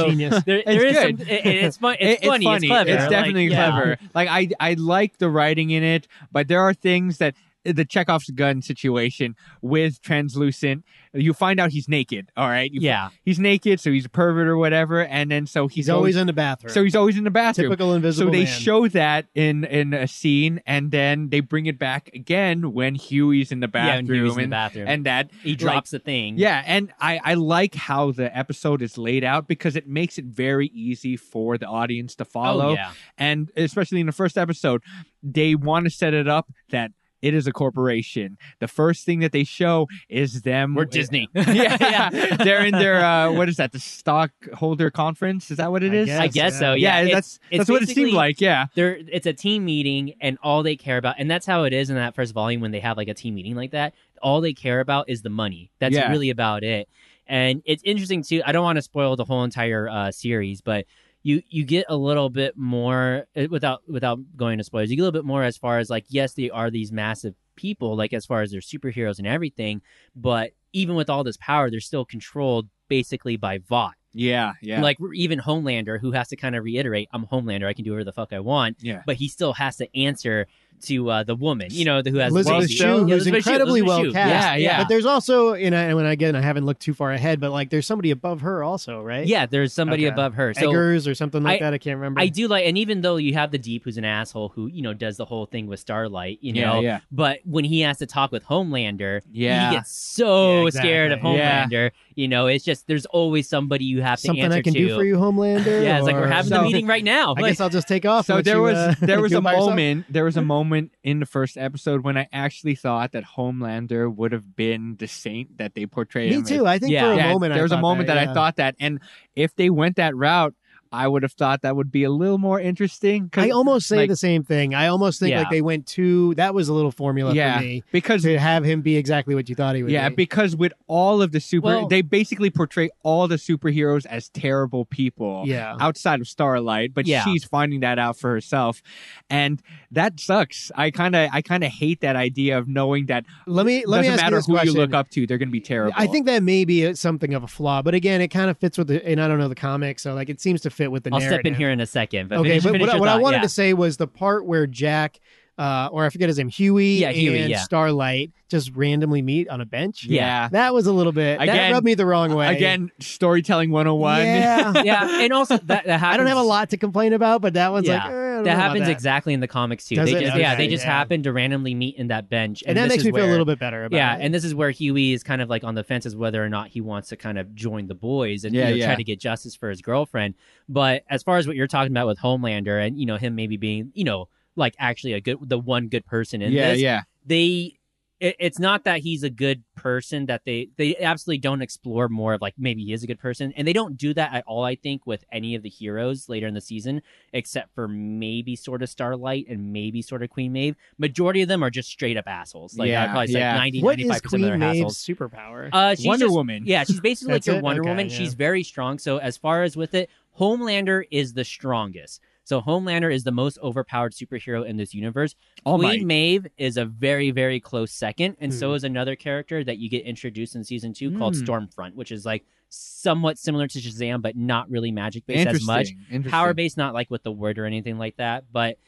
Speaker 1: so
Speaker 3: Genius.
Speaker 1: there, there is
Speaker 2: good.
Speaker 1: some, it, it- it's, fun,
Speaker 2: It-
Speaker 1: it's, funny, it's clever
Speaker 2: It's
Speaker 1: like,
Speaker 2: definitely
Speaker 1: yeah.
Speaker 2: clever. Like I, I like the writing in it, but there are things that the Chekhov's gun situation with translucent. You find out he's naked. All right, You-
Speaker 1: yeah
Speaker 2: he's naked, so he's a pervert or whatever, and then so he's,
Speaker 3: He's always in the bathroom.
Speaker 2: so he's always in the bathroom.
Speaker 3: typical invisible.
Speaker 2: so they
Speaker 3: man.
Speaker 2: show that in in a scene, and then they bring it back again when Huey's in the
Speaker 1: yeah
Speaker 2: bathroom,
Speaker 1: and he was in the bathroom
Speaker 2: and that
Speaker 1: he drops the thing
Speaker 2: yeah, and I, I like how the episode is laid out because it makes it very easy for the audience to follow.
Speaker 1: oh, yeah
Speaker 2: And especially in the first episode, they want to set it up that it is a corporation. The first thing that they show is them.
Speaker 1: we're Disney
Speaker 2: yeah,
Speaker 1: Yeah.
Speaker 2: yeah. They're in their uh, what is that? The stockholder conference? Is that what it
Speaker 3: I
Speaker 2: is?
Speaker 3: guess.
Speaker 1: I guess so yeah,
Speaker 2: Yeah,
Speaker 1: It's-
Speaker 2: that's that's what it seemed
Speaker 1: basically-
Speaker 2: like. Yeah,
Speaker 1: they're it's a team meeting and all they care about and that's how it is in that first volume when they have like a team meeting like that all they care about is the money that's
Speaker 2: Yeah.
Speaker 1: really about it and it's interesting too i don't want to spoil the whole entire uh, series but you you get a little bit more eh, without without going to spoilers you get a little bit more as far as like yes they are these massive people like as far as they're superheroes and everything but even with all this power they're still controlled basically by vought
Speaker 2: yeah, yeah.
Speaker 1: like even Homelander, who has to kind of reiterate, "I'm Homelander. I can do whatever the fuck I want."
Speaker 2: Yeah.
Speaker 1: But he still has to answer to uh, the woman, you know, the, who has
Speaker 3: Elizabeth
Speaker 1: the
Speaker 2: Shue,
Speaker 1: Yeah,
Speaker 3: who's
Speaker 1: Elizabeth Shue,
Speaker 3: incredibly
Speaker 1: Elizabeth
Speaker 3: well
Speaker 1: Shue.
Speaker 3: cast.
Speaker 1: Yeah, yeah,
Speaker 3: But there's also, and, I, and when again, I haven't looked too far ahead, but like there's somebody above her also, right?
Speaker 1: yeah. There's somebody
Speaker 3: Okay.
Speaker 1: above her. So
Speaker 3: Eggers or something like
Speaker 1: I-
Speaker 3: that. I can't remember.
Speaker 1: I do like, and even though you have the Deep, who's an asshole, who you know does the whole thing with Starlight, you
Speaker 2: yeah,
Speaker 1: know,
Speaker 2: yeah,
Speaker 1: but when he has to talk with Homelander,
Speaker 2: yeah.
Speaker 1: he gets so
Speaker 3: Yeah,
Speaker 1: scared of
Speaker 3: exactly.
Speaker 2: Yeah.
Speaker 1: Homelander. You know, it's just there's always somebody you have to
Speaker 3: something
Speaker 1: answer
Speaker 3: I can
Speaker 1: to.
Speaker 3: do for you, Homelander.
Speaker 1: Yeah, it's like we're
Speaker 3: or-
Speaker 1: having
Speaker 2: So-
Speaker 1: the meeting right now.
Speaker 3: I
Speaker 1: Like-
Speaker 3: guess I'll just take off. and
Speaker 2: So
Speaker 3: let
Speaker 2: there
Speaker 3: you,
Speaker 2: was
Speaker 3: uh,
Speaker 2: there was
Speaker 3: do it
Speaker 2: a
Speaker 3: by yourself.
Speaker 2: moment there was a moment in the first episode when I actually thought that Homelander would have been the saint that they portrayed.
Speaker 3: Me
Speaker 2: him as.
Speaker 3: too. I think
Speaker 1: Yeah.
Speaker 3: for a
Speaker 2: Yeah,
Speaker 3: moment
Speaker 2: there was
Speaker 3: I
Speaker 2: a
Speaker 3: thought
Speaker 2: moment that,
Speaker 3: yeah.
Speaker 2: I thought that, and if they went that route, I would have thought that would be a little more interesting. 'cause-
Speaker 3: I almost say
Speaker 2: like-
Speaker 3: the same thing. I almost think
Speaker 1: Yeah.
Speaker 3: like they went too. That was a little formula
Speaker 2: Yeah.
Speaker 3: for me
Speaker 2: because
Speaker 3: to have him be exactly what you thought he would.
Speaker 2: yeah,
Speaker 3: be.
Speaker 2: because with all of the super,
Speaker 1: Well-
Speaker 2: they basically portray all the superheroes as terrible people.
Speaker 3: yeah.
Speaker 2: outside of Starlight, but
Speaker 1: Yeah.
Speaker 2: she's finding that out for herself, and that sucks. I kind of, I kind of hate that idea of knowing that
Speaker 3: Let me let me
Speaker 2: doesn't
Speaker 3: ask
Speaker 2: matter
Speaker 3: you this
Speaker 2: who
Speaker 3: question.
Speaker 2: you look up to, they're going to be terrible.
Speaker 3: I think that may be something of a flaw, but again, it kind of fits with the, and I don't know the comic, so like it seems to fit with the
Speaker 1: I'll
Speaker 3: narrative.
Speaker 1: step in here in a second. But
Speaker 3: okay,
Speaker 1: finish-
Speaker 3: but
Speaker 1: finish
Speaker 3: what, I-
Speaker 1: your
Speaker 3: what I
Speaker 1: thought,
Speaker 3: wanted
Speaker 1: yeah.
Speaker 3: to say was the part where Jack, uh, or I forget his name, Huey,
Speaker 1: Yeah, Huey,
Speaker 3: and
Speaker 1: yeah.
Speaker 3: Starlight just randomly meet on a bench.
Speaker 2: Yeah.
Speaker 3: that was a little bit that
Speaker 2: Again-
Speaker 3: rubbed me the wrong way.
Speaker 2: again, storytelling 101.
Speaker 3: yeah.
Speaker 1: yeah, and also that, that happens,
Speaker 3: I don't have a lot to complain about, but that one's
Speaker 1: Yeah.
Speaker 3: like eh, I don't know
Speaker 1: That
Speaker 3: about
Speaker 1: happens
Speaker 3: that.
Speaker 1: exactly in the comics too.
Speaker 3: Does
Speaker 1: they
Speaker 3: it?
Speaker 1: just, yeah,
Speaker 3: Okay,
Speaker 1: they just
Speaker 3: yeah.
Speaker 1: happen to randomly meet in that bench,
Speaker 3: and that
Speaker 1: this
Speaker 3: makes
Speaker 1: is
Speaker 3: me feel a
Speaker 1: where-
Speaker 3: little bit better about
Speaker 1: Yeah,
Speaker 3: it.
Speaker 1: and this is where Huey is kind of like on the fence as whether or not he wants to kind of join the boys and you
Speaker 2: Yeah,
Speaker 1: know, try
Speaker 2: yeah.
Speaker 1: to get justice for his girlfriend. But as far as what you're talking about with Homelander and you know him maybe being you know like actually a good the one good person in
Speaker 2: yeah,
Speaker 1: this,
Speaker 2: yeah.
Speaker 1: they it, it's not that he's a good person that they they absolutely don't explore more of like maybe he is a good person and they don't do that at all i think with any of the heroes later in the season except for maybe sort of starlight and maybe sort of queen maeve majority of them are just straight up assholes like
Speaker 2: Yeah,
Speaker 1: i probably say
Speaker 2: yeah.
Speaker 1: 90
Speaker 3: what
Speaker 1: 95%
Speaker 3: is
Speaker 1: of
Speaker 3: Queen
Speaker 1: their
Speaker 3: Maeve's
Speaker 1: assholes
Speaker 3: superpower?
Speaker 1: uh she's
Speaker 2: Wonder
Speaker 1: just-
Speaker 2: Woman.
Speaker 1: yeah she's basically like
Speaker 3: That's
Speaker 1: your
Speaker 3: it?
Speaker 1: wonder
Speaker 3: Okay,
Speaker 1: woman
Speaker 3: yeah.
Speaker 1: she's very strong so as far as with it homelander is the strongest so homelander is the most overpowered superhero in this universe
Speaker 2: All
Speaker 1: Queen
Speaker 2: Might.
Speaker 1: Maeve is a very, very close second, and so
Speaker 3: Hmm.
Speaker 1: is another character that you get introduced in season two called
Speaker 2: Hmm.
Speaker 1: Stormfront, which is like somewhat similar to Shazam, but not really magic based as
Speaker 2: Interesting.
Speaker 1: much.
Speaker 2: Interesting.
Speaker 1: Power based, not like with the word or anything like that, but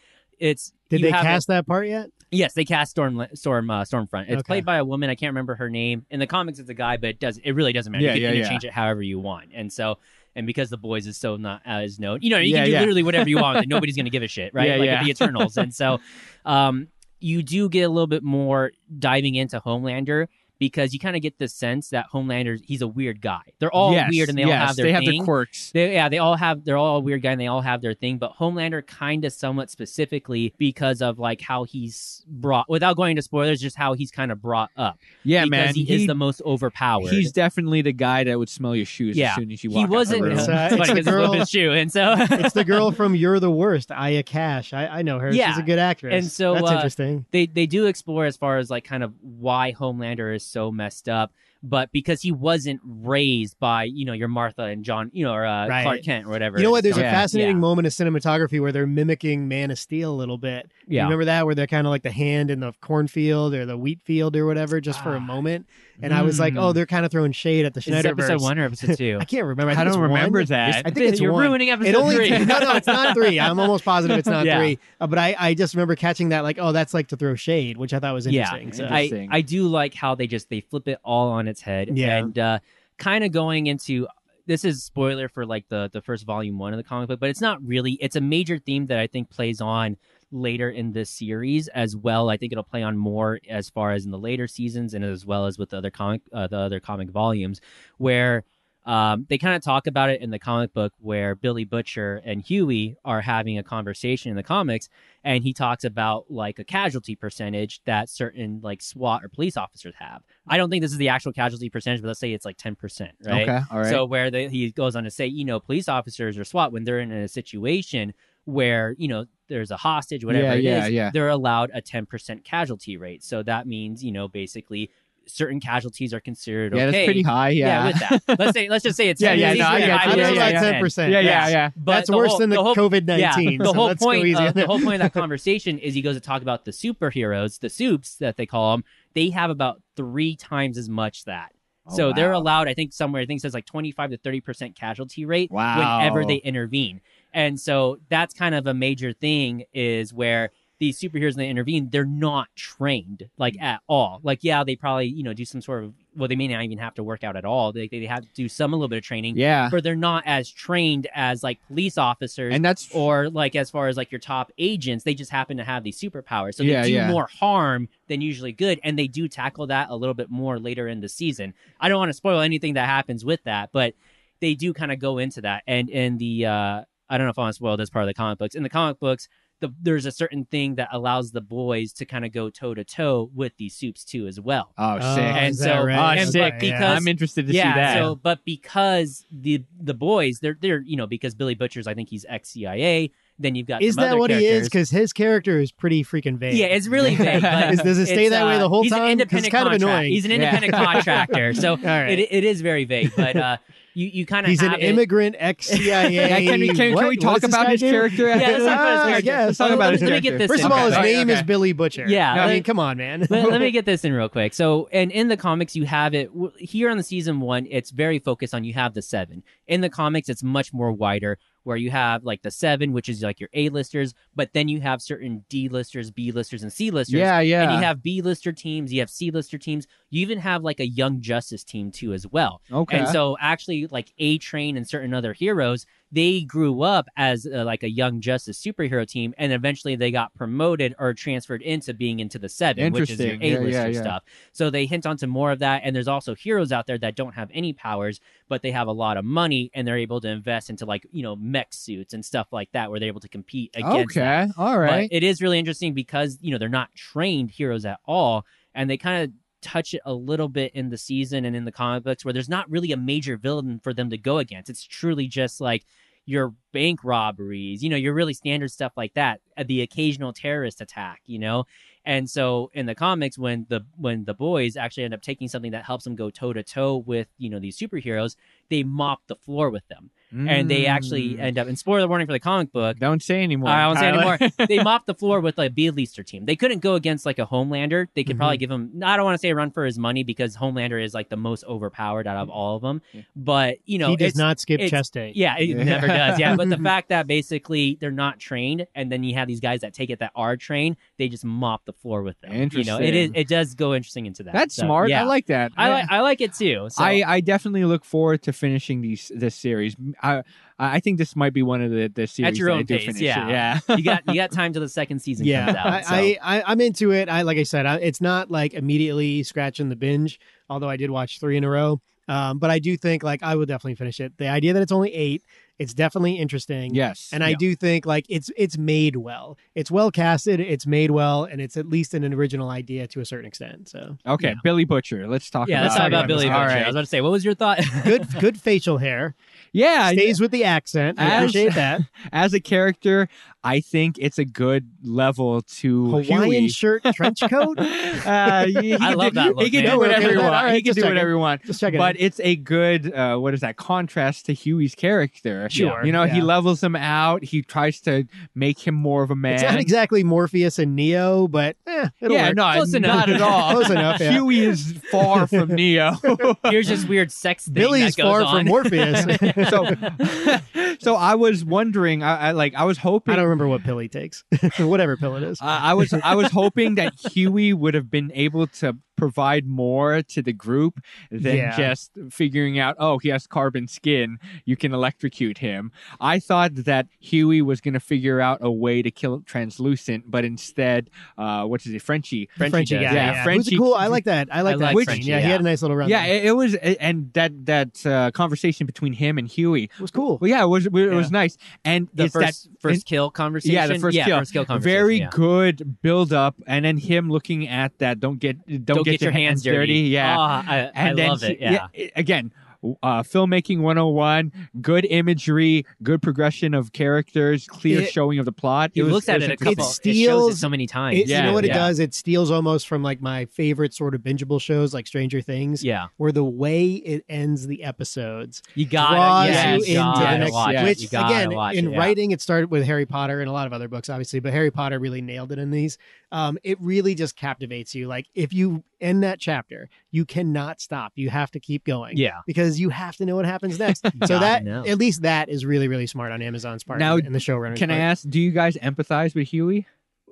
Speaker 1: it's
Speaker 3: Did
Speaker 1: you
Speaker 3: they
Speaker 1: have a-
Speaker 3: cast that part yet?
Speaker 1: yes, they cast Storm Storm uh, Stormfront. It's
Speaker 3: Okay.
Speaker 1: played by a woman. I can't remember her name. In the comics, it's a guy, but it does it really doesn't matter.
Speaker 2: Yeah,
Speaker 1: you can
Speaker 2: yeah, yeah.
Speaker 1: interchange it however you want, and so. And because the boys is so not as known, you know, you
Speaker 2: Yeah,
Speaker 1: can do
Speaker 2: yeah.
Speaker 1: literally whatever you want. and nobody's gonna give a shit, right?
Speaker 2: Yeah,
Speaker 1: like
Speaker 2: yeah.
Speaker 1: the Eternals, and so um, you do get a little bit more diving into Homelander because you kind of get the sense that Homelander he's a weird guy. They're all
Speaker 2: yes,
Speaker 1: weird and they
Speaker 2: yes,
Speaker 1: all have their
Speaker 2: they have
Speaker 1: thing.
Speaker 2: their quirks.
Speaker 1: They, yeah, they all have. They're all a weird guy, and they all have their thing. But Homelander, kind of, somewhat specifically, because of like how he's brought, without going into spoilers, just how he's kind of brought up.
Speaker 2: Yeah,
Speaker 1: because
Speaker 2: man,
Speaker 1: he, is the most overpowered.
Speaker 2: he's definitely the guy that would smell your shoes
Speaker 1: Yeah.
Speaker 2: as soon as you walk.
Speaker 1: he
Speaker 2: out the
Speaker 1: wasn't.
Speaker 2: room.
Speaker 1: It's,
Speaker 3: It's, uh, it's
Speaker 1: funny
Speaker 3: a
Speaker 1: 'cause it's
Speaker 3: girl-
Speaker 1: his shoe, and so
Speaker 3: it's the girl from You're the Worst, Aya Cash. I, I know her.
Speaker 1: Yeah.
Speaker 3: She's a good actress.
Speaker 1: And so,
Speaker 3: that's
Speaker 1: uh,
Speaker 3: interesting.
Speaker 1: they they do explore as far as like kind of why Homelander is so messed up, but because he wasn't raised by you know your Martha and John, you know, or uh,
Speaker 3: Right.
Speaker 1: Clark Kent or whatever.
Speaker 3: You know what? There's
Speaker 2: Yeah,
Speaker 3: a fascinating
Speaker 1: yeah.
Speaker 3: moment of cinematography where they're mimicking Man of Steel a little bit. You
Speaker 1: Yeah.
Speaker 3: remember that where they're kind of like the hand in the cornfield or the wheat field or whatever, just for
Speaker 1: Ah.
Speaker 3: a moment. And I was like,
Speaker 2: Mm.
Speaker 3: oh, they're kind of throwing shade at the
Speaker 1: Is this
Speaker 3: Schneiderverse.
Speaker 1: episode one or episode two?
Speaker 3: I can't remember. I,
Speaker 2: I,
Speaker 3: think it's
Speaker 2: don't remember
Speaker 3: one.
Speaker 2: that.
Speaker 3: I think it's
Speaker 1: You're
Speaker 3: one.
Speaker 1: ruining episode
Speaker 3: It only
Speaker 1: three.
Speaker 3: no no it's not three. I'm almost positive it's not
Speaker 1: Yeah.
Speaker 3: three. Uh, but I I just remember catching that like oh that's like to throw shade, which I thought was interesting.
Speaker 2: Yeah.
Speaker 3: So-
Speaker 1: I,
Speaker 2: Interesting.
Speaker 1: I do like how they just they flip it all on its head
Speaker 3: Yeah.
Speaker 1: and uh, kind of going into this is spoiler for like the the first volume one of the comic book but it's not really it's a major theme that i think plays on later in this series as well i think it'll play on more as far as in the later seasons and as well as with the other comic uh, the other comic volumes where um, they kind of talk about it in the comic book where billy butcher and huey are having a conversation in the comics and he talks about like a casualty percentage that certain like SWAT or police officers have. I don't think this is the actual casualty percentage, but let's say it's like ten percent, right?
Speaker 2: Okay, all right.
Speaker 1: So where the, he goes on to say, you know, police officers or SWAT when they're in a situation where you know there's a hostage, whatever
Speaker 2: Yeah,
Speaker 1: it
Speaker 2: yeah,
Speaker 1: is,
Speaker 2: yeah.
Speaker 1: they're allowed a ten percent casualty rate. So that means you know basically certain casualties are considered
Speaker 2: yeah,
Speaker 1: okay.
Speaker 2: that's pretty high. Yeah,
Speaker 1: with that. Let's say let's just say it's
Speaker 2: Yeah, yeah, no, I got
Speaker 3: I
Speaker 2: you.
Speaker 3: don't
Speaker 2: Yeah, yeah,
Speaker 3: know about ten
Speaker 2: yeah,
Speaker 3: percent.
Speaker 2: yeah, yeah.
Speaker 1: But
Speaker 3: That's
Speaker 1: the
Speaker 3: worse
Speaker 1: whole-
Speaker 3: than the,
Speaker 1: whole-
Speaker 3: COVID nineteen.
Speaker 1: the
Speaker 3: so
Speaker 1: whole
Speaker 3: let's
Speaker 1: point
Speaker 3: go easy on
Speaker 1: of, the
Speaker 3: that.
Speaker 1: whole point of that conversation is he goes to talk about the superheroes, the soups that they call them. They have about three times as much that.
Speaker 2: Oh,
Speaker 1: so they're
Speaker 2: wow.
Speaker 1: allowed, I think somewhere I think it says like twenty five to thirty percent casualty rate
Speaker 2: Wow.
Speaker 1: whenever they intervene. And so that's kind of a major thing is where these superheroes when they intervene, they're not trained like
Speaker 2: Mm.
Speaker 1: at all. Like yeah, they probably, you know, do some sort of well, they may not even have to work out at all. They they have to do some a little bit of training
Speaker 2: yeah.
Speaker 1: but they're not as trained as like police officers
Speaker 2: And that's
Speaker 1: or like as far as like your top agents they just happen to have these superpowers so they
Speaker 2: Yeah,
Speaker 1: do
Speaker 2: yeah.
Speaker 1: more harm than usually good and they do tackle that a little bit more later in the season i don't want to spoil anything that happens with that but they do kind of go into that and in the uh i don't know if i want to spoil this part of the comic books in the comic books the, there's a certain thing that allows the boys to kind of go toe to toe with these soups too as well
Speaker 2: oh
Speaker 3: Oh,
Speaker 2: sick.
Speaker 1: And
Speaker 3: is that
Speaker 1: so-
Speaker 3: right?
Speaker 1: and
Speaker 3: Okay,
Speaker 1: sick
Speaker 3: yeah.
Speaker 1: because-
Speaker 2: I'm interested to see that.
Speaker 1: so but because the the boys they're they're you know because Billy Butcher's I think he's ex CIA. Then you've got
Speaker 3: is
Speaker 1: some
Speaker 3: that
Speaker 1: other
Speaker 3: what he is?
Speaker 1: characters.
Speaker 3: Because his character is pretty freaking vague.
Speaker 1: yeah, it's really vague. But
Speaker 3: Is- does it stay
Speaker 1: it's,
Speaker 3: that way
Speaker 1: uh,
Speaker 3: the whole
Speaker 1: he's An
Speaker 3: time? 'Cause it's
Speaker 1: independent
Speaker 3: kind of
Speaker 1: contract-
Speaker 3: annoying.
Speaker 1: He's an
Speaker 2: Yeah.
Speaker 1: independent contractor, so
Speaker 3: right.
Speaker 1: it, it is very vague. But uh, you you kind of
Speaker 3: he's an
Speaker 1: have it-
Speaker 3: immigrant ex CIA.
Speaker 2: yeah, can, we- can, can we talk about his character?
Speaker 1: Yeah, let's talk about his
Speaker 3: Ah, I
Speaker 1: character.
Speaker 3: guess.
Speaker 2: Let's talk
Speaker 1: Let-
Speaker 2: about
Speaker 1: let
Speaker 2: his
Speaker 1: me- let me
Speaker 2: character.
Speaker 1: get this.
Speaker 3: First
Speaker 1: in.
Speaker 3: of all, his
Speaker 2: Okay.
Speaker 3: name
Speaker 2: Okay.
Speaker 3: is Billy Butcher.
Speaker 1: Yeah,
Speaker 3: I
Speaker 1: like-
Speaker 3: mean, come on, man.
Speaker 1: let, let me get this in real quick. So, and in the comics, you have it w- here on the season one. It's very focused on you have the seven. In the comics, it's much more wider, where you have like the seven, which is like your A listers, but then you have certain D listers, B listers, and C listers.
Speaker 2: Yeah, yeah.
Speaker 1: And you have B lister teams, you have C lister teams, you even have like a Young Justice team too as well.
Speaker 2: okay.
Speaker 1: And so actually like A Train and certain other heroes, they grew up as uh, like a young justice superhero team and eventually they got promoted or transferred into being into the 7, which is your
Speaker 2: Interesting. Yeah,
Speaker 1: A-lister
Speaker 2: yeah, yeah.
Speaker 1: stuff. So they hint onto more of that and there's also heroes out there that don't have any powers but they have a lot of money and they're able to invest into like, you know, mech suits and stuff like that where they're able to compete against that.
Speaker 2: okay. All right.
Speaker 1: But it is really interesting because you know they're not trained heroes at all, and they kind of touch it a little bit in the season and in the comic books where there's not really a major villain for them to go against. It's truly just like your bank robberies, you know, your really standard stuff like that, uh, the occasional terrorist attack, you know. And so in the comics when the when the boys actually end up taking something that helps them go toe to toe with, you know, these superheroes, they mop the floor with them. And they actually
Speaker 2: Mm.
Speaker 1: end up and spoiler warning for the comic book,
Speaker 2: don't say anymore.
Speaker 1: I won't say
Speaker 2: Tyler.
Speaker 1: anymore. they mopped the floor with like, a B Leaster team. They couldn't go against like a Homelander. They could
Speaker 3: Mm-hmm.
Speaker 1: probably give him. I don't want to say a run for his money because Homelander is like the most overpowered out of all of them. But you know,
Speaker 3: Mm. he does
Speaker 1: it's-
Speaker 3: not skip
Speaker 1: it's-
Speaker 3: chest day.
Speaker 1: Yeah, it
Speaker 2: Yeah.
Speaker 1: never does. Yeah, but the fact that basically they're not trained, and then you have these guys that take it that are trained, they just mop the floor with them. You know, it is.
Speaker 2: Interesting.
Speaker 1: It does go interesting into that.
Speaker 2: That's
Speaker 1: So,
Speaker 2: smart.
Speaker 1: Yeah.
Speaker 2: I like that.
Speaker 1: I like. I like it too. So.
Speaker 2: I, I definitely look forward to finishing these this series. M- I I think this might be one of the the series
Speaker 1: your
Speaker 2: that I
Speaker 1: own
Speaker 2: do
Speaker 1: pace,
Speaker 2: finish.
Speaker 1: yeah.
Speaker 2: yeah.
Speaker 1: you got you got time till the second season
Speaker 3: yeah,
Speaker 1: comes out. so.
Speaker 3: I, I, I I'm into it. I like I said, I, it's not like immediately scratching the binge. Although I did watch three in a row, um, but I do think like I will definitely finish it. The idea that it's only eight, it's definitely interesting.
Speaker 2: yes,
Speaker 3: and I do think like it's it's made well. It's well casted. It's made well, and it's at least an original idea to a certain extent. So
Speaker 2: Okay, Billy Butcher. Let's talk.
Speaker 1: yeah,
Speaker 2: about
Speaker 1: let's talk about Billy Butcher.
Speaker 2: All
Speaker 1: I was
Speaker 2: right.
Speaker 1: about to say, what was your thought?
Speaker 3: good good facial hair
Speaker 2: Yeah, I-
Speaker 3: stays with the accent. I
Speaker 2: As-
Speaker 3: appreciate that
Speaker 2: as a character, I think it's a good level to
Speaker 3: Hawaiian
Speaker 2: Huey.
Speaker 3: shirt trench coat.
Speaker 2: Uh, he, he
Speaker 1: I
Speaker 2: can
Speaker 1: love
Speaker 2: do,
Speaker 1: that look,
Speaker 2: He can
Speaker 1: man.
Speaker 2: do whatever
Speaker 3: Okay,
Speaker 2: he
Speaker 3: all
Speaker 2: wants.
Speaker 3: right,
Speaker 2: he can
Speaker 3: just
Speaker 2: do
Speaker 3: checking.
Speaker 2: whatever he wants.
Speaker 3: Just checking.
Speaker 2: But it's a good, uh, what is that, contrast to Huey's character.
Speaker 3: Sure,
Speaker 2: You know, he
Speaker 3: yeah.
Speaker 2: levels him out. He tries to make him more of a man.
Speaker 3: It's not exactly Morpheus and Neo, but eh, it'll
Speaker 2: yeah,
Speaker 3: work.
Speaker 2: no,
Speaker 1: Close enough.
Speaker 2: not at all.
Speaker 3: Close enough, yeah.
Speaker 2: Huey is far from Neo.
Speaker 1: Here's this weird sex thing
Speaker 3: Billy's
Speaker 1: that goes
Speaker 3: far
Speaker 1: on.
Speaker 3: from Morpheus.
Speaker 2: so, so I was wondering. I, I like. I was hoping.
Speaker 3: I don't remember what pill he takes, whatever pill it is.
Speaker 2: Uh, I was I was hoping that Huey would have been able to provide more to the group than
Speaker 3: Yeah.
Speaker 2: just figuring out oh he has carbon skin you can electrocute him. I thought that Huey was going to figure out a way to kill translucent, but instead, uh, what is it, Frenchie?
Speaker 3: The Frenchie
Speaker 1: does,
Speaker 3: guy,
Speaker 2: yeah.
Speaker 3: yeah.
Speaker 2: Frenchie-
Speaker 3: Who's cool. I like that. I like
Speaker 1: I
Speaker 3: that.
Speaker 1: like
Speaker 3: scene.
Speaker 1: Frenchie,
Speaker 3: yeah, he
Speaker 1: yeah.
Speaker 3: had a nice little run.
Speaker 2: Yeah,
Speaker 3: it
Speaker 2: it, it was, and that that uh, conversation between him and Huey.
Speaker 3: was cool.
Speaker 2: Well, yeah, it was it was nice, and
Speaker 1: The
Speaker 2: it's
Speaker 1: first
Speaker 2: that,
Speaker 1: first kill conversation.
Speaker 2: Yeah, the first kill.
Speaker 1: conversation.
Speaker 2: Very
Speaker 1: yeah.
Speaker 2: good build up, and then him looking at that. Don't get don't,
Speaker 1: Don't get, your hands dirty.
Speaker 2: Yeah,
Speaker 1: Oh, I, I
Speaker 2: and then
Speaker 1: love
Speaker 2: he-
Speaker 1: it. Yeah.
Speaker 2: i- again, uh, filmmaking 101, good imagery, good progression of characters, clear
Speaker 3: It-
Speaker 2: showing of the plot.
Speaker 1: He
Speaker 2: was-
Speaker 1: looks at
Speaker 2: was
Speaker 1: it a
Speaker 2: good-
Speaker 1: couple.
Speaker 3: It's-
Speaker 1: it shows it
Speaker 3: steals-
Speaker 1: so many times.
Speaker 3: It- you
Speaker 2: Yeah,
Speaker 3: know what
Speaker 2: yeah.
Speaker 3: it does? It steals almost from like my favorite sort of bingeable shows, like Stranger Things,
Speaker 1: Yeah,
Speaker 3: where the way it ends the episodes
Speaker 1: you got
Speaker 3: draws
Speaker 1: it. Yeah,
Speaker 3: you
Speaker 1: you
Speaker 3: into
Speaker 1: gotta
Speaker 3: the next.
Speaker 1: watch it.
Speaker 3: Which
Speaker 1: You gotta
Speaker 3: again,
Speaker 1: watch
Speaker 3: in
Speaker 1: it, yeah.
Speaker 3: writing, it started with Harry Potter and a lot of other books, obviously, but Harry Potter really nailed it in these. Um, it really just captivates you. Like if you end that chapter, you cannot stop. You have to keep going.
Speaker 1: Yeah.
Speaker 3: because you have to know what happens next. so
Speaker 1: gotta
Speaker 3: that
Speaker 1: know.
Speaker 3: at least that is really really smart on Amazon's part
Speaker 2: Now,
Speaker 3: and the showrunner's
Speaker 2: Can I
Speaker 3: part.
Speaker 2: ask, do you guys empathize with Huey?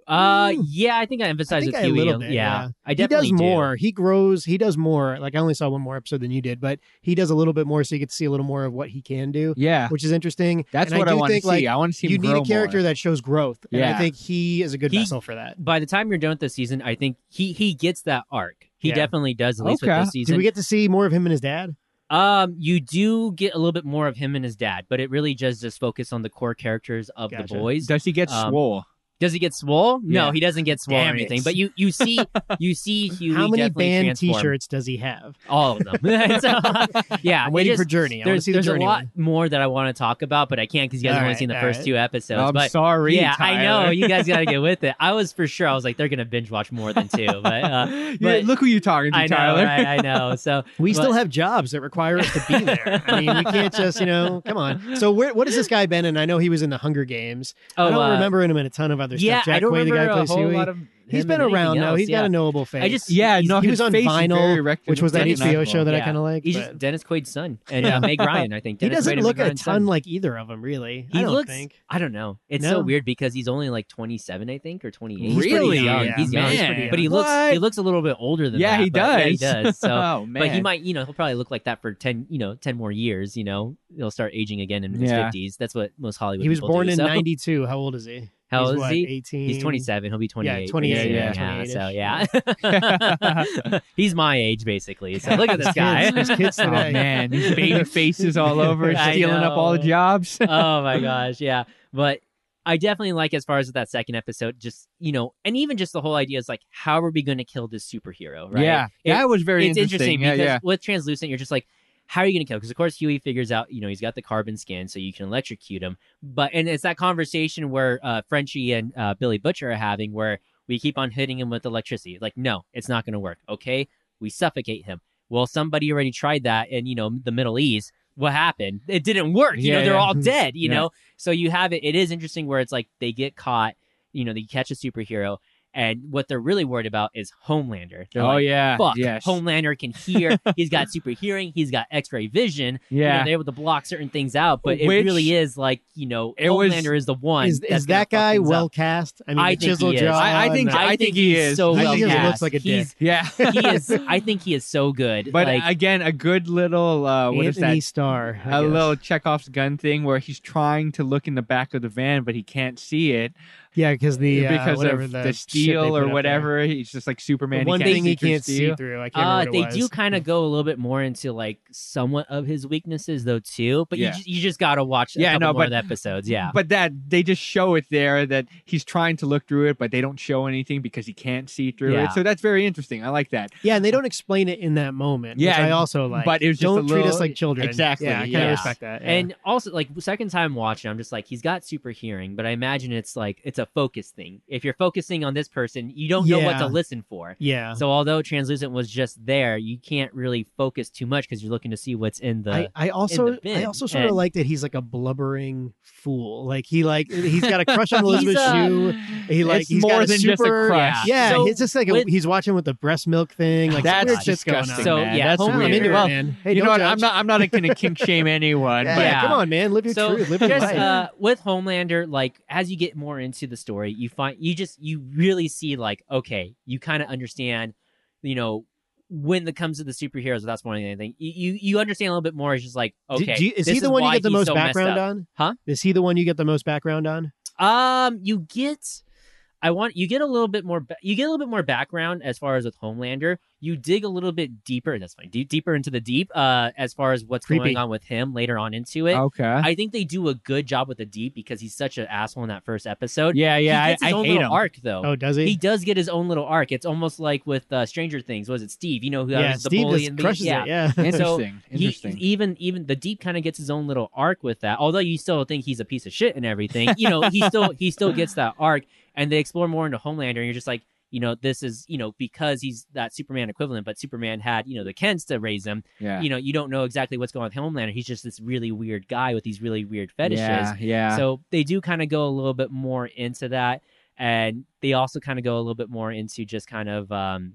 Speaker 1: Uh, yeah, I think I emphasized
Speaker 3: think
Speaker 1: with
Speaker 3: I a
Speaker 1: Huey.
Speaker 3: little bit,
Speaker 1: yeah.
Speaker 3: yeah.
Speaker 1: I definitely
Speaker 3: he does more. He grows. He does more. Like I only saw one more episode than you did, but he does a little bit more, so you get to see a little more of what he can do,
Speaker 2: Yeah.
Speaker 3: which is interesting.
Speaker 2: That's
Speaker 3: And
Speaker 2: what I,
Speaker 3: do
Speaker 2: want to
Speaker 3: think,
Speaker 2: see.
Speaker 3: Like,
Speaker 2: I want to see him
Speaker 3: you need
Speaker 2: grow
Speaker 3: a character
Speaker 2: more.
Speaker 3: that shows growth, and I
Speaker 2: Yeah.
Speaker 3: think he is a good
Speaker 1: He-
Speaker 3: vessel for that.
Speaker 1: By the time you're done with this season, I think he he gets that arc. He
Speaker 3: Yeah.
Speaker 1: definitely does at least
Speaker 2: Okay.
Speaker 1: with this
Speaker 3: Did
Speaker 1: season.
Speaker 3: we get to see more of him and his dad?
Speaker 1: um, you do get a little bit more of him and his dad, but it really just just focus on the core characters of
Speaker 3: Gotcha.
Speaker 1: the boys.
Speaker 2: Does he get
Speaker 1: um,
Speaker 2: swole?
Speaker 1: Does he get swole? No,
Speaker 2: Yeah.
Speaker 1: he doesn't get swole
Speaker 2: Damn
Speaker 1: or
Speaker 2: it.
Speaker 1: anything. But you you see you see Huey
Speaker 3: How many
Speaker 1: definitely
Speaker 3: band
Speaker 1: transform
Speaker 3: T-shirts does he have?
Speaker 1: all of them. So, yeah,
Speaker 3: I'm
Speaker 1: it
Speaker 3: waiting for
Speaker 1: just-
Speaker 3: Journey. I want to
Speaker 1: There's,
Speaker 3: see the
Speaker 1: there's a
Speaker 3: Journey.
Speaker 1: lot
Speaker 3: one.
Speaker 1: more that I want to talk about, but I can't because you guys
Speaker 3: All
Speaker 1: have only
Speaker 3: right,
Speaker 1: seen the
Speaker 3: all
Speaker 1: first
Speaker 3: right.
Speaker 1: two episodes.
Speaker 2: I'm
Speaker 1: but
Speaker 2: sorry.
Speaker 1: yeah, I
Speaker 2: Tyler.
Speaker 1: know you guys got to get with it. I was for sure. I was like, they're gonna binge watch more than two, but uh,
Speaker 2: Yeah,
Speaker 1: but-
Speaker 2: look who you're talking to,
Speaker 1: I know,
Speaker 2: Tyler.
Speaker 1: right? I know. So
Speaker 3: We
Speaker 1: but-
Speaker 3: still have jobs that require us to be there. I mean, we can't just, you know, come on. So, where, what has this guy been? And I know he was in the Hunger Games.
Speaker 1: oh,
Speaker 3: I don't
Speaker 1: uh,
Speaker 3: remember him in a ton of other
Speaker 1: Yeah,
Speaker 3: stuff. Jack
Speaker 1: I don't
Speaker 3: Quaid, the
Speaker 1: remember
Speaker 3: guy who
Speaker 1: a
Speaker 3: plays
Speaker 1: whole
Speaker 3: Huey.
Speaker 1: lot of.
Speaker 3: He's
Speaker 1: him
Speaker 3: been
Speaker 1: and anything
Speaker 3: around now.
Speaker 1: Else.
Speaker 3: He's
Speaker 1: yeah.
Speaker 3: got a knowable face.
Speaker 1: I just
Speaker 2: Yeah,
Speaker 1: he's-
Speaker 2: no,
Speaker 1: he
Speaker 3: he
Speaker 2: his
Speaker 3: was on
Speaker 2: face is
Speaker 3: Vinyl,
Speaker 2: very erect in
Speaker 3: which
Speaker 2: the
Speaker 3: was that
Speaker 2: face.
Speaker 3: HBO show that I
Speaker 1: Yeah.
Speaker 3: kind of like.
Speaker 1: He's
Speaker 3: but-
Speaker 1: just Dennis Quaid's son and uh, Meg Ryan. I think
Speaker 3: he
Speaker 1: Dennis Quaid
Speaker 3: doesn't
Speaker 1: and
Speaker 3: look
Speaker 1: Meg
Speaker 3: a ton
Speaker 1: Ryan's son.
Speaker 3: like either of them, really.
Speaker 1: He
Speaker 3: I don't
Speaker 1: looks.
Speaker 3: think.
Speaker 1: I don't know. It's
Speaker 3: No.
Speaker 1: so weird because he's only like 27, I think, or 28.
Speaker 2: He's pretty Really?
Speaker 1: young.
Speaker 2: Yeah,
Speaker 1: he's young.
Speaker 2: man.
Speaker 1: He's pretty young. But he looks.
Speaker 2: What?
Speaker 1: He looks a little bit older than
Speaker 2: Yeah,
Speaker 1: that.
Speaker 2: he
Speaker 1: but Yeah, he
Speaker 2: does.
Speaker 1: does. So.
Speaker 2: oh man.
Speaker 1: But he might, you know, he'll probably look like that for ten, you know, ten more years. You know, he'll start aging again in his
Speaker 2: Yeah.
Speaker 1: fifties. That's what most Hollywood.
Speaker 3: He was
Speaker 1: people
Speaker 3: born
Speaker 1: do.
Speaker 3: in
Speaker 1: So-
Speaker 3: '92. How old is he?
Speaker 1: How
Speaker 3: He's
Speaker 1: old is
Speaker 3: what,
Speaker 1: he?
Speaker 3: 18.
Speaker 1: He's 27. He'll be 28.
Speaker 3: 28,
Speaker 1: yeah,
Speaker 3: yeah,
Speaker 1: So
Speaker 2: 28-ish.
Speaker 1: yeah, he's my age basically. So look at this guy.
Speaker 3: Kids, kids
Speaker 2: Oh
Speaker 3: today.
Speaker 2: man, these baby faces all over,
Speaker 1: I
Speaker 2: stealing up all the
Speaker 1: know.
Speaker 2: jobs.
Speaker 1: oh my gosh, yeah. But I definitely like as far as that second episode, just you know, and even just the whole idea is like, how are we going to kill this superhero? Right?
Speaker 2: Yeah,
Speaker 1: It-
Speaker 2: that was very
Speaker 1: it's interesting,
Speaker 2: Yeah,
Speaker 1: because
Speaker 2: yeah.
Speaker 1: with translucent, you're just like, how are you going to kill? Because of course Huey figures out, you know, he's got the carbon skin, so you can electrocute him. But and it's that conversation where uh, Frenchie and uh, Billy Butcher are having, where we keep on hitting him with electricity. Like, no, it's not going to work. Okay, we suffocate him. Well, somebody already tried that, and you know, the Middle East. What happened? It didn't work. You
Speaker 2: Yeah,
Speaker 1: know, they're
Speaker 2: yeah.
Speaker 1: all dead. You
Speaker 2: Yeah.
Speaker 1: know, so you have it. It is interesting where it's like they get caught. You know, they catch a superhero, And what they're really worried about is Homelander. They're
Speaker 2: oh
Speaker 1: like,
Speaker 2: yeah,
Speaker 1: Fuck,
Speaker 2: yes,
Speaker 1: Homelander can hear. He's got super hearing. He's got X-ray vision. You know,
Speaker 2: yeah.
Speaker 1: they're able to block certain things out, but it
Speaker 2: Which-
Speaker 1: really is like you know,
Speaker 2: It was-
Speaker 1: Homelander is the one.
Speaker 3: Is,
Speaker 1: that's
Speaker 3: is
Speaker 1: gonna
Speaker 3: that
Speaker 1: fuck
Speaker 3: guy
Speaker 1: things
Speaker 3: well
Speaker 1: up.
Speaker 3: cast? I mean,
Speaker 1: I
Speaker 3: the
Speaker 1: think he
Speaker 3: chiseled
Speaker 1: is.
Speaker 3: jaw.
Speaker 2: I, I think
Speaker 3: and-
Speaker 1: I
Speaker 2: I think,
Speaker 1: think
Speaker 2: he
Speaker 1: he's
Speaker 2: is.
Speaker 1: so
Speaker 2: I
Speaker 1: well
Speaker 2: think he is.
Speaker 1: cast.
Speaker 3: looks like a
Speaker 1: He's-
Speaker 2: Yeah,
Speaker 1: he is. I think he is so good.
Speaker 2: but
Speaker 1: like,
Speaker 2: again, a good little uh, what is
Speaker 3: Anthony
Speaker 2: that?
Speaker 3: Starr. I
Speaker 2: A
Speaker 3: guess.
Speaker 2: little Chekhov's gun thing where he's trying to look in the back of the van, but he can't see it
Speaker 3: yeah, because the uh,
Speaker 2: because
Speaker 3: whatever
Speaker 2: of
Speaker 3: the,
Speaker 2: the,
Speaker 3: shit they
Speaker 2: steel
Speaker 3: put up
Speaker 2: or
Speaker 3: there.
Speaker 2: whatever. He's just like
Speaker 3: The
Speaker 2: Superman.
Speaker 3: one
Speaker 2: he can't
Speaker 3: thing
Speaker 2: see
Speaker 3: he
Speaker 2: through
Speaker 3: can't see
Speaker 2: steel.
Speaker 3: through. I can't
Speaker 1: uh,
Speaker 3: remember
Speaker 1: they
Speaker 3: what it
Speaker 1: do
Speaker 3: was.
Speaker 1: kind of go a little bit more into like somewhat of his weaknesses though too. But
Speaker 2: Yeah.
Speaker 1: you, ju- you just gotta watch a
Speaker 2: Yeah,
Speaker 1: couple
Speaker 2: no,
Speaker 1: more
Speaker 2: but-
Speaker 1: of the episodes. Yeah,
Speaker 2: But that they just show it there that he's trying to look through it, but they don't show anything because he can't see through
Speaker 1: Yeah.
Speaker 2: it. So that's very interesting. I like that.
Speaker 3: Yeah, and they don't explain it in that moment. which
Speaker 2: Yeah,
Speaker 3: I also like.
Speaker 2: but it was just
Speaker 3: don't
Speaker 2: a
Speaker 3: treat us
Speaker 2: little-
Speaker 3: like children.
Speaker 2: Exactly,
Speaker 3: Yeah, I kind of
Speaker 2: yeah.
Speaker 3: respect that. yeah.
Speaker 1: And also, like second time watching, I'm just like, he's got super hearing, but I imagine it's like it's a focus thing. If you're focusing on this person, you don't know what
Speaker 3: Yeah.
Speaker 1: to listen for.
Speaker 3: yeah,
Speaker 1: So although translucent was just there, you can't really focus too much because you're looking to see what's in the.
Speaker 3: I, I also I
Speaker 1: bin,
Speaker 3: also sort of
Speaker 1: and-
Speaker 3: like that he's like a blubbering fool. Like he like he's got a crush on Elizabeth
Speaker 1: a-
Speaker 3: Shue. He like
Speaker 2: It's
Speaker 3: he's got
Speaker 2: more
Speaker 3: a
Speaker 2: than just a
Speaker 3: super,
Speaker 2: crush.
Speaker 3: Yeah,
Speaker 1: So
Speaker 3: it's just like a,
Speaker 1: with-
Speaker 3: he's watching with the breast milk thing. Like
Speaker 2: That's
Speaker 3: weird shit's going on.
Speaker 2: disgusting,
Speaker 1: So
Speaker 2: man.
Speaker 1: yeah,
Speaker 2: That's
Speaker 3: I'm
Speaker 1: Homelander-
Speaker 2: weird.
Speaker 3: into it,
Speaker 1: well,
Speaker 3: man. Hey,
Speaker 2: you
Speaker 3: don't
Speaker 2: know what?
Speaker 3: judge.
Speaker 2: I'm not. I'm not gonna kink shame anyone.
Speaker 3: Yeah,
Speaker 2: but
Speaker 1: Yeah.
Speaker 3: come on, man. Live your
Speaker 1: so
Speaker 3: truth. Live your
Speaker 1: just
Speaker 3: life.
Speaker 1: uh, with Homelander, like as you get more into the story, you find you just you really see like okay, you kind of understand, you know, when it comes to the superheroes without spoiling anything, you you, you understand a little bit more. It's just like
Speaker 3: Do-
Speaker 1: okay,
Speaker 3: do you- is
Speaker 1: this
Speaker 3: he the one you
Speaker 1: why
Speaker 3: get the
Speaker 1: he's
Speaker 3: most
Speaker 1: so messed
Speaker 3: background
Speaker 1: up.
Speaker 3: on?
Speaker 1: Huh?
Speaker 3: Is he the one you get the most background on?
Speaker 1: Um, you get. I want you get a little bit more. ba- You get a little bit more background as far as with Homelander. You dig a little bit deeper. That's fine. Deep, deeper into the deep. Uh, as far as what's
Speaker 3: Creepy.
Speaker 1: going on with him later on into it.
Speaker 2: Okay.
Speaker 1: I think they do a good job with the deep because he's such an asshole in that first episode.
Speaker 2: Yeah, yeah.
Speaker 1: he gets
Speaker 2: I,
Speaker 1: his
Speaker 2: I
Speaker 1: own
Speaker 2: hate
Speaker 1: little
Speaker 2: him.
Speaker 1: arc though.
Speaker 3: Oh, does he?
Speaker 1: He does get his own little arc. It's almost like with uh, Stranger Things. Was it Steve? You know who
Speaker 3: yeah,
Speaker 1: was the
Speaker 3: Steve
Speaker 1: bully
Speaker 3: just
Speaker 1: and
Speaker 3: crushes
Speaker 1: the, yeah.
Speaker 3: it. Yeah.
Speaker 2: Interesting.
Speaker 1: He-
Speaker 2: Interesting.
Speaker 1: even even the deep kind of gets his own little arc with that. Although you still think he's a piece of shit and everything, you know, he still he still gets that arc, and they explore more into Homelander, and you're just like, you know, this is you know because he's that Superman equivalent, but Superman had you know the Kents to raise him.
Speaker 2: yeah.
Speaker 1: You know, you don't know exactly what's going on with Homelander. He's just this really weird guy with these really weird fetishes.
Speaker 2: Yeah. Yeah.
Speaker 1: So they do kind of go a little bit more into that, and they also kind of go a little bit more into just kind of um,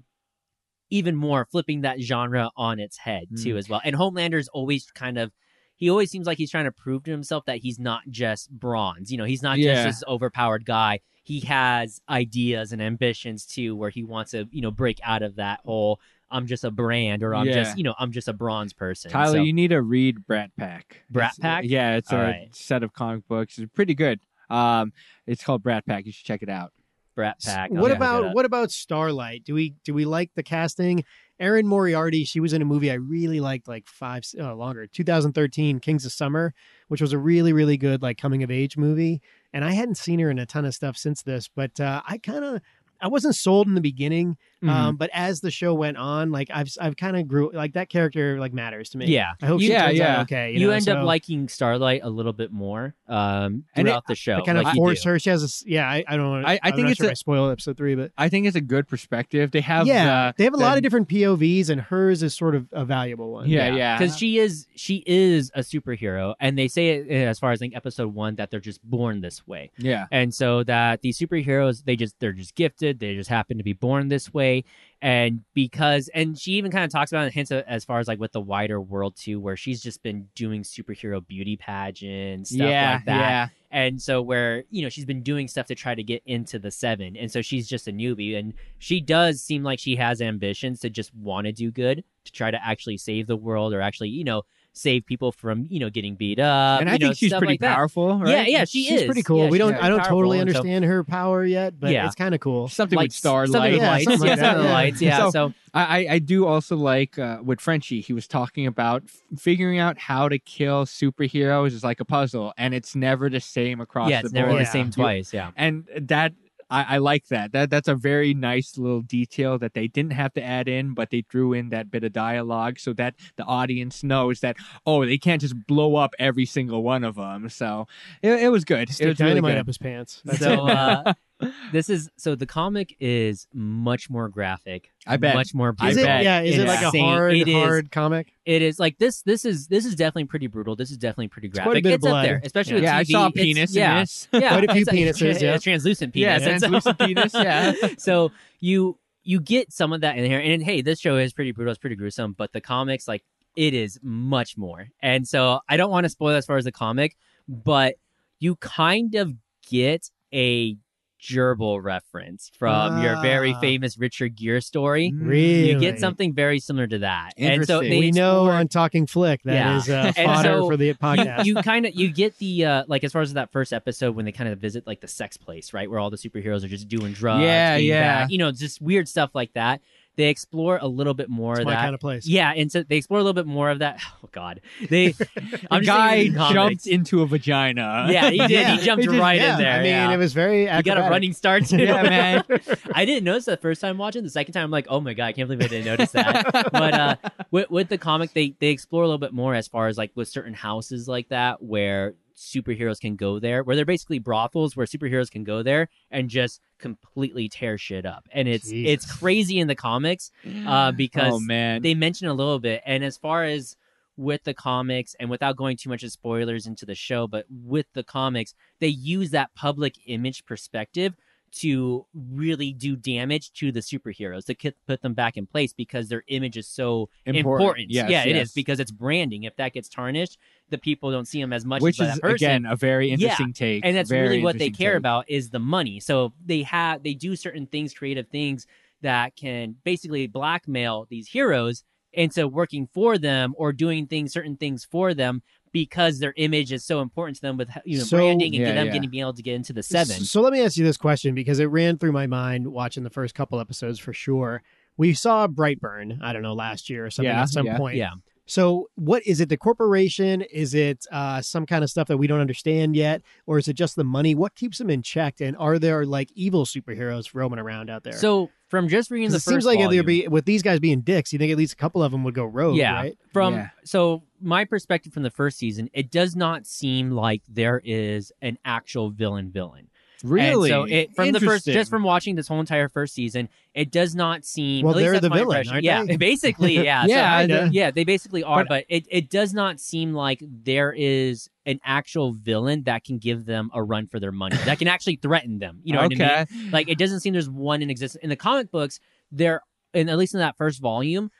Speaker 1: even more flipping that genre on its head too
Speaker 2: Mm.
Speaker 1: as well. And Homelander's always kind of. He always seems like he's trying to prove to himself that he's not just bronze. You know, he's not
Speaker 2: Yeah.
Speaker 1: just this overpowered guy. He has ideas and ambitions too, where he wants to, you know, break out of that whole "I'm just a brand" or "I'm
Speaker 2: Yeah.
Speaker 1: just, you know, I'm just a bronze person."
Speaker 2: Tyler,
Speaker 1: So-
Speaker 2: you need to read Brat Pack.
Speaker 1: Brat
Speaker 2: It's-
Speaker 1: Pack?
Speaker 2: Yeah, it's
Speaker 1: All
Speaker 2: a
Speaker 1: right.
Speaker 2: set of comic books. It's pretty good. Um, it's called Brat Pack. You should check it out.
Speaker 1: Brat Pack. I'll
Speaker 3: What
Speaker 1: look it
Speaker 3: about
Speaker 1: up.
Speaker 3: what about Starlight? Do we do we like the casting? Erin Moriarty, she was in a movie I really liked, like five uh, longer, 2013, Kings of Summer, which was a really really good like coming of age movie. And I hadn't seen her in a ton of stuff since this, but uh, I kind of I wasn't sold in the beginning.
Speaker 2: Mm-hmm.
Speaker 1: Mm-hmm.
Speaker 3: Um, but as the show went on, like I've I've kind of grew like that character like matters to me.
Speaker 1: Yeah.
Speaker 3: I hope she
Speaker 2: Yeah,
Speaker 3: turns out
Speaker 2: yeah.
Speaker 3: okay.
Speaker 1: you,
Speaker 3: You, know,
Speaker 1: end
Speaker 3: so
Speaker 1: up liking Starlight a little bit more um,
Speaker 2: And it-
Speaker 1: throughout the show.
Speaker 3: I kind of
Speaker 1: like you
Speaker 3: force
Speaker 1: do.
Speaker 3: her. She has a s- yeah. I, I don't. wanna-
Speaker 2: I- I
Speaker 3: I'm
Speaker 2: think
Speaker 3: not
Speaker 2: it's
Speaker 3: sure
Speaker 2: a-
Speaker 3: if I spoil episode three, but
Speaker 2: I think it's a good perspective. They have
Speaker 3: yeah,
Speaker 2: the-
Speaker 3: they have a
Speaker 2: the-
Speaker 3: lot of different POVs, and hers is sort of a valuable one.
Speaker 2: Yeah, yeah.
Speaker 1: because she is she is a superhero, and they say it eh, as far as like episode one that they're just born this way,
Speaker 2: yeah.
Speaker 1: and so that these superheroes they just they're just gifted, they just happen to be born this way, and because and she even kind of talks about it hints at- as far as like with the wider world too, where she's just been doing superhero beauty pageants, stuff
Speaker 2: yeah,
Speaker 1: like that,
Speaker 2: yeah.
Speaker 1: and so where you know she's been doing stuff to try to get into the seven and so she's just a newbie and she does seem like she has ambitions to just want to do good to try to actually save the world or actually you know save people from you know getting beat up
Speaker 2: and I
Speaker 1: you know,
Speaker 2: think she's
Speaker 1: stuff
Speaker 2: pretty
Speaker 1: like that.
Speaker 2: powerful, right?
Speaker 1: yeah yeah she
Speaker 3: she's
Speaker 1: is
Speaker 3: pretty cool.
Speaker 1: Yeah,
Speaker 3: we
Speaker 1: she's
Speaker 3: don't.
Speaker 1: pretty
Speaker 3: I don't
Speaker 1: powerful,
Speaker 3: totally
Speaker 1: and so-
Speaker 3: understand her power yet, but
Speaker 1: Yeah.
Speaker 3: it's kind of cool.
Speaker 2: Something with
Speaker 1: Lights-
Speaker 2: Starlight.
Speaker 1: something with
Speaker 3: Yeah,
Speaker 1: lights,
Speaker 3: something like
Speaker 1: yeah, something with
Speaker 3: that.
Speaker 1: lights, yeah.
Speaker 2: So-
Speaker 1: so
Speaker 2: I, I- I do also like uh, with Frenchie, he was talking about f- figuring out how to kill superheroes is like a puzzle, and it's never the same across
Speaker 1: yeah,
Speaker 2: the
Speaker 1: it's never
Speaker 2: board.
Speaker 1: the same twice. Yeah,
Speaker 2: And that I, I like that. That that's a very nice little detail that they didn't have to add in, but they drew in that bit of dialogue so that the audience knows that oh, they can't just blow up every single one of them. So it, it was good.
Speaker 3: Stick
Speaker 2: it was really
Speaker 3: dynamite
Speaker 2: good.
Speaker 3: up his pants. That's
Speaker 1: so
Speaker 3: it.
Speaker 1: uh, This is so the comic is much more graphic.
Speaker 2: I bet.
Speaker 1: Much more
Speaker 2: I
Speaker 3: Is
Speaker 1: brutal.
Speaker 3: it?
Speaker 2: bet
Speaker 3: Yeah. Is it like a
Speaker 1: Insane.
Speaker 3: hard,
Speaker 1: It is-
Speaker 3: hard comic?
Speaker 1: It is like this. This is this is definitely pretty brutal. This is definitely pretty
Speaker 3: quite
Speaker 1: graphic.
Speaker 3: a bit of
Speaker 1: it's up
Speaker 3: blood.
Speaker 1: there, especially with
Speaker 2: yeah, I
Speaker 1: TV.
Speaker 2: saw a
Speaker 1: It's-
Speaker 2: penis
Speaker 1: yeah,
Speaker 2: in this.
Speaker 1: yeah,
Speaker 3: Quite a few
Speaker 1: it's like-
Speaker 3: penises, yeah.
Speaker 1: a translucent penis.
Speaker 2: Yeah,
Speaker 1: And so-
Speaker 2: translucent penis, yeah.
Speaker 1: so you you get some of that in here, and hey, this show is pretty brutal. It's pretty gruesome, but the comics like it is much more. And so I don't want to spoil as far as the comic, but you kind of get a gerbil reference from your very
Speaker 3: Ah.
Speaker 1: famous Richard Gere story.
Speaker 2: Mm.
Speaker 3: Really?
Speaker 1: You get something very similar to that, and so
Speaker 2: Interesting.
Speaker 1: they
Speaker 3: We know
Speaker 1: explore-
Speaker 3: on Talking Flick that
Speaker 1: Yeah.
Speaker 3: is uh,
Speaker 1: And
Speaker 3: fodder
Speaker 1: so
Speaker 3: for the podcast.
Speaker 1: you, you kind of you get the uh, like as far as that first episode when they kind of visit like the sex place, right, where all the superheroes are just doing drugs,
Speaker 2: Yeah,
Speaker 1: being
Speaker 2: yeah.
Speaker 1: bad, you know, just weird stuff like that. They explore a little bit more
Speaker 3: it's
Speaker 1: of
Speaker 3: my
Speaker 1: that.
Speaker 3: kind of place.
Speaker 1: yeah, and so they explore a little bit more of that. Oh God, they
Speaker 2: A
Speaker 1: I'm just
Speaker 2: guy
Speaker 1: thinking comics.
Speaker 2: jumped into a vagina.
Speaker 1: Yeah, he did.
Speaker 3: Yeah,
Speaker 1: he jumped
Speaker 2: he just-
Speaker 1: right
Speaker 3: Yeah,
Speaker 1: in there.
Speaker 3: I mean,
Speaker 1: yeah.
Speaker 3: it was very.
Speaker 1: he got a
Speaker 3: acrobatic.
Speaker 1: running start too.
Speaker 2: Yeah, man.
Speaker 1: I didn't notice that first time watching. The second time, I'm like, oh my god, I can't believe I didn't notice that. but uh, with, with the comic, they they explore a little bit more as far as like with certain houses like that where superheroes can go there, where they're basically brothels where superheroes can go there and just completely tear shit up. And it's it's
Speaker 3: Jesus.
Speaker 1: crazy in the comics uh, because
Speaker 2: oh man.
Speaker 1: they mention a little bit. And as far as with the comics, and without going too much of spoilers into the show, but with the comics, they use that public image perspective to really do damage to the superheroes to ki- put them back in place because their image is so important.
Speaker 2: Yes,
Speaker 1: yeah, it
Speaker 2: yes.
Speaker 1: is because it's branding. If that gets tarnished, the people don't see them as much
Speaker 2: Which
Speaker 1: as
Speaker 2: is
Speaker 1: that person
Speaker 2: again a very
Speaker 1: Yeah,
Speaker 2: interesting take,
Speaker 1: and that's
Speaker 2: very
Speaker 1: really what they
Speaker 2: interesting
Speaker 1: care
Speaker 2: take.
Speaker 1: about is the money so they have they do certain things creative things that can basically blackmail these heroes into working for them or doing things certain things for them because their image is so important to them with you know
Speaker 3: So-
Speaker 1: branding and
Speaker 2: Yeah,
Speaker 1: them
Speaker 2: yeah.
Speaker 1: getting being able to get into the seven
Speaker 3: So let me ask you this question because it ran through my mind watching the first couple episodes for sure. We saw Brightburn, I don't know, last year or something
Speaker 2: Yeah,
Speaker 3: at some
Speaker 2: yeah,
Speaker 3: point.
Speaker 1: yeah
Speaker 3: So what is it? The corporation? Is it uh, some kind of stuff that we don't understand yet, or is it just the money? What keeps them in check? And are there like evil superheroes roaming around out there?
Speaker 1: so from just reading
Speaker 3: 'Cause
Speaker 1: the
Speaker 3: it
Speaker 1: first
Speaker 3: seems like
Speaker 1: volume,
Speaker 3: there'd be with these guys being dicks. You think at least a couple of them would go rogue,
Speaker 1: Yeah.
Speaker 3: right?
Speaker 1: from
Speaker 2: Yeah.
Speaker 1: so my perspective from the first season it does not seem like there is an actual villain villain
Speaker 2: Really?
Speaker 1: And so it from the first,
Speaker 2: Interesting.
Speaker 1: just from watching this whole entire first season, it does not seem.
Speaker 3: Well,
Speaker 1: at least
Speaker 3: they're
Speaker 1: that's
Speaker 3: the
Speaker 1: my
Speaker 3: villain,
Speaker 1: impression.
Speaker 3: aren't
Speaker 1: yeah,
Speaker 3: they?
Speaker 1: basically, yeah, So
Speaker 2: Yeah,
Speaker 1: I-
Speaker 2: kinda.
Speaker 1: yeah. They basically are, but,
Speaker 2: But-
Speaker 1: it it does not seem like there is an actual villain that can give them a run for their money that can actually threaten them. You know
Speaker 2: okay.
Speaker 1: what I mean? Like it doesn't seem there's one in existence in the comic books. There, and at least in that first volume,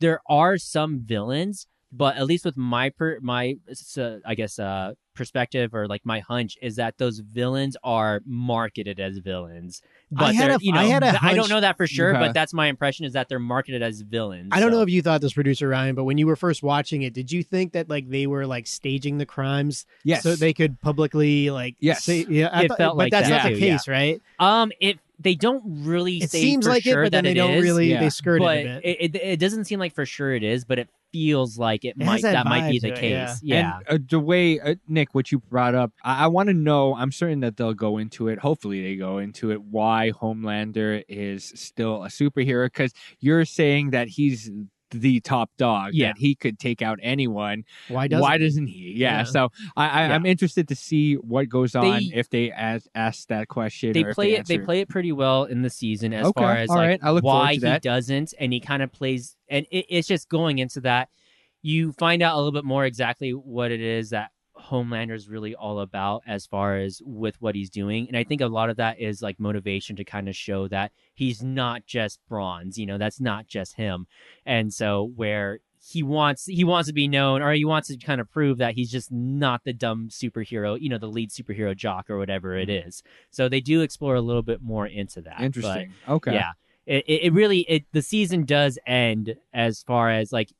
Speaker 1: there are some villains, but at least with my per, my s- uh, I guess uh perspective or like my hunch is that those villains are marketed as villains. But
Speaker 3: had
Speaker 1: they're-
Speaker 3: a-
Speaker 1: you know,
Speaker 3: I had a
Speaker 1: th- I
Speaker 3: hunch-
Speaker 1: don't know that for sure,
Speaker 2: Okay.
Speaker 1: but that's my impression is that they're marketed as villains.
Speaker 3: I don't
Speaker 1: so-
Speaker 3: know if you thought this, producer Ryan, but when you were first watching it, did you think that like they were like staging the crimes
Speaker 2: Yes.
Speaker 3: so they could publicly like
Speaker 2: Yes.
Speaker 3: say yeah I
Speaker 1: It
Speaker 3: thought-
Speaker 1: felt
Speaker 3: but
Speaker 1: like
Speaker 3: that's
Speaker 1: that
Speaker 3: not the
Speaker 1: too, yeah.
Speaker 3: case right
Speaker 1: um if they don't really
Speaker 3: it
Speaker 1: say
Speaker 3: seems
Speaker 1: for
Speaker 3: like
Speaker 1: sure
Speaker 3: it but then
Speaker 1: that
Speaker 3: they don't
Speaker 1: is,
Speaker 3: really
Speaker 2: yeah.
Speaker 3: they skirt
Speaker 1: but
Speaker 3: it a bit
Speaker 1: It, it it doesn't seem like for sure it is, but it feels like it,
Speaker 3: It has
Speaker 1: might
Speaker 3: that
Speaker 1: that, might be
Speaker 3: vibe
Speaker 1: the
Speaker 3: to it,
Speaker 1: case.
Speaker 3: yeah.
Speaker 1: yeah.
Speaker 2: And uh, the way uh, Nick, what you brought up, I, I want to know. I'm certain that they'll go into it. Hopefully, they go into it. Why Homelander is still a superhero? Because you're saying that he's the top dog.
Speaker 1: Yeah.
Speaker 2: That he could take out anyone.
Speaker 3: why does
Speaker 2: Why doesn't he? Yeah.
Speaker 3: Yeah.
Speaker 2: So I, I,
Speaker 1: Yeah.
Speaker 2: I'm interested to see what goes on
Speaker 1: They-
Speaker 2: if they ask, ask that question.
Speaker 1: they
Speaker 2: or if
Speaker 1: play it. They
Speaker 2: answer
Speaker 1: play it pretty well in the season as
Speaker 2: Okay,
Speaker 1: far as
Speaker 2: all
Speaker 1: like
Speaker 2: right, I look forward
Speaker 1: why
Speaker 2: to
Speaker 1: he
Speaker 2: that.
Speaker 1: doesn't, and he kind of plays, and it, it's just going into that. You find out a little bit more exactly what it is that Homelander is really all about as far as with what he's doing, and I think a lot of that is like motivation to kind of show that he's not just bronze. You know, that's not just him, and so where. He wants he wants to be known, or he wants to kind of prove that he's just not the dumb superhero, you know, the lead superhero jock or whatever it
Speaker 3: Mm-hmm.
Speaker 1: is. So they do explore a little bit more into that. but
Speaker 2: Interesting. okay.
Speaker 1: Yeah. It, it, it really it the season does end as far as like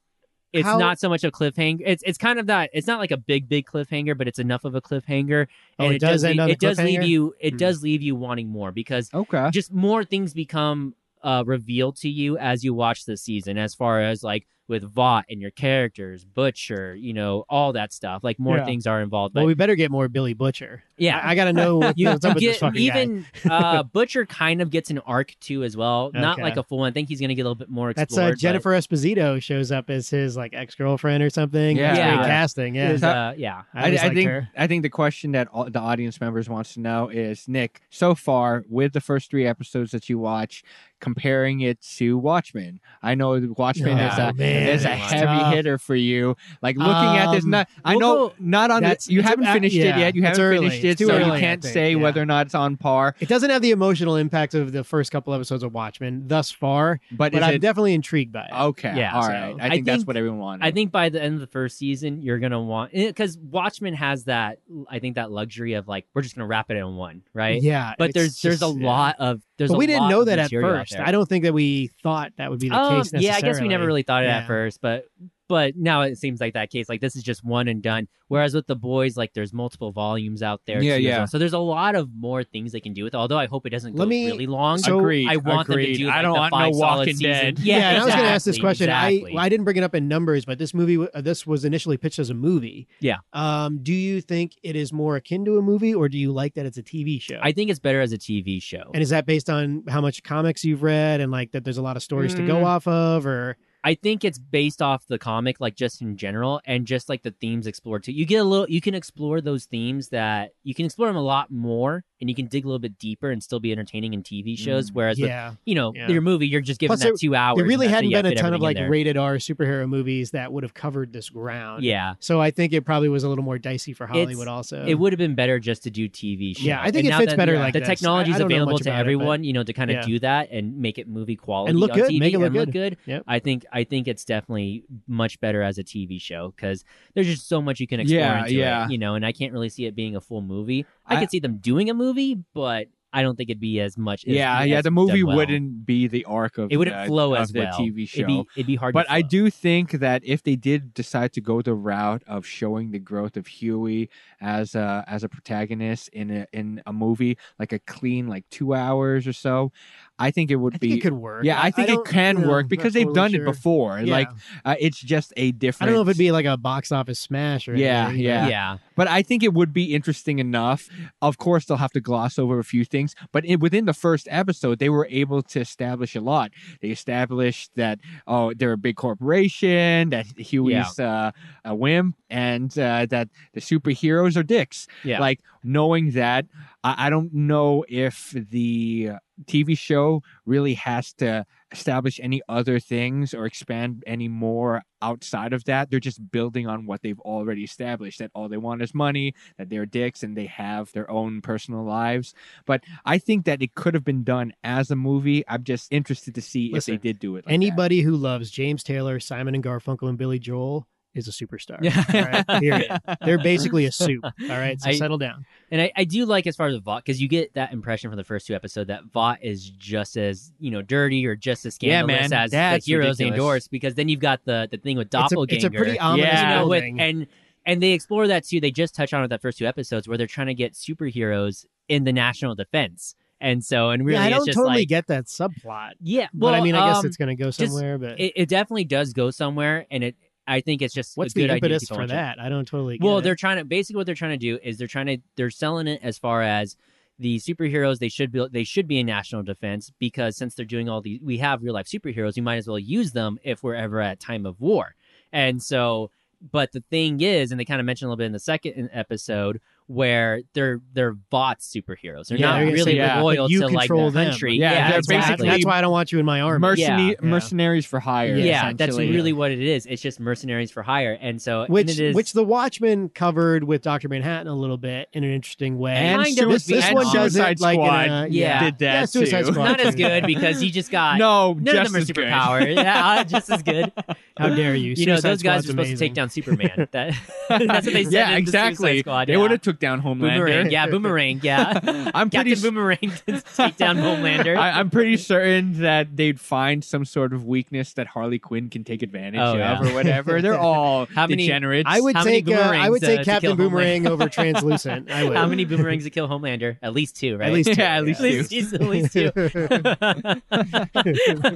Speaker 1: it's
Speaker 3: How-
Speaker 1: not so much a cliffhanger. It's it's kind of that it's not like a big big cliffhanger, but it's enough of a cliffhanger.
Speaker 3: Oh,
Speaker 1: and
Speaker 3: it does
Speaker 1: leave,
Speaker 3: end on a
Speaker 1: it does leave
Speaker 3: cliffhanger?
Speaker 1: you it
Speaker 3: Hmm.
Speaker 1: does leave you wanting more because
Speaker 2: Okay.
Speaker 1: just more things become uh, revealed to you as you watch the season as far as like with Vought and your characters, Butcher, you know, all that stuff. Like more
Speaker 2: Yeah.
Speaker 1: things are involved. But
Speaker 3: well, we better get more Billy Butcher.
Speaker 1: yeah,
Speaker 3: I, I gotta know what,
Speaker 1: you
Speaker 3: what's up with
Speaker 1: get-
Speaker 3: this fucking guy.
Speaker 1: even uh, Butcher kind of gets an arc too as well. Not
Speaker 3: Okay.
Speaker 1: like a full one. I think he's going to get a little bit more explored.
Speaker 3: That's uh,
Speaker 1: but-
Speaker 3: Jennifer Esposito shows up as his like ex girlfriend or something.
Speaker 2: Yeah.
Speaker 3: That's great
Speaker 1: Yeah.
Speaker 3: casting. Yeah,
Speaker 1: is, uh, yeah.
Speaker 3: I,
Speaker 2: I,
Speaker 3: always
Speaker 2: I
Speaker 3: liked
Speaker 2: think
Speaker 3: her.
Speaker 2: I think the question that all, the audience members wants to know is Nick, so far with the first three episodes that you watch, comparing it to Watchmen. I know that Watchmen
Speaker 1: Oh,
Speaker 2: is a
Speaker 3: man,
Speaker 2: is a
Speaker 1: it's
Speaker 2: heavy
Speaker 3: tough.
Speaker 2: hitter for you. Like looking at this,
Speaker 3: Um,
Speaker 2: not I
Speaker 3: we'll
Speaker 2: know
Speaker 3: go-
Speaker 2: not on the,
Speaker 3: that's-
Speaker 2: you
Speaker 3: it's
Speaker 2: haven't
Speaker 3: about-
Speaker 2: finished it
Speaker 3: yeah,
Speaker 2: yet. You
Speaker 3: it's
Speaker 2: haven't
Speaker 3: early.
Speaker 2: finished it,
Speaker 3: It's too
Speaker 2: so
Speaker 3: early,
Speaker 2: you
Speaker 3: I
Speaker 2: can't
Speaker 3: think,
Speaker 2: say
Speaker 3: yeah.
Speaker 2: whether or not it's on par.
Speaker 3: It doesn't have the emotional impact of the first couple episodes of Watchmen thus far,
Speaker 2: But, is
Speaker 3: but I'm
Speaker 2: it
Speaker 3: definitely intrigued by it.
Speaker 2: okay?
Speaker 1: Yeah,
Speaker 2: all
Speaker 1: so-
Speaker 2: right. I
Speaker 1: I
Speaker 2: think that's
Speaker 1: think-
Speaker 2: what everyone wanted.
Speaker 1: I think by the end of the first season, you're gonna want because Watchmen has that. I think that luxury of like we're just gonna wrap it in one, right?
Speaker 3: Yeah,
Speaker 1: But
Speaker 3: it's
Speaker 1: there's there's a
Speaker 3: just- yeah.
Speaker 1: lot of there's.
Speaker 3: But
Speaker 1: a
Speaker 3: we didn't
Speaker 1: lot
Speaker 3: know
Speaker 1: of
Speaker 3: that at
Speaker 1: material out
Speaker 3: first.
Speaker 1: there.
Speaker 3: I don't think that we thought that would be the
Speaker 1: Um,
Speaker 3: case. Necessarily.
Speaker 1: yeah, I guess we never really thought it
Speaker 3: Yeah.
Speaker 1: at first, but but now it seems like that case. Like this is just one and done. Whereas with the boys, like there's multiple volumes out there.
Speaker 2: Yeah,
Speaker 1: too, as
Speaker 2: yeah.
Speaker 1: well. So there's a lot of more things they can do with. it, Although I hope it doesn't go
Speaker 3: Let me-
Speaker 1: really long.
Speaker 3: so-
Speaker 2: agreed.
Speaker 1: I want them
Speaker 2: agreed.
Speaker 1: to do.
Speaker 2: I
Speaker 1: like,
Speaker 2: don't
Speaker 1: the
Speaker 2: want
Speaker 1: five
Speaker 2: no
Speaker 1: solid
Speaker 2: Walking
Speaker 1: season.
Speaker 2: Dead.
Speaker 1: Yeah,
Speaker 3: and I was going to ask this
Speaker 1: exactly,
Speaker 3: question.
Speaker 1: Exactly.
Speaker 3: I well, I didn't bring it up in numbers, but this movie, uh, this was initially pitched as a movie.
Speaker 1: Yeah.
Speaker 3: Um, do you think it is more akin to a movie, or do you like that it's a TV show?
Speaker 1: I think it's better as a TV show.
Speaker 3: and is that based on how much comics you've read and like that there's a lot of stories to
Speaker 1: Mm.
Speaker 3: go off of, or
Speaker 1: I think it's based off the comic, like just in general, and just like the themes explored too. You get a little, you can explore those themes that you can explore them a lot more, and you can dig a little bit deeper and still be entertaining in TV shows.
Speaker 2: Mm.
Speaker 1: Whereas, with,
Speaker 3: yeah,
Speaker 1: you know,
Speaker 3: Yeah.
Speaker 1: your movie, you're just given
Speaker 3: Plus,
Speaker 1: that two hours.
Speaker 3: there
Speaker 1: and
Speaker 3: really
Speaker 1: that's
Speaker 3: hadn't
Speaker 1: yeah,
Speaker 3: been a
Speaker 1: fit
Speaker 3: ton
Speaker 1: everything
Speaker 3: of
Speaker 1: in
Speaker 3: like
Speaker 1: there.
Speaker 3: rated R superhero movies that would have covered this ground.
Speaker 1: Yeah,
Speaker 3: So I think it probably was a little more dicey for
Speaker 1: It's-
Speaker 3: Hollywood. also,
Speaker 1: it would have been better just to do TV show.
Speaker 3: Yeah, I
Speaker 1: And
Speaker 3: think it
Speaker 1: now
Speaker 3: fits
Speaker 1: that
Speaker 3: better
Speaker 1: the,
Speaker 3: like
Speaker 1: the
Speaker 3: this.
Speaker 1: technology
Speaker 3: I-
Speaker 1: is
Speaker 3: I don't know
Speaker 1: available
Speaker 3: much
Speaker 1: to
Speaker 3: about it, but-
Speaker 1: everyone. you know, to kind of
Speaker 3: yeah.
Speaker 1: do that and make it movie quality
Speaker 3: look
Speaker 1: on
Speaker 3: good,
Speaker 1: TV
Speaker 3: make it look
Speaker 1: and look
Speaker 3: good.
Speaker 1: good.
Speaker 3: Yep.
Speaker 1: I think I think it's definitely much better as a TV show because there's just so much you can explore
Speaker 2: Yeah,
Speaker 1: into
Speaker 2: yeah.
Speaker 1: it, you know. And I can't really see it being a full movie. I,
Speaker 2: I-
Speaker 1: could see them doing a movie, but I don't think it'd be as much. As,
Speaker 2: yeah,
Speaker 1: as
Speaker 2: yeah. The movie
Speaker 1: done well.
Speaker 2: wouldn't be the arc of
Speaker 1: It wouldn't
Speaker 2: the,
Speaker 1: flow
Speaker 2: of
Speaker 1: as
Speaker 2: the
Speaker 1: well.
Speaker 2: TV show.
Speaker 1: It'd be, it'd be hard. to
Speaker 2: But I
Speaker 1: flow.
Speaker 2: do think that if they did decide to go the route of showing the growth of Huey as a as a protagonist in a in a movie, like a clean like two hours or so, I think it would
Speaker 3: I think
Speaker 2: be.
Speaker 3: it could work.
Speaker 2: yeah, I think it
Speaker 3: don't-
Speaker 2: can
Speaker 3: no,
Speaker 2: work
Speaker 3: not
Speaker 2: because they've
Speaker 3: totally
Speaker 2: done it
Speaker 3: sure.
Speaker 2: before.
Speaker 3: Yeah.
Speaker 2: Like uh, it's just a different.
Speaker 3: I don't know if it'd be like a box office smash or
Speaker 2: Yeah,
Speaker 3: anything, but-
Speaker 2: yeah.
Speaker 1: yeah.
Speaker 2: But I think it would be interesting enough. Of course, they'll have to gloss over a few things, but it, within the first episode, they were able to establish a lot. They established that oh, they're a big corporation, that Huey's uh, a wimp, and uh, that the superheroes are dicks.
Speaker 1: Yeah.
Speaker 2: Like knowing that, I, I don't know if the TV show really has to establish any other things or expand any more outside of that. They're just building on what they've already established that all they want is money, that they're dicks and they have their own personal lives. But I think that it could have been done as a movie. I'm just interested to see
Speaker 3: Listen,
Speaker 2: if they did do it. Like
Speaker 3: Anybody who loves James Taylor, Simon and Garfunkel, and Billy Joel is a superstar.
Speaker 1: Yeah.
Speaker 3: All right? Period. They're basically a soup. All right, so
Speaker 1: I-
Speaker 3: settle down.
Speaker 1: And I, I do like as far as the Vought because you get that impression from the first two episodes that Vought is just as you know dirty or just as
Speaker 2: Yeah,
Speaker 1: scandalous
Speaker 2: man.
Speaker 1: as
Speaker 2: That's
Speaker 1: the heroes
Speaker 2: ridiculous.
Speaker 1: they endorse because then you've got the the thing with
Speaker 3: It's a,
Speaker 1: doppelganger.
Speaker 3: it's a pretty ominous
Speaker 1: you
Speaker 2: Yeah.
Speaker 1: know, with,
Speaker 3: building.
Speaker 1: and and they explore that too. They just touch on it that first two episodes where they're trying to get superheroes in the national defense, and so and really
Speaker 3: yeah, I
Speaker 1: it's
Speaker 3: don't
Speaker 1: just
Speaker 3: totally
Speaker 1: like,
Speaker 3: get that subplot.
Speaker 1: yeah. Well,
Speaker 3: but I mean, I guess
Speaker 1: um,
Speaker 3: it's going to go somewhere. But
Speaker 1: it, it definitely does go somewhere, and it I think it's just a
Speaker 3: what's
Speaker 1: good
Speaker 3: the
Speaker 1: idea to
Speaker 3: impetus
Speaker 1: keep on
Speaker 3: for
Speaker 1: watching.
Speaker 3: that? I don't totally. Get
Speaker 1: Well,
Speaker 3: it.
Speaker 1: they're trying to basically what they're trying to do is they're trying to they're selling it as far as the superheroes they should be they should be in national defense because since they're doing all these we have real life superheroes we might as well use them if we're ever at time of war and so but the thing is and they kind of mentioned a little bit in the second e-, episode where they're they're bot superheroes they're
Speaker 2: Yeah,
Speaker 1: not
Speaker 2: they're
Speaker 3: gonna
Speaker 1: really
Speaker 2: say, yeah,
Speaker 1: loyal
Speaker 3: like, you
Speaker 1: to like
Speaker 3: control
Speaker 1: the
Speaker 3: them.
Speaker 1: country
Speaker 2: Yeah, they're
Speaker 3: that's, why I-
Speaker 2: basically-
Speaker 3: that's why I don't want you in my army.
Speaker 2: mercenary,
Speaker 3: Yeah.
Speaker 2: mercenaries for hire.
Speaker 1: yeah that's
Speaker 2: essentially.
Speaker 1: really what it is it's just mercenaries for hire and so and
Speaker 3: which
Speaker 1: it is,
Speaker 3: which the Watchmen covered with Doctor Manhattan a little bit in an interesting way.
Speaker 2: And
Speaker 1: Kind of
Speaker 3: this,
Speaker 1: would be-
Speaker 3: this
Speaker 1: and
Speaker 3: one does
Speaker 2: Suicide
Speaker 3: it like in
Speaker 2: Squad
Speaker 3: a-
Speaker 1: yeah.
Speaker 2: did that
Speaker 3: Yeah, Suicide
Speaker 2: too.
Speaker 3: Squad.
Speaker 1: not as
Speaker 3: too.
Speaker 1: good because you just got
Speaker 2: No,
Speaker 1: None
Speaker 2: just
Speaker 1: of them are
Speaker 2: as good.
Speaker 1: superpower. yeah, uh, just as good.
Speaker 3: How dare you?
Speaker 1: You know,
Speaker 3: Suicide
Speaker 1: those guys
Speaker 3: Squad's
Speaker 1: are supposed to
Speaker 3: amazing.
Speaker 1: take down Superman. That, that's what they said. in the
Speaker 2: yeah,
Speaker 1: Suicide
Speaker 2: exactly.
Speaker 1: Squad,
Speaker 2: They
Speaker 1: yeah.
Speaker 2: would have took took down Homelander.
Speaker 1: Boomerang, yeah, boomerang, yeah.
Speaker 2: I'm pretty
Speaker 1: Captain
Speaker 2: s-
Speaker 1: Boomerang to take down Homelander.
Speaker 2: I, I'm pretty certain that they'd find some sort of weakness that Harley Quinn can take advantage
Speaker 1: Oh,
Speaker 2: of
Speaker 1: yeah.
Speaker 2: or whatever. They're all
Speaker 1: How many-
Speaker 2: degenerates.
Speaker 3: I would
Speaker 1: How many
Speaker 3: take uh, I
Speaker 1: boomerangs,
Speaker 3: would
Speaker 1: uh,
Speaker 3: take
Speaker 1: to
Speaker 3: Captain
Speaker 1: kill Homeland?
Speaker 3: Boomerang over Translucent. I would.
Speaker 1: How many boomerangs to kill Homelander? At least two, right?
Speaker 3: At least two.
Speaker 2: Yeah, at
Speaker 1: At least, he's- at least two.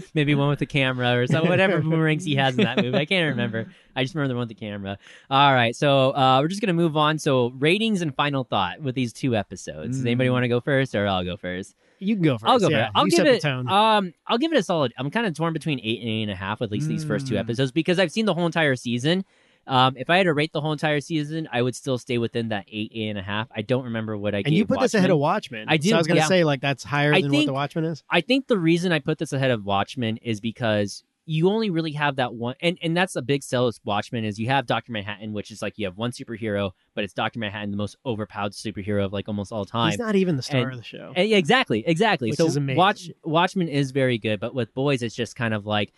Speaker 1: Maybe one with the camera or some whatever boomerangs he has in that movie. I can't remember. I just remember the one with the camera. All right, so uh, we're just gonna move on. So ratings and final thought with these two episodes. Does anybody want to go first, or I'll go first?
Speaker 3: You can go first.
Speaker 1: I'll go
Speaker 3: Mm. yeah.
Speaker 1: for it. I'll
Speaker 3: you
Speaker 1: give
Speaker 3: set
Speaker 1: it.
Speaker 3: the tone.
Speaker 1: Um, I'll give it a solid. I'm kind of torn between eight and eight and a half with at least these first two
Speaker 2: Mm.
Speaker 1: episodes because I've seen the whole entire season. Um, if I had to rate the whole entire season, I would still stay within that eight, eight and a half. I don't remember what I.
Speaker 3: and you
Speaker 1: gave
Speaker 3: put this ahead
Speaker 1: Watchmen.
Speaker 3: of Watchmen.
Speaker 1: I
Speaker 3: So
Speaker 1: do,
Speaker 3: I was gonna
Speaker 1: yeah.
Speaker 3: say like that's higher
Speaker 1: I
Speaker 3: than what
Speaker 1: think-
Speaker 3: the Watchmen is.
Speaker 1: I think the reason I put this ahead of Watchmen is because you only really have that one, and and that's a big sell. Is Watchmen is you have Doctor Manhattan, which is like you have one superhero, but it's Doctor Manhattan, the most overpowered superhero of like almost all time.
Speaker 3: He's not even the star
Speaker 1: and-
Speaker 3: of the show.
Speaker 1: Eh, yeah, exactly, exactly.
Speaker 3: Which
Speaker 1: so
Speaker 3: is amazing.
Speaker 1: Watch Watchmen is very good, but with boys, it's just kind of like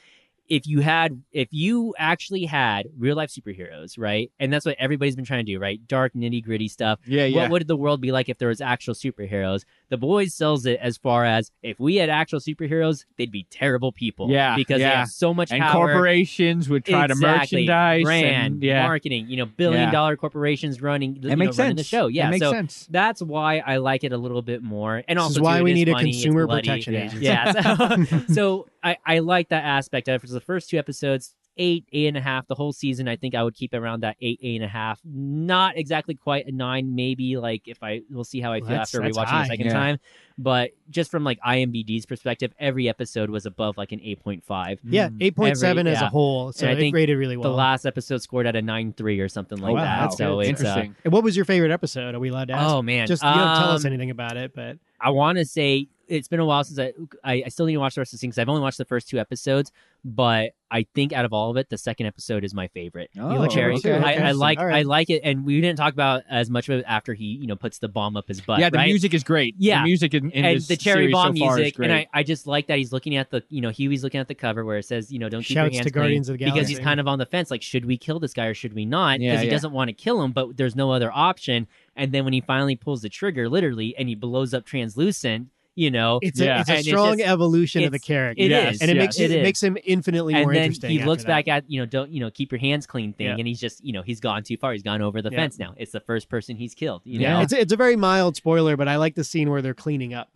Speaker 1: if you had if you actually had real life superheroes, right? And that's what everybody's been trying to do, right? Dark, nitty gritty stuff.
Speaker 2: yeah, yeah.
Speaker 1: What would the world be like if there was actual superheroes? The boys sells it as far as if we had actual superheroes, they'd be terrible people.
Speaker 2: Yeah,
Speaker 1: because they
Speaker 2: yeah.
Speaker 1: have so much
Speaker 2: and
Speaker 1: power.
Speaker 2: corporations would try
Speaker 1: Exactly.
Speaker 2: to merchandise
Speaker 1: brand,
Speaker 2: and yeah.
Speaker 1: marketing. You know, billion
Speaker 2: Yeah.
Speaker 1: dollar corporations running.
Speaker 2: That
Speaker 1: you know,
Speaker 2: makes
Speaker 1: running
Speaker 2: sense.
Speaker 1: The show, yeah.
Speaker 2: That makes
Speaker 1: so
Speaker 2: sense.
Speaker 1: that's why I like it a little bit more. And
Speaker 3: This
Speaker 1: also,
Speaker 3: is why
Speaker 1: too, it
Speaker 3: we need a
Speaker 1: funny, it's
Speaker 3: consumer
Speaker 1: bloody.
Speaker 3: protection
Speaker 1: yeah.
Speaker 3: agency.
Speaker 1: Yeah.
Speaker 3: Mm,
Speaker 1: So, so I, I like that aspect of it. For the first two episodes, eight, eight and a half, the whole season, I think I would keep around that eight, eight and a half. Not exactly quite a nine, maybe like if I, we'll see how I
Speaker 3: Well,
Speaker 1: feel
Speaker 3: that's-
Speaker 1: after
Speaker 3: that's
Speaker 1: rewatching
Speaker 3: high.
Speaker 1: the second
Speaker 2: Yeah.
Speaker 1: time. But just from like IMBD's perspective, every episode was above like an 8.5.
Speaker 3: yeah, eight point seven
Speaker 1: every-
Speaker 3: as
Speaker 1: yeah.
Speaker 3: a whole. So
Speaker 1: And I
Speaker 3: it
Speaker 1: think
Speaker 3: rated really well.
Speaker 1: The last episode scored at a nine three or something like
Speaker 2: wow.
Speaker 1: that.
Speaker 3: Oh, that's
Speaker 1: so
Speaker 3: good.
Speaker 1: it's uh,
Speaker 2: Interesting.
Speaker 3: And what was your favorite episode? Are we allowed to ask?
Speaker 1: oh man,
Speaker 3: Just you don't tell us
Speaker 1: Um,
Speaker 3: anything about it, but
Speaker 1: I want to say it's been a while since I, I I still need to watch the rest of the season because I've only watched the first two episodes, but I think out of all of it, the second episode is my favorite.
Speaker 2: Oh,
Speaker 3: like
Speaker 1: Jerry.
Speaker 3: okay,
Speaker 1: I, I
Speaker 3: okay.
Speaker 1: like
Speaker 3: All right.
Speaker 1: I like it, and we didn't talk about as much of it after he you know puts the bomb up his butt.
Speaker 2: yeah, the
Speaker 1: right?
Speaker 2: music is great.
Speaker 1: Yeah.
Speaker 2: the music in, in
Speaker 1: and
Speaker 2: this
Speaker 1: the cherry
Speaker 2: series
Speaker 1: bomb
Speaker 2: so far is
Speaker 1: music,
Speaker 2: great.
Speaker 1: and I, I just like that he's looking at the you know Huey's looking at the cover where it says you know don't keep your
Speaker 3: Shouts
Speaker 1: hands
Speaker 3: to
Speaker 1: clean,"
Speaker 3: Guardians of the
Speaker 1: because he's
Speaker 3: Galaxy.
Speaker 1: kind of on the fence like should we kill this guy or should we not because
Speaker 2: Yeah,
Speaker 1: he
Speaker 2: yeah.
Speaker 1: doesn't want to kill him but there's no other option and then when he finally pulls the trigger literally and he blows up translucent you know
Speaker 3: it's
Speaker 2: yeah.
Speaker 3: a it's a
Speaker 1: And it's
Speaker 3: strong
Speaker 1: just-
Speaker 3: evolution of the
Speaker 1: it's-
Speaker 3: character.
Speaker 1: It is,
Speaker 2: Yes,
Speaker 3: and it makes
Speaker 1: it
Speaker 3: it,
Speaker 1: is.
Speaker 3: makes him infinitely
Speaker 1: and
Speaker 3: more
Speaker 1: then
Speaker 3: interesting.
Speaker 1: he looks
Speaker 3: after that.
Speaker 1: back at you know don't you know keep your hands clean thing
Speaker 3: Yeah.
Speaker 1: and he's just you know he's gone too far he's gone over the
Speaker 3: Yeah.
Speaker 1: fence now it's the first person he's killed you
Speaker 2: Yeah.
Speaker 1: know
Speaker 3: It's a, it's a very mild spoiler, but I like the scene where they're cleaning up.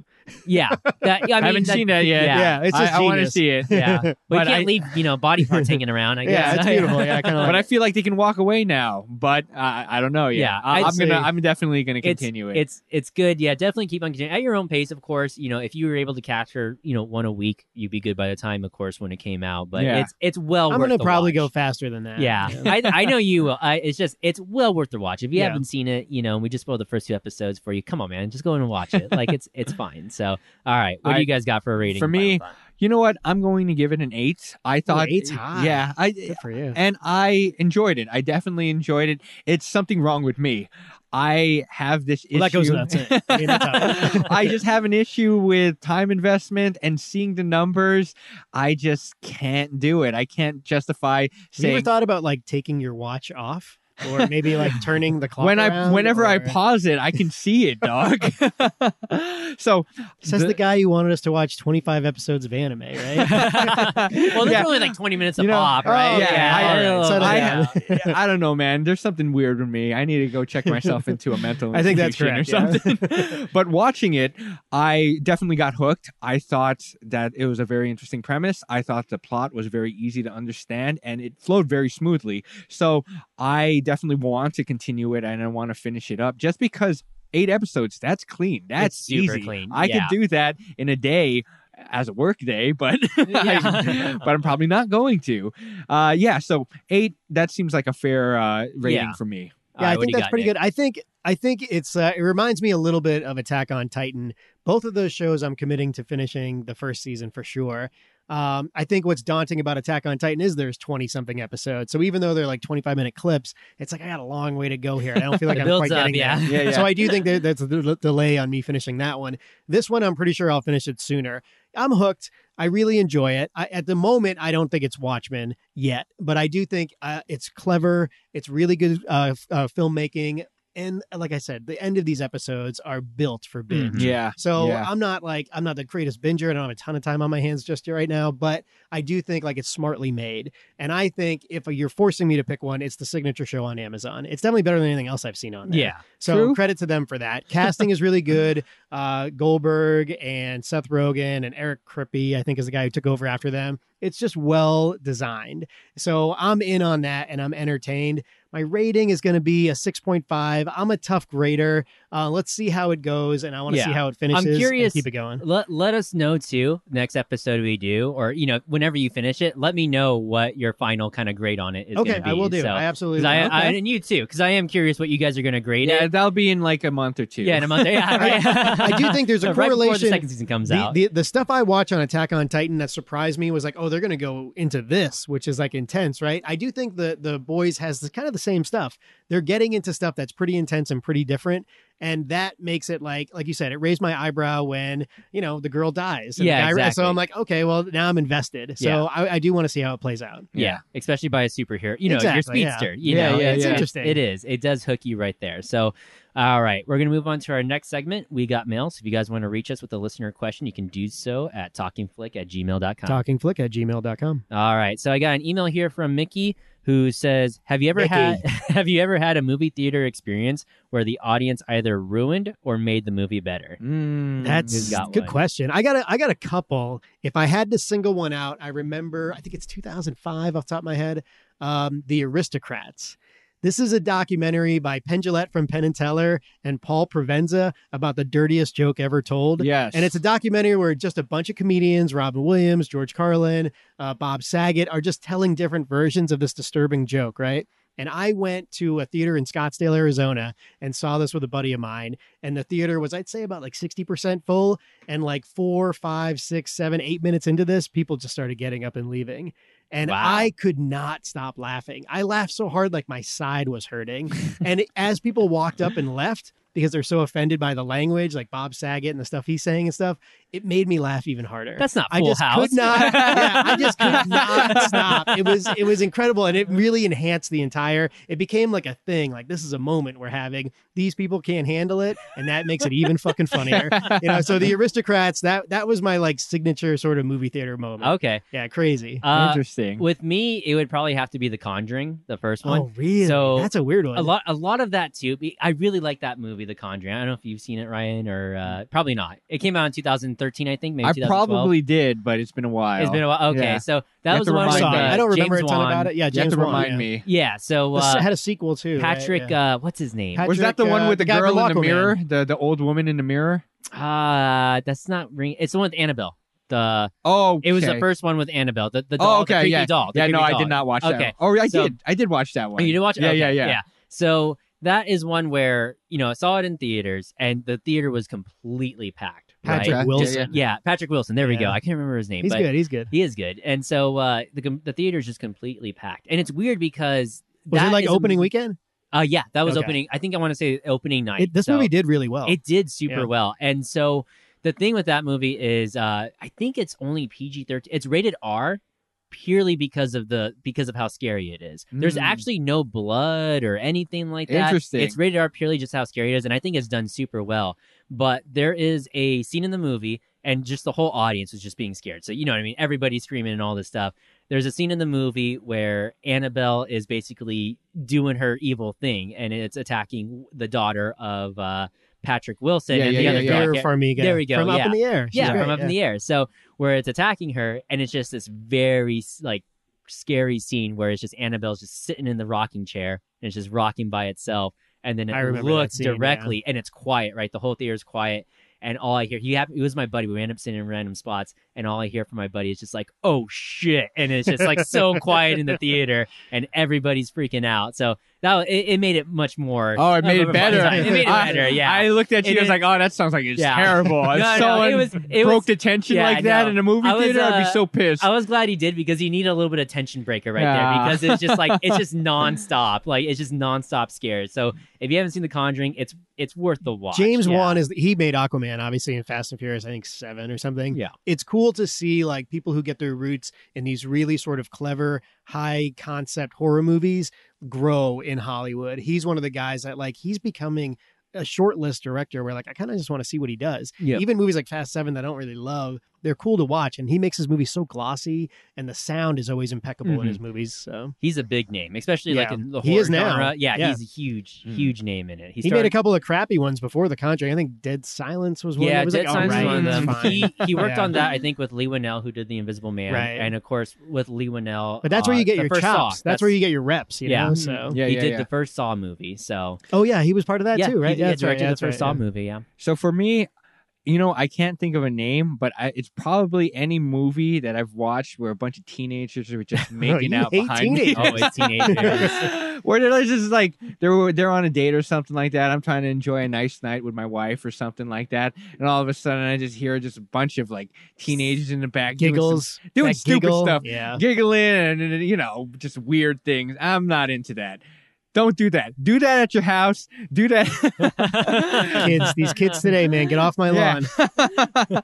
Speaker 1: yeah that, I, mean,
Speaker 2: haven't
Speaker 1: that-
Speaker 2: seen that yet.
Speaker 1: yeah.
Speaker 3: Yeah, it's just
Speaker 2: I, I want to
Speaker 3: genius.
Speaker 2: see it.
Speaker 1: yeah but, you
Speaker 2: But
Speaker 1: can't
Speaker 2: I-
Speaker 1: leave you know body parts hanging around I
Speaker 3: Yeah,
Speaker 1: guess
Speaker 3: it's beautiful. Yeah, I kind of like.
Speaker 2: but I
Speaker 3: it.
Speaker 2: feel like they can walk away now. But uh, I, I don't know. Yet.
Speaker 1: Yeah,
Speaker 2: I,
Speaker 1: I'd
Speaker 2: I'm
Speaker 1: say
Speaker 2: gonna. I'm definitely gonna continue
Speaker 1: it's,
Speaker 2: it.
Speaker 1: It's it's good. Yeah, definitely keep on continuing at your own pace. Of course, you know if you were able to capture you know one a week, you'd be good by the time, of course, when it came out. But
Speaker 2: Yeah.
Speaker 1: it's it's well.
Speaker 3: I'm
Speaker 1: worth
Speaker 3: gonna
Speaker 1: the
Speaker 3: probably go
Speaker 1: watch.
Speaker 3: faster than that.
Speaker 1: Yeah, I, I know you. will. I, it's just it's well worth the watch. If you
Speaker 3: Yeah.
Speaker 1: haven't seen it, you know and we just spoiled the first two episodes for you. Come on, man, just go in and watch it. Like it's it's fine. So all right, what
Speaker 2: I-
Speaker 1: do you guys got for a rating?
Speaker 2: for me,
Speaker 1: Final thought?
Speaker 2: You know what? I'm going to give it an eight. I thought
Speaker 3: eight's high.
Speaker 2: Yeah, I
Speaker 3: Good for you.
Speaker 2: and I enjoyed it. I definitely enjoyed it. It's something wrong with me. I have this issue.
Speaker 3: Well, that goes without saying. I mean, that's how-
Speaker 2: I just have an issue with time investment and seeing the numbers. I just can't do it. I can't justify
Speaker 3: Have you ever
Speaker 2: saying
Speaker 3: thought about like taking your watch off, or maybe like turning the clock?
Speaker 2: when I
Speaker 3: around,
Speaker 2: whenever I
Speaker 3: or-
Speaker 2: pause it, I can see it, dog. so
Speaker 3: says the,
Speaker 2: the-
Speaker 3: guy who wanted us to watch 25 episodes of anime, right?
Speaker 1: well, there's
Speaker 2: yeah.
Speaker 1: only like 20 minutes of
Speaker 2: You know-
Speaker 1: pop, right?
Speaker 2: Oh, yeah, I-
Speaker 1: yeah.
Speaker 3: alright, settle
Speaker 1: I-
Speaker 3: down.
Speaker 2: I, I don't know, man. There's something weird with me. I need to go check myself into a mental
Speaker 3: I think that's
Speaker 2: institution
Speaker 3: correct,
Speaker 2: or something. but watching it, I definitely got hooked. I thought that it was a very interesting premise. I thought the plot was very easy to understand and it flowed very smoothly. So I definitely want to continue it and I want to finish it up just because eight episodes, that's clean. That's
Speaker 1: super
Speaker 2: easy.
Speaker 1: clean,
Speaker 2: I
Speaker 1: yeah.
Speaker 2: can do that in a day as a work day, but
Speaker 1: Yeah.
Speaker 2: but I'm probably not going to. Uh, yeah, so eight, that seems like a fair uh, rating
Speaker 1: Yeah.
Speaker 2: for me.
Speaker 1: All
Speaker 3: Yeah,
Speaker 1: right,
Speaker 3: I
Speaker 1: Uh, what do
Speaker 3: think
Speaker 1: you
Speaker 3: that's
Speaker 1: got,
Speaker 3: pretty
Speaker 1: Nick?
Speaker 3: good. I think I think it's uh, it reminds me a little bit of Attack on Titan. Both of those shows I'm committing to finishing the first season for sure. Um, I think what's daunting about Attack on Titan is there's 20 something episodes. So even though they're like 25 minute clips, it's like I got a long way to go here. and I don't feel like
Speaker 1: It
Speaker 3: I'm
Speaker 1: builds
Speaker 3: quite
Speaker 1: up,
Speaker 3: getting there.
Speaker 1: yeah.
Speaker 2: Yeah, yeah.
Speaker 3: So I do think that that's a del- delay on me finishing that one. This one, I'm pretty sure I'll finish it sooner. I'm hooked. I really enjoy it. I, at the moment, I don't think it's Watchmen yet, but I do think uh, it's clever. It's really good uh, f- uh, filmmaking. and like I said, the end of these episodes are built for binge.
Speaker 1: Mhm.
Speaker 2: Yeah.
Speaker 3: Mm-hmm. So
Speaker 2: Yeah.
Speaker 3: I'm not like I'm not the greatest binger. I don't have a ton of time on my hands just right now, but I do think like it's smartly made. And I think if you're forcing me to pick one, it's the signature show on Amazon. It's definitely better than anything else I've seen on there.
Speaker 1: Yeah.
Speaker 3: So
Speaker 2: True.
Speaker 3: credit to them for that. Casting is really good. Uh, Goldberg and Seth Rogen and Eric Crippy, I think, is the guy who took over after them. It's just well designed. So I'm in on that and I'm entertained. My rating is going to be a 6.5. I'm a tough grader. Uh, let's see how it goes, and I want to see
Speaker 1: Yeah.
Speaker 3: how it finishes.
Speaker 1: curious-
Speaker 3: And keep it going.
Speaker 1: Let let us know too. Next episode we do, or you know, whenever you finish it, let me know what your final kind of grade on it is.
Speaker 3: Okay,
Speaker 1: gonna be.
Speaker 3: I will do.
Speaker 1: So,
Speaker 3: I
Speaker 1: 'cause
Speaker 3: absolutely.
Speaker 1: I,
Speaker 3: will.
Speaker 1: I- and you too, because I am curious what you guys are going to grade
Speaker 2: Yeah,
Speaker 1: it.
Speaker 2: that'll be in like a month or two.
Speaker 1: Yeah, in a month. Yeah, right.
Speaker 3: I do think there's a
Speaker 1: So right before
Speaker 3: correlation-
Speaker 1: the second season comes
Speaker 3: the,
Speaker 1: out.
Speaker 3: the the stuff I watch on Attack on Titan that surprised me was like, oh, they're gonna go into this, which is like intense, right? I do think the the boys has the, kind of the same stuff. They're getting into stuff that's pretty intense and pretty different, and that makes it like like you said, it raised my eyebrow when you know the girl dies. and the
Speaker 1: Yeah,
Speaker 3: guy-
Speaker 1: exactly.
Speaker 3: So I'm like, okay, well now I'm invested. So
Speaker 1: Yeah.
Speaker 3: I, I do want to see how it plays out.
Speaker 1: yeah. especially by a superhero. You know,
Speaker 3: Exactly,
Speaker 1: your
Speaker 3: yeah.
Speaker 1: speedster. You
Speaker 2: Yeah,
Speaker 1: know,
Speaker 2: yeah,
Speaker 1: it's,
Speaker 2: yeah.
Speaker 1: it's- It is. It does hook you right there. So, all right, we're gonna move on to our next segment. We got mail. So if you guys want to reach us with a listener question, you can do so at talkingflick at gmail.com.
Speaker 3: Talkingflick at gmail.com.
Speaker 1: All right. So I got an email here from Mickey who says, "Have you ever
Speaker 3: Mickey.
Speaker 1: had have you ever had a movie theater experience where the audience either ruined or made the movie better?"
Speaker 2: Mm.
Speaker 3: That's
Speaker 1: Who's got
Speaker 3: good
Speaker 1: one?
Speaker 3: question. I got a I got a couple. If I had to single one out, I remember I think it's 2005 off the top of my head. Um, the Aristocrats. This is a documentary by Pendulette from Penn and Teller and Paul Provenza about the dirtiest joke ever told.
Speaker 2: yes,
Speaker 3: And it's a documentary where just a bunch of comedians, Robin Williams, George Carlin, uh, Bob Saget, are just telling different versions of this disturbing joke, right? And I went to a theater in Scottsdale, Arizona, and saw this with a buddy of mine. And the theater was, I'd say, about like 60% full. And like four, five, six, seven, eight minutes into this, people just started getting up and leaving. And
Speaker 1: Wow.
Speaker 3: I could not stop laughing. I laughed so hard, like my side was hurting. and it- as people walked up and left, because they're so offended by the language, like Bob Saget and the stuff he's saying and stuff, it made me laugh even harder.
Speaker 1: That's not
Speaker 3: I
Speaker 1: Full
Speaker 3: just
Speaker 1: House.
Speaker 3: could not. yeah, I just could not stop. It was it was incredible, and it really enhanced the entire. It became like a thing. Like this is a moment we're having. These people can't handle it, and that makes it even fucking funnier. You know. So the aristocrats. That that was my like signature sort of movie theater moment.
Speaker 1: Okay.
Speaker 3: Yeah, crazy.
Speaker 1: Uh,
Speaker 2: interesting.
Speaker 1: with me, it would probably have to be The Conjuring, the first one.
Speaker 3: oh really?
Speaker 1: so-
Speaker 3: That's a weird one.
Speaker 1: a lot a lot of that too be- i really like that movie the conjuring i don't know if you've seen it ryan or uh, probably not it came out in 2013 i think maybe
Speaker 2: Mm. I
Speaker 1: 2012.
Speaker 2: probably did, but it's been a while.
Speaker 1: it's been a while okay
Speaker 2: Yeah.
Speaker 1: so
Speaker 2: You
Speaker 1: that
Speaker 2: have
Speaker 1: was
Speaker 2: to
Speaker 1: one
Speaker 3: I'm
Speaker 1: of
Speaker 2: remind
Speaker 1: the-
Speaker 3: sorry.
Speaker 2: me.
Speaker 3: I don't
Speaker 1: uh, James
Speaker 3: remember a ton
Speaker 1: Wan.
Speaker 3: about it. Yeah,
Speaker 2: you have
Speaker 3: James
Speaker 2: to
Speaker 3: Wan,
Speaker 2: remind
Speaker 3: yeah.
Speaker 2: me.
Speaker 1: yeah so
Speaker 3: This
Speaker 1: uh,
Speaker 3: had a sequel too. right?
Speaker 1: patrick
Speaker 3: Yeah.
Speaker 1: uh what's his name
Speaker 3: Pat-
Speaker 2: Was that the
Speaker 3: Patrick,
Speaker 2: one
Speaker 3: uh,
Speaker 2: with
Speaker 3: the
Speaker 2: the,
Speaker 3: guy from
Speaker 2: girl in the
Speaker 3: Aquaman.
Speaker 2: mirror, the the old woman in the mirror?
Speaker 1: uh that's not ring it's the one with annabelle the
Speaker 2: Oh,
Speaker 1: it was the
Speaker 2: okay.
Speaker 1: first one with annabelle the, the doll
Speaker 2: Oh,
Speaker 1: the
Speaker 2: okay,
Speaker 1: creepy
Speaker 2: yeah,
Speaker 1: doll the
Speaker 2: yeah. No,
Speaker 1: creepy
Speaker 2: I
Speaker 1: doll.
Speaker 2: did not watch
Speaker 1: Okay,
Speaker 2: that. One. Oh, I
Speaker 1: so-
Speaker 2: did. I did watch that one.
Speaker 1: Oh, you did watch it?
Speaker 2: Yeah,
Speaker 1: Okay,
Speaker 2: yeah, yeah,
Speaker 1: Yeah. So that is one where, you know, I saw it in theaters and the theater was completely packed.
Speaker 3: Patrick
Speaker 1: right?
Speaker 2: Okay,
Speaker 3: Wilson.
Speaker 2: yeah, yeah.
Speaker 1: Yeah, Patrick Wilson. There we go.
Speaker 3: Yeah.
Speaker 1: I can't remember his name,
Speaker 3: He's
Speaker 1: but
Speaker 3: good. He's good.
Speaker 1: he is good. And so uh, the com- the theater is just completely packed, and it's weird because
Speaker 3: Was
Speaker 1: that
Speaker 3: it like
Speaker 1: is a-
Speaker 3: opening weekend?
Speaker 1: Uh, yeah, that was
Speaker 3: Okay.
Speaker 1: opening. I think I want to say opening night.
Speaker 3: It, this
Speaker 1: So
Speaker 3: movie did really well.
Speaker 1: It did super
Speaker 3: Yeah.
Speaker 1: well, and so the thing with that movie is, uh, I think it's only PG thirteen. It's rated R purely because of the because of how scary it is. There's
Speaker 2: Mm.
Speaker 1: actually no blood or anything like that.
Speaker 2: Interesting.
Speaker 1: It's rated R purely just how scary it is, and I think it's done super well. But there is a scene in the movie, and just the whole audience was just being scared. So you know what I mean? Everybody's screaming and all this stuff. There's a scene in the movie where Annabelle is basically doing her evil thing, and it's attacking the daughter of uh, Patrick Wilson
Speaker 2: Yeah,
Speaker 1: and the
Speaker 2: yeah,
Speaker 1: other
Speaker 2: yeah,
Speaker 1: girl.
Speaker 3: Vera Farmiga.
Speaker 1: There we go,
Speaker 3: From
Speaker 1: yeah.
Speaker 3: up in the air. She's
Speaker 1: Yeah,
Speaker 3: great,
Speaker 1: from up in the air. So where it's attacking her, and it's just this very like scary scene where it's just Annabelle's just sitting in the rocking chair and it's just rocking by itself, and then
Speaker 3: I
Speaker 1: it
Speaker 3: remember that
Speaker 1: looks
Speaker 3: scene, yeah.
Speaker 1: directly, and it's quiet, right? The whole theater's quiet, and all I hear he happened, it was my buddy. We ended up sitting in random spots, and all I hear from my buddy is just like, "Oh shit!" and it's just like so quiet in the theater, and everybody's freaking out. So that it, it made it much more.
Speaker 2: Oh, it made
Speaker 1: of a
Speaker 2: it better.
Speaker 1: fun time. It made it
Speaker 2: I-
Speaker 1: better. Yeah.
Speaker 2: I looked at you.
Speaker 1: It
Speaker 2: I was
Speaker 1: is-
Speaker 2: like, oh, that sounds like it's
Speaker 1: Yeah.
Speaker 2: terrible. If
Speaker 1: no, no,
Speaker 2: someone
Speaker 1: it was it
Speaker 2: broke
Speaker 1: was
Speaker 2: the tension
Speaker 1: yeah,
Speaker 2: like that
Speaker 1: no.
Speaker 2: in a movie
Speaker 1: I was,
Speaker 2: theater, I'd be
Speaker 1: uh,
Speaker 2: so pissed.
Speaker 1: I was glad he did because you need a little bit of tension breaker right
Speaker 2: Yeah.
Speaker 1: there because it's just like it's just nonstop, like it's just nonstop scares. So if you haven't seen The Conjuring, it's it's worth the watch.
Speaker 3: James
Speaker 1: yeah.
Speaker 3: Wan is he made Aquaman obviously in Fast and Furious I think 7 or something.
Speaker 1: Yeah.
Speaker 3: It's cool to see like people who get their roots in these really sort of clever high concept horror movies grow in Hollywood. He's one of the guys that like he's becoming a short list director where like I kind of just want to see what he does.
Speaker 2: Yeah.
Speaker 3: Even movies like Fast Seven that I don't really love, they're cool to watch, and he makes his movies so glossy, and the sound is always impeccable
Speaker 1: Mm-hmm.
Speaker 3: in his movies. So
Speaker 1: He's a big name, especially like
Speaker 3: Yeah.
Speaker 1: in the horror
Speaker 3: He is now.
Speaker 1: genre. Yeah,
Speaker 3: Yeah. Mm.
Speaker 1: he's a huge, huge name in it.
Speaker 3: he,
Speaker 1: started-
Speaker 3: made a couple of crappy ones before The Conjuring. I think Dead Silence was one.
Speaker 1: Yeah,
Speaker 3: that was
Speaker 1: Dead
Speaker 3: like,
Speaker 1: Silence
Speaker 3: all
Speaker 1: is
Speaker 3: right,
Speaker 1: one of
Speaker 3: it's
Speaker 1: them.
Speaker 3: fine.
Speaker 1: He, he worked
Speaker 3: Yeah.
Speaker 1: on that, I think, with Lee Winnell, who did The Invisible Man,
Speaker 3: Right.
Speaker 1: and of course with Lee Winnell.
Speaker 3: But that's where
Speaker 1: uh,
Speaker 3: you get
Speaker 1: the
Speaker 3: your
Speaker 1: first
Speaker 3: chops.
Speaker 1: Saw.
Speaker 3: That's, where you get your reps. You
Speaker 1: Yeah.
Speaker 3: know. So
Speaker 2: Yeah,
Speaker 1: he
Speaker 2: yeah,
Speaker 1: did
Speaker 2: yeah.
Speaker 1: the first Saw movie, so
Speaker 3: oh yeah, he was part of that
Speaker 1: yeah,
Speaker 3: too, right?
Speaker 1: He,
Speaker 3: yeah,
Speaker 1: yeah,
Speaker 3: that's right,
Speaker 1: directed
Speaker 3: yeah,
Speaker 1: the
Speaker 3: that's
Speaker 1: first
Speaker 3: right,
Speaker 1: Saw
Speaker 3: yeah.
Speaker 1: movie. Yeah,
Speaker 2: So for me, you know, I can't think of a name, but I, it's probably any movie that I've watched where a bunch of teenagers are just making
Speaker 3: you
Speaker 2: out
Speaker 3: hate
Speaker 2: behind me.
Speaker 3: teenagers.
Speaker 1: oh, it's teenagers.
Speaker 2: where they're just like they're they're on a date or something like that. I'm trying to enjoy a nice night with my wife or something like that, and all of a sudden I just hear just a bunch of like teenagers in the back doing some-
Speaker 3: Giggles,
Speaker 2: doing
Speaker 3: that
Speaker 2: stupid
Speaker 3: giggle.
Speaker 2: stuff,
Speaker 3: Yeah.
Speaker 2: giggling and and, you know just weird things. I'm not into that. Don't do that. Do that at your house. Do that.
Speaker 3: kids, these kids today, man, get off my lawn.
Speaker 2: Yeah.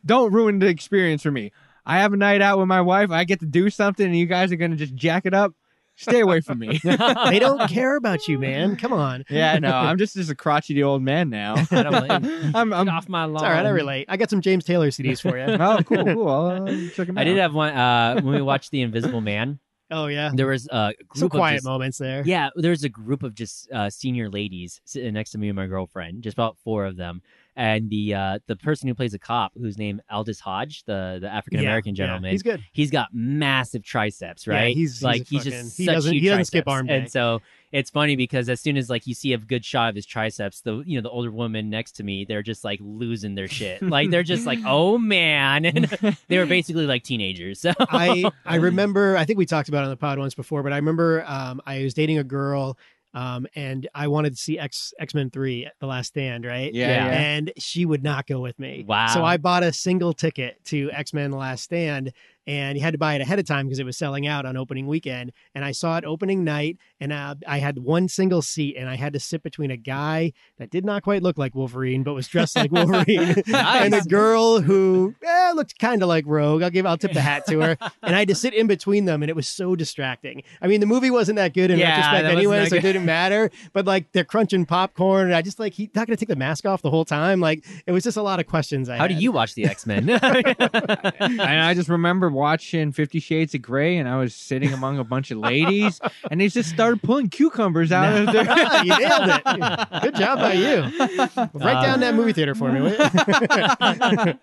Speaker 2: Don't ruin the experience for me. I have a night out with my wife. I get to do something, and you guys are going to just jack it up. Stay away from me.
Speaker 3: they don't care about you, man. Come on.
Speaker 2: yeah, no, I'm just, just a crotchety old man now.
Speaker 1: I don't blame you.
Speaker 2: I'm, I'm,
Speaker 1: Get off my lawn.
Speaker 3: It's all right. I relate. I got some James Taylor CDs for you.
Speaker 2: oh, cool, cool. I'll uh, check him out.
Speaker 1: I did have one uh, when we watched The Invisible Man.
Speaker 3: oh yeah.
Speaker 1: There was a group
Speaker 3: Some
Speaker 1: of
Speaker 3: quiet
Speaker 1: just-
Speaker 3: moments there.
Speaker 1: Yeah, there's a group of just uh, senior ladies sitting next to me and my girlfriend, just about four of them. And the uh, the person who plays a cop, whose name Aldous Hodge, the, the African American
Speaker 3: yeah,
Speaker 1: gentleman,
Speaker 3: He's good.
Speaker 1: he's got massive triceps,
Speaker 3: Yeah,
Speaker 1: right?
Speaker 3: he's- he's
Speaker 1: like
Speaker 3: a
Speaker 1: he's
Speaker 3: fucking-
Speaker 1: just
Speaker 3: he
Speaker 1: such
Speaker 3: doesn't-
Speaker 1: huge
Speaker 3: he doesn't skip
Speaker 1: triceps.
Speaker 3: arm day.
Speaker 1: And so it's funny because as soon as like you see a good shot of his triceps, the you know the older woman next to me, they're just like losing their shit. like they're just like, oh man, and they were basically like teenagers. So
Speaker 3: I I remember. I think we talked about it on the pod once before, but I remember um, I was dating a girl. Um, and I wanted to see X X Men Three: The Last Stand, right?
Speaker 2: Yeah,
Speaker 1: Yeah.
Speaker 2: yeah.
Speaker 3: And she would not go with me.
Speaker 1: Wow.
Speaker 3: So I bought a single ticket to X Men: The Last Stand, and you had to buy it ahead of time because it was selling out on opening weekend. And I saw it opening night, and uh, I had one single seat, and I had to sit between a guy that did not quite look like Wolverine, but was dressed like Wolverine, and a girl who eh, looked kind of like Rogue. I'll give, I'll tip the hat to her. And I had to sit in between them, and it was so distracting. I mean, the movie wasn't that good in
Speaker 2: Yeah,
Speaker 3: retrospect,
Speaker 2: that wasn't
Speaker 3: anyway,
Speaker 2: that
Speaker 3: so it
Speaker 2: good.
Speaker 3: didn't matter. But like they're crunching popcorn, and I just like he's not going to take the mask off the whole time. Like it was just a lot of questions. I
Speaker 1: how do
Speaker 3: had.
Speaker 1: you watch the X Men?
Speaker 2: and I just remember watching Fifty Shades of Grey, and I was sitting among a bunch of ladies, and they just started pulling cucumbers out of their.
Speaker 3: you nailed it. Good job by you. Write down
Speaker 2: Um,
Speaker 3: that movie theater for me. will you?
Speaker 1: there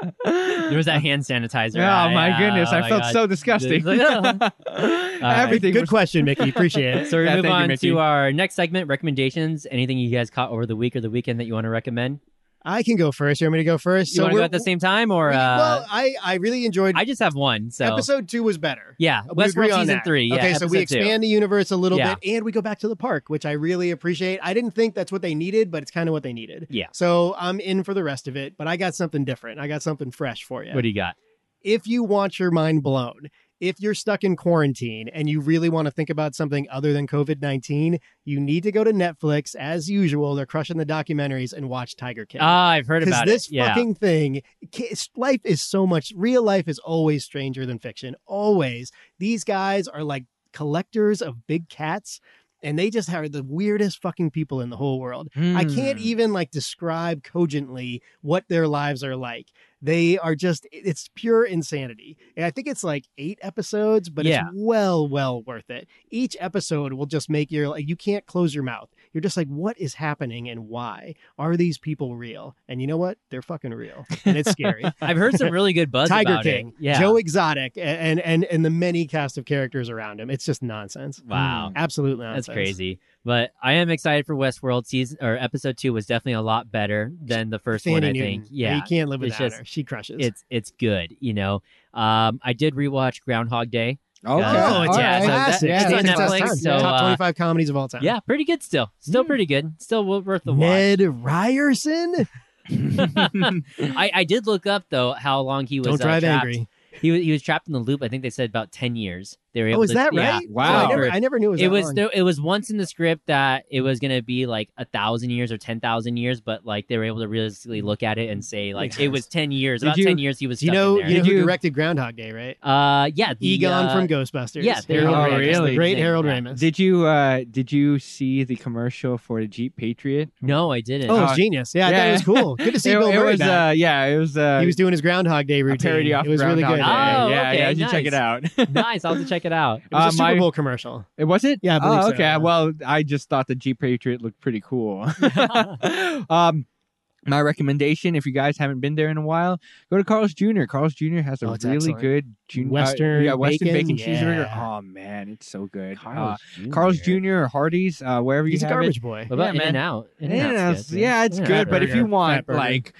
Speaker 1: was that hand sanitizer.
Speaker 2: Oh my
Speaker 3: uh,
Speaker 2: goodness! I felt so disgusting. oh. Everything.
Speaker 3: Good
Speaker 2: was-
Speaker 3: question, Mickey. Appreciate it.
Speaker 1: So we
Speaker 2: Yeah,
Speaker 1: move
Speaker 2: thank you,
Speaker 1: on
Speaker 2: Mickey.
Speaker 1: to our next segment, recommendations. Anything you guys caught over the week or the weekend that you want to recommend?
Speaker 3: I can go first. You want me to go first?
Speaker 1: you want to go
Speaker 3: we're-
Speaker 1: at the same time, or
Speaker 3: we-
Speaker 1: uh,
Speaker 3: well, I I really enjoyed.
Speaker 1: I just have one. So
Speaker 3: Episode two was better.
Speaker 1: yeah,
Speaker 3: We agree
Speaker 1: Westworld
Speaker 3: on
Speaker 1: season
Speaker 3: that.
Speaker 1: three. Yeah,
Speaker 3: okay, so we
Speaker 1: episode two.
Speaker 3: expand the universe a little
Speaker 1: Yeah.
Speaker 3: bit, and we go back to the park, which I really appreciate. I didn't think that's what they needed, but it's kind of what they needed.
Speaker 1: Yeah.
Speaker 3: So I'm in for the rest of it, but I got something different. I got something fresh for you.
Speaker 1: What do you got?
Speaker 3: if you want your mind blown, if you're stuck in quarantine and you really want to think about something other than COVID 19, you need to go to Netflix. As usual, they're crushing the documentaries and watch Tiger King.
Speaker 1: Ah, I've heard
Speaker 3: because
Speaker 1: about
Speaker 3: this
Speaker 1: it. Yeah.
Speaker 3: fucking thing, ca- it's- life is so much. Real life is always stranger than fiction. Always, these guys are like collectors of big cats, and they just are the weirdest fucking people in the whole world. I
Speaker 1: Hmm.
Speaker 3: can't e- even like describe cogently what their lives are like. They are just it's pure insanity. And I think it's like 8 episodes, but
Speaker 1: Yeah.
Speaker 3: it's well well worth it. Each episode will just make your like you can't close your mouth. You're just like what is happening and why? Are these people real? And you know what? They're fucking real. And it's scary.
Speaker 1: I've heard some really good buzz
Speaker 3: Tiger
Speaker 1: about
Speaker 3: King,
Speaker 1: it. Yeah.
Speaker 3: Joe Exotic a- and and and the many cast of characters around him. It's just nonsense.
Speaker 1: Wow.
Speaker 3: Absolute
Speaker 1: That's
Speaker 3: nonsense.
Speaker 1: crazy. But I am excited for Westworld season or episode two was definitely a lot better than the first one,
Speaker 3: Fanny
Speaker 1: I
Speaker 3: Newton.
Speaker 1: think. Yeah.
Speaker 3: You can't live
Speaker 1: It's
Speaker 3: without
Speaker 1: just-
Speaker 3: her. She crushes.
Speaker 1: It's it's good, you know. Um, I did rewatch Groundhog Day.
Speaker 2: Okay.
Speaker 3: Oh, it's
Speaker 2: all
Speaker 3: a
Speaker 1: Yeah, so that-
Speaker 3: classic.
Speaker 1: yeah,
Speaker 3: It's
Speaker 1: on
Speaker 3: the
Speaker 1: Netflix,
Speaker 3: best time.
Speaker 1: so,
Speaker 3: top
Speaker 1: uh,
Speaker 3: 25 comedies of all time.
Speaker 1: Yeah, pretty good still. Still pretty good. Still wo- worth the watch.
Speaker 3: Mm. Ned Ryerson?
Speaker 1: I, I did look up though how long he was
Speaker 3: Don't
Speaker 1: uh,
Speaker 3: drive
Speaker 1: trapped.
Speaker 3: angry.
Speaker 1: He was he was trapped in the loop. I think they said about ten years They were able
Speaker 3: Oh, is
Speaker 1: to,
Speaker 3: that
Speaker 1: yeah.
Speaker 3: right?
Speaker 2: Wow.
Speaker 3: I never, I never knew it was.
Speaker 1: it
Speaker 3: that
Speaker 1: was
Speaker 3: long.
Speaker 1: there, it was once in the script that it was gonna be like a thousand years or ten thousand years, but like they were able to realistically look at it and say like
Speaker 3: Makes
Speaker 1: it was ten years,
Speaker 2: Did
Speaker 1: about
Speaker 2: you-
Speaker 1: ten years he was.
Speaker 3: Do you
Speaker 1: stuck in
Speaker 3: know,
Speaker 1: there.
Speaker 3: you know who
Speaker 2: Did you-
Speaker 3: directed Groundhog Day, right?
Speaker 1: uh, yeah, the,
Speaker 3: Egon
Speaker 1: uh,
Speaker 3: from Ghostbusters.
Speaker 1: yeah, the
Speaker 3: Harold
Speaker 2: Harold
Speaker 3: Ramis, the
Speaker 2: Ramis.
Speaker 3: great
Speaker 1: Yeah.
Speaker 3: Harold
Speaker 1: Yeah.
Speaker 3: Ramis.
Speaker 2: Did you uh did you see the commercial for the Jeep Patriot?
Speaker 1: No, I didn't.
Speaker 3: oh, it was
Speaker 2: uh,
Speaker 3: genius! Yeah,
Speaker 2: yeah.
Speaker 3: that was cool. Good to see
Speaker 2: it,
Speaker 3: Bill
Speaker 2: it
Speaker 3: Murray
Speaker 2: was uh
Speaker 3: back.
Speaker 2: yeah, it was uh
Speaker 3: he was doing his Groundhog Day
Speaker 2: a
Speaker 3: routine.
Speaker 2: parody off
Speaker 3: it was really
Speaker 2: Groundhog
Speaker 3: good.
Speaker 1: Day.
Speaker 2: Yeah,
Speaker 1: Oh,
Speaker 2: yeah, yeah,
Speaker 1: okay,
Speaker 2: you should check it out.
Speaker 1: nice. I'll have to check it out.
Speaker 3: It was a
Speaker 2: Uh, my-
Speaker 3: Super Bowl commercial.
Speaker 2: It was it?
Speaker 3: Yeah, I believe
Speaker 2: Oh,
Speaker 3: so,
Speaker 2: okay.
Speaker 3: yeah.
Speaker 2: Well, I just thought the Jeep Patriot looked pretty cool. um, my recommendation, if you guys haven't been there in a while, go to Carl's Jr. Carl's Jr. has a
Speaker 3: Oh,
Speaker 2: really
Speaker 3: it's excellent.
Speaker 2: good jun- uh,
Speaker 3: Western
Speaker 2: yeah, Western bacon,
Speaker 3: bacon?
Speaker 2: cheeseburger.
Speaker 3: Yeah.
Speaker 2: Oh man, it's so good.
Speaker 1: Carl's,
Speaker 2: Uh, Carl's Jr. or Hardee's, uh, wherever
Speaker 3: He's
Speaker 2: you
Speaker 3: a
Speaker 2: have it.
Speaker 3: garbage boy.
Speaker 1: What about
Speaker 2: Yeah, man.
Speaker 1: In and Out?
Speaker 2: Yeah, it's- yeah, it's good. But if you
Speaker 3: burger,
Speaker 2: want
Speaker 3: fat burger.
Speaker 2: like,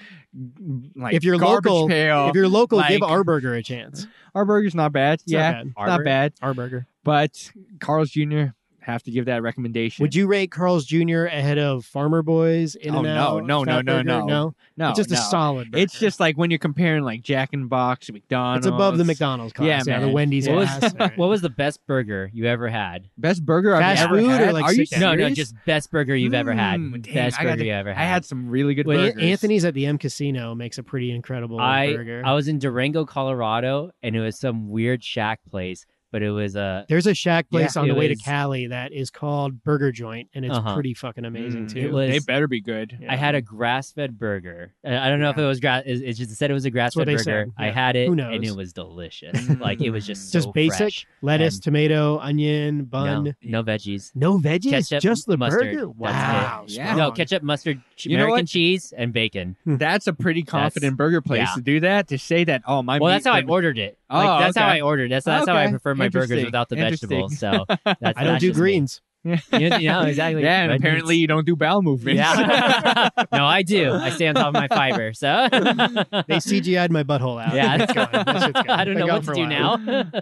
Speaker 2: like
Speaker 3: if you're
Speaker 2: garbage
Speaker 3: local,
Speaker 2: pail,
Speaker 1: Oh,
Speaker 3: if you're local, give
Speaker 2: like-
Speaker 3: our burger a chance.
Speaker 2: our burger's not bad.
Speaker 3: It's
Speaker 2: yeah,
Speaker 3: not bad.
Speaker 2: not bad.
Speaker 3: Our burger.
Speaker 2: But Carl's Jr. have to give that recommendation.
Speaker 3: Would you rate Carl's Jr. ahead of Farmer Boys? In
Speaker 2: Oh,
Speaker 3: and
Speaker 2: no,
Speaker 3: Out,
Speaker 2: no, no, no,
Speaker 3: Fatburger?
Speaker 2: no.
Speaker 3: no.
Speaker 2: no?
Speaker 3: it's just
Speaker 2: no.
Speaker 3: a solid. Burger.
Speaker 2: It's just like when you're comparing like Jack and Box, McDonald's.
Speaker 3: it's above the McDonald's class.
Speaker 2: Yeah,
Speaker 3: Yeah, the
Speaker 2: man.
Speaker 3: Wendy's
Speaker 2: What was-
Speaker 3: class. Alright.
Speaker 1: What was the best burger you ever had?
Speaker 2: Best burger I've
Speaker 3: Fast
Speaker 2: ever
Speaker 3: food or,
Speaker 2: had.
Speaker 3: like,
Speaker 2: Are you
Speaker 3: sit-down?
Speaker 1: No, no,
Speaker 2: serious?
Speaker 1: just best burger you've ever had.
Speaker 2: Mm, dang,
Speaker 1: best
Speaker 2: I got
Speaker 1: burger
Speaker 2: to-
Speaker 1: you ever had.
Speaker 2: I had some really good
Speaker 1: Wait,
Speaker 3: An-
Speaker 2: burgers. Mm,
Speaker 3: Anthony's at the M Casino makes a pretty incredible
Speaker 1: I
Speaker 3: burger.
Speaker 1: I was in Durango, Colorado, and it was some weird shack place, but it was a
Speaker 3: There's a shack place
Speaker 1: Yeah,
Speaker 3: on the
Speaker 1: it
Speaker 3: way
Speaker 1: was-
Speaker 3: to Cali that is called Burger Joint, and it's
Speaker 1: Uh-huh.
Speaker 3: pretty fucking amazing
Speaker 2: Mm,
Speaker 3: too.
Speaker 1: It was-
Speaker 2: They better be good.
Speaker 1: I had a grass-fed burger. Uh, I don't know if it was grass. It, it just said it was a
Speaker 3: what
Speaker 1: grass-fed
Speaker 3: they
Speaker 1: burger.
Speaker 3: said,
Speaker 1: I
Speaker 3: yeah.
Speaker 1: had it,
Speaker 3: Who
Speaker 1: and
Speaker 3: knows?
Speaker 1: it was delicious. like it was just so
Speaker 3: Just basic
Speaker 1: fresh.
Speaker 3: Lettuce,
Speaker 1: and-
Speaker 3: tomato, onion, bun.
Speaker 1: No, no veggies.
Speaker 3: No veggies,
Speaker 1: Ketchup,
Speaker 3: just the
Speaker 1: mustard.
Speaker 3: burger.
Speaker 1: That's
Speaker 3: Wow,
Speaker 2: it. Yeah.
Speaker 1: No
Speaker 3: strong.
Speaker 1: ketchup, mustard, ch-
Speaker 2: You know
Speaker 1: American
Speaker 2: what?
Speaker 1: cheese, and bacon.
Speaker 2: That's a pretty confident burger place
Speaker 1: yeah.
Speaker 2: to do that. To say that, oh my.
Speaker 1: well,
Speaker 2: meat-
Speaker 1: that's how I
Speaker 2: the-
Speaker 1: ordered it.
Speaker 2: Oh,
Speaker 1: Like, that's how
Speaker 2: okay.
Speaker 1: I ordered. That's that's how I
Speaker 2: Okay.
Speaker 1: prefer my burgers
Speaker 2: Interesting.
Speaker 1: without the
Speaker 2: Interesting.
Speaker 1: vegetables. So that's,
Speaker 3: I don't
Speaker 1: that's
Speaker 3: do
Speaker 1: just me.
Speaker 3: greens.
Speaker 1: You know, yeah, exactly.
Speaker 2: Yeah, and
Speaker 1: Red
Speaker 2: apparently
Speaker 1: meats.
Speaker 2: you don't do bowel movements.
Speaker 1: Yeah. no, I do. I stay on top of my fiber. So
Speaker 3: They CGI'd my butthole out.
Speaker 1: Yeah,
Speaker 3: It's gone. That shit's gone.
Speaker 1: I don't
Speaker 3: Been
Speaker 1: know
Speaker 3: gone
Speaker 1: what
Speaker 3: for
Speaker 1: to
Speaker 3: a
Speaker 1: do
Speaker 3: while.
Speaker 1: now.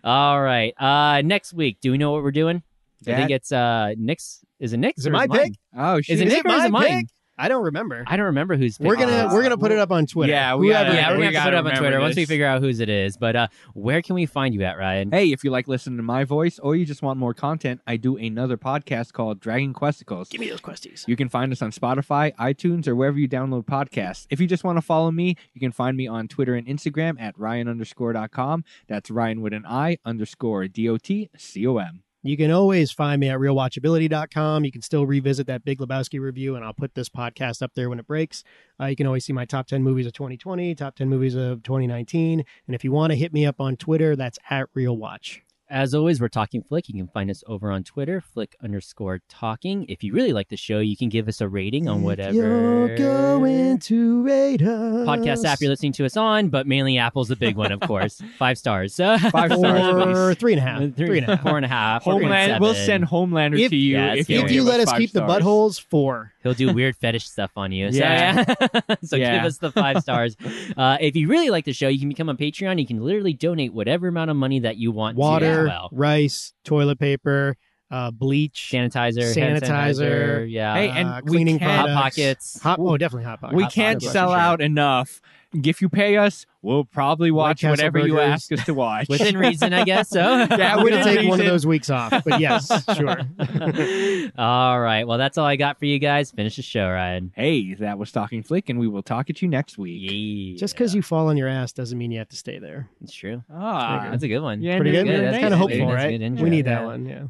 Speaker 1: All right. Uh, next week, do we know what we're doing? I think
Speaker 2: That-
Speaker 1: it's uh Nick's. Is it Nick's?
Speaker 3: Is it
Speaker 1: or
Speaker 3: my
Speaker 1: mine?
Speaker 3: pick?
Speaker 2: oh shit.
Speaker 1: Is it
Speaker 3: Is
Speaker 1: Nick
Speaker 3: it
Speaker 1: or is it
Speaker 3: my
Speaker 1: mine?
Speaker 3: pick? I don't remember.
Speaker 1: I don't remember who's.
Speaker 3: We're gonna
Speaker 2: Uh,
Speaker 3: we're gonna put it up on Twitter.
Speaker 2: yeah, we gotta-
Speaker 3: Whoever-
Speaker 1: yeah, we're
Speaker 2: we
Speaker 1: gonna have to put
Speaker 2: gotta
Speaker 1: it up on
Speaker 2: remember
Speaker 1: Twitter once we
Speaker 2: this.
Speaker 1: figure out whose it is. But uh, where can we find you at, Ryan?
Speaker 2: Hey, if you like listening to my voice or you just want more content, I do another podcast called Dragon Questicles.
Speaker 3: Give me those questies.
Speaker 2: You can find us on Spotify, iTunes, or wherever you download podcasts. If you just want to follow me, you can find me on Twitter and Instagram at Ryan underscore dot com. That's Ryan with an I underscore D O T C O M.
Speaker 3: You can always find me at realwatchability.com. You can still revisit that Big Lebowski review, and I'll put this podcast up there when it breaks. Uh, you can always see my top 10 movies of 2020, top 10 movies of 2019. And if you want to hit me up on Twitter, that's at realwatch.
Speaker 1: As always, we're talking flick. You can find us over on Twitter, flick underscore talking. If you really like the show, you can give us a rating on whatever
Speaker 3: You're going to rate us.
Speaker 1: podcast app you're listening to us on, but mainly Apple's the big one, of course. Five stars. So
Speaker 2: Five stars,
Speaker 3: Or
Speaker 2: please.
Speaker 3: three and a half.
Speaker 1: Three-
Speaker 3: Three and a half.
Speaker 1: Four and a half. four point
Speaker 2: Homeland, we'll
Speaker 1: seven.
Speaker 2: send Homelander
Speaker 3: If-
Speaker 2: to you
Speaker 1: yeah,
Speaker 2: if
Speaker 1: it's
Speaker 2: you,
Speaker 3: If
Speaker 1: scary.
Speaker 2: give
Speaker 3: you let us
Speaker 2: five
Speaker 3: keep the
Speaker 2: stars.
Speaker 3: buttholes, four.
Speaker 1: He'll do weird fetish stuff on you. So,
Speaker 2: Yeah.
Speaker 1: yeah. so
Speaker 2: Yeah.
Speaker 1: give us the five stars. Uh, if you really like the show, you can become a Patreon. You can literally donate whatever amount of money that you want to
Speaker 3: Water,
Speaker 1: as well.
Speaker 3: rice, toilet paper, uh, bleach,
Speaker 1: Sanitizer, hand
Speaker 3: Sanitizer.
Speaker 1: sanitizer, yeah.
Speaker 2: Hey, and
Speaker 3: uh,
Speaker 2: we
Speaker 3: cleaning
Speaker 2: can't-
Speaker 1: Hot
Speaker 3: products.
Speaker 1: Pockets.
Speaker 3: Hot, oh, definitely hot pockets.
Speaker 2: We
Speaker 1: Hot
Speaker 2: can't
Speaker 1: Pockets,
Speaker 2: sell
Speaker 1: sure.
Speaker 2: out enough. If you pay us, we'll probably watch
Speaker 3: Castle
Speaker 2: whatever you
Speaker 3: burgers.
Speaker 2: ask us to watch.
Speaker 1: Within reason, I guess. So
Speaker 2: Yeah,
Speaker 3: I'm
Speaker 2: within
Speaker 3: gonna take one of
Speaker 2: reason.
Speaker 3: those weeks off, but yes, sure.
Speaker 1: all right. Well, that's all I got for you guys. Finish the show, Ryan.
Speaker 2: Hey, that was Talking Flick, and we will talk at you next week.
Speaker 1: Yeah.
Speaker 3: Just because you fall on your ass doesn't mean you have to stay there.
Speaker 1: It's true.
Speaker 2: Ah,
Speaker 1: That's a good one.
Speaker 2: Yeah,
Speaker 3: Pretty
Speaker 2: dude,
Speaker 3: good.
Speaker 2: yeah,
Speaker 1: That's
Speaker 3: That's
Speaker 2: nice.
Speaker 3: kind of hopeful,
Speaker 1: That's
Speaker 3: right?
Speaker 1: good intro,
Speaker 3: We need
Speaker 1: yeah.
Speaker 3: that one. Yeah.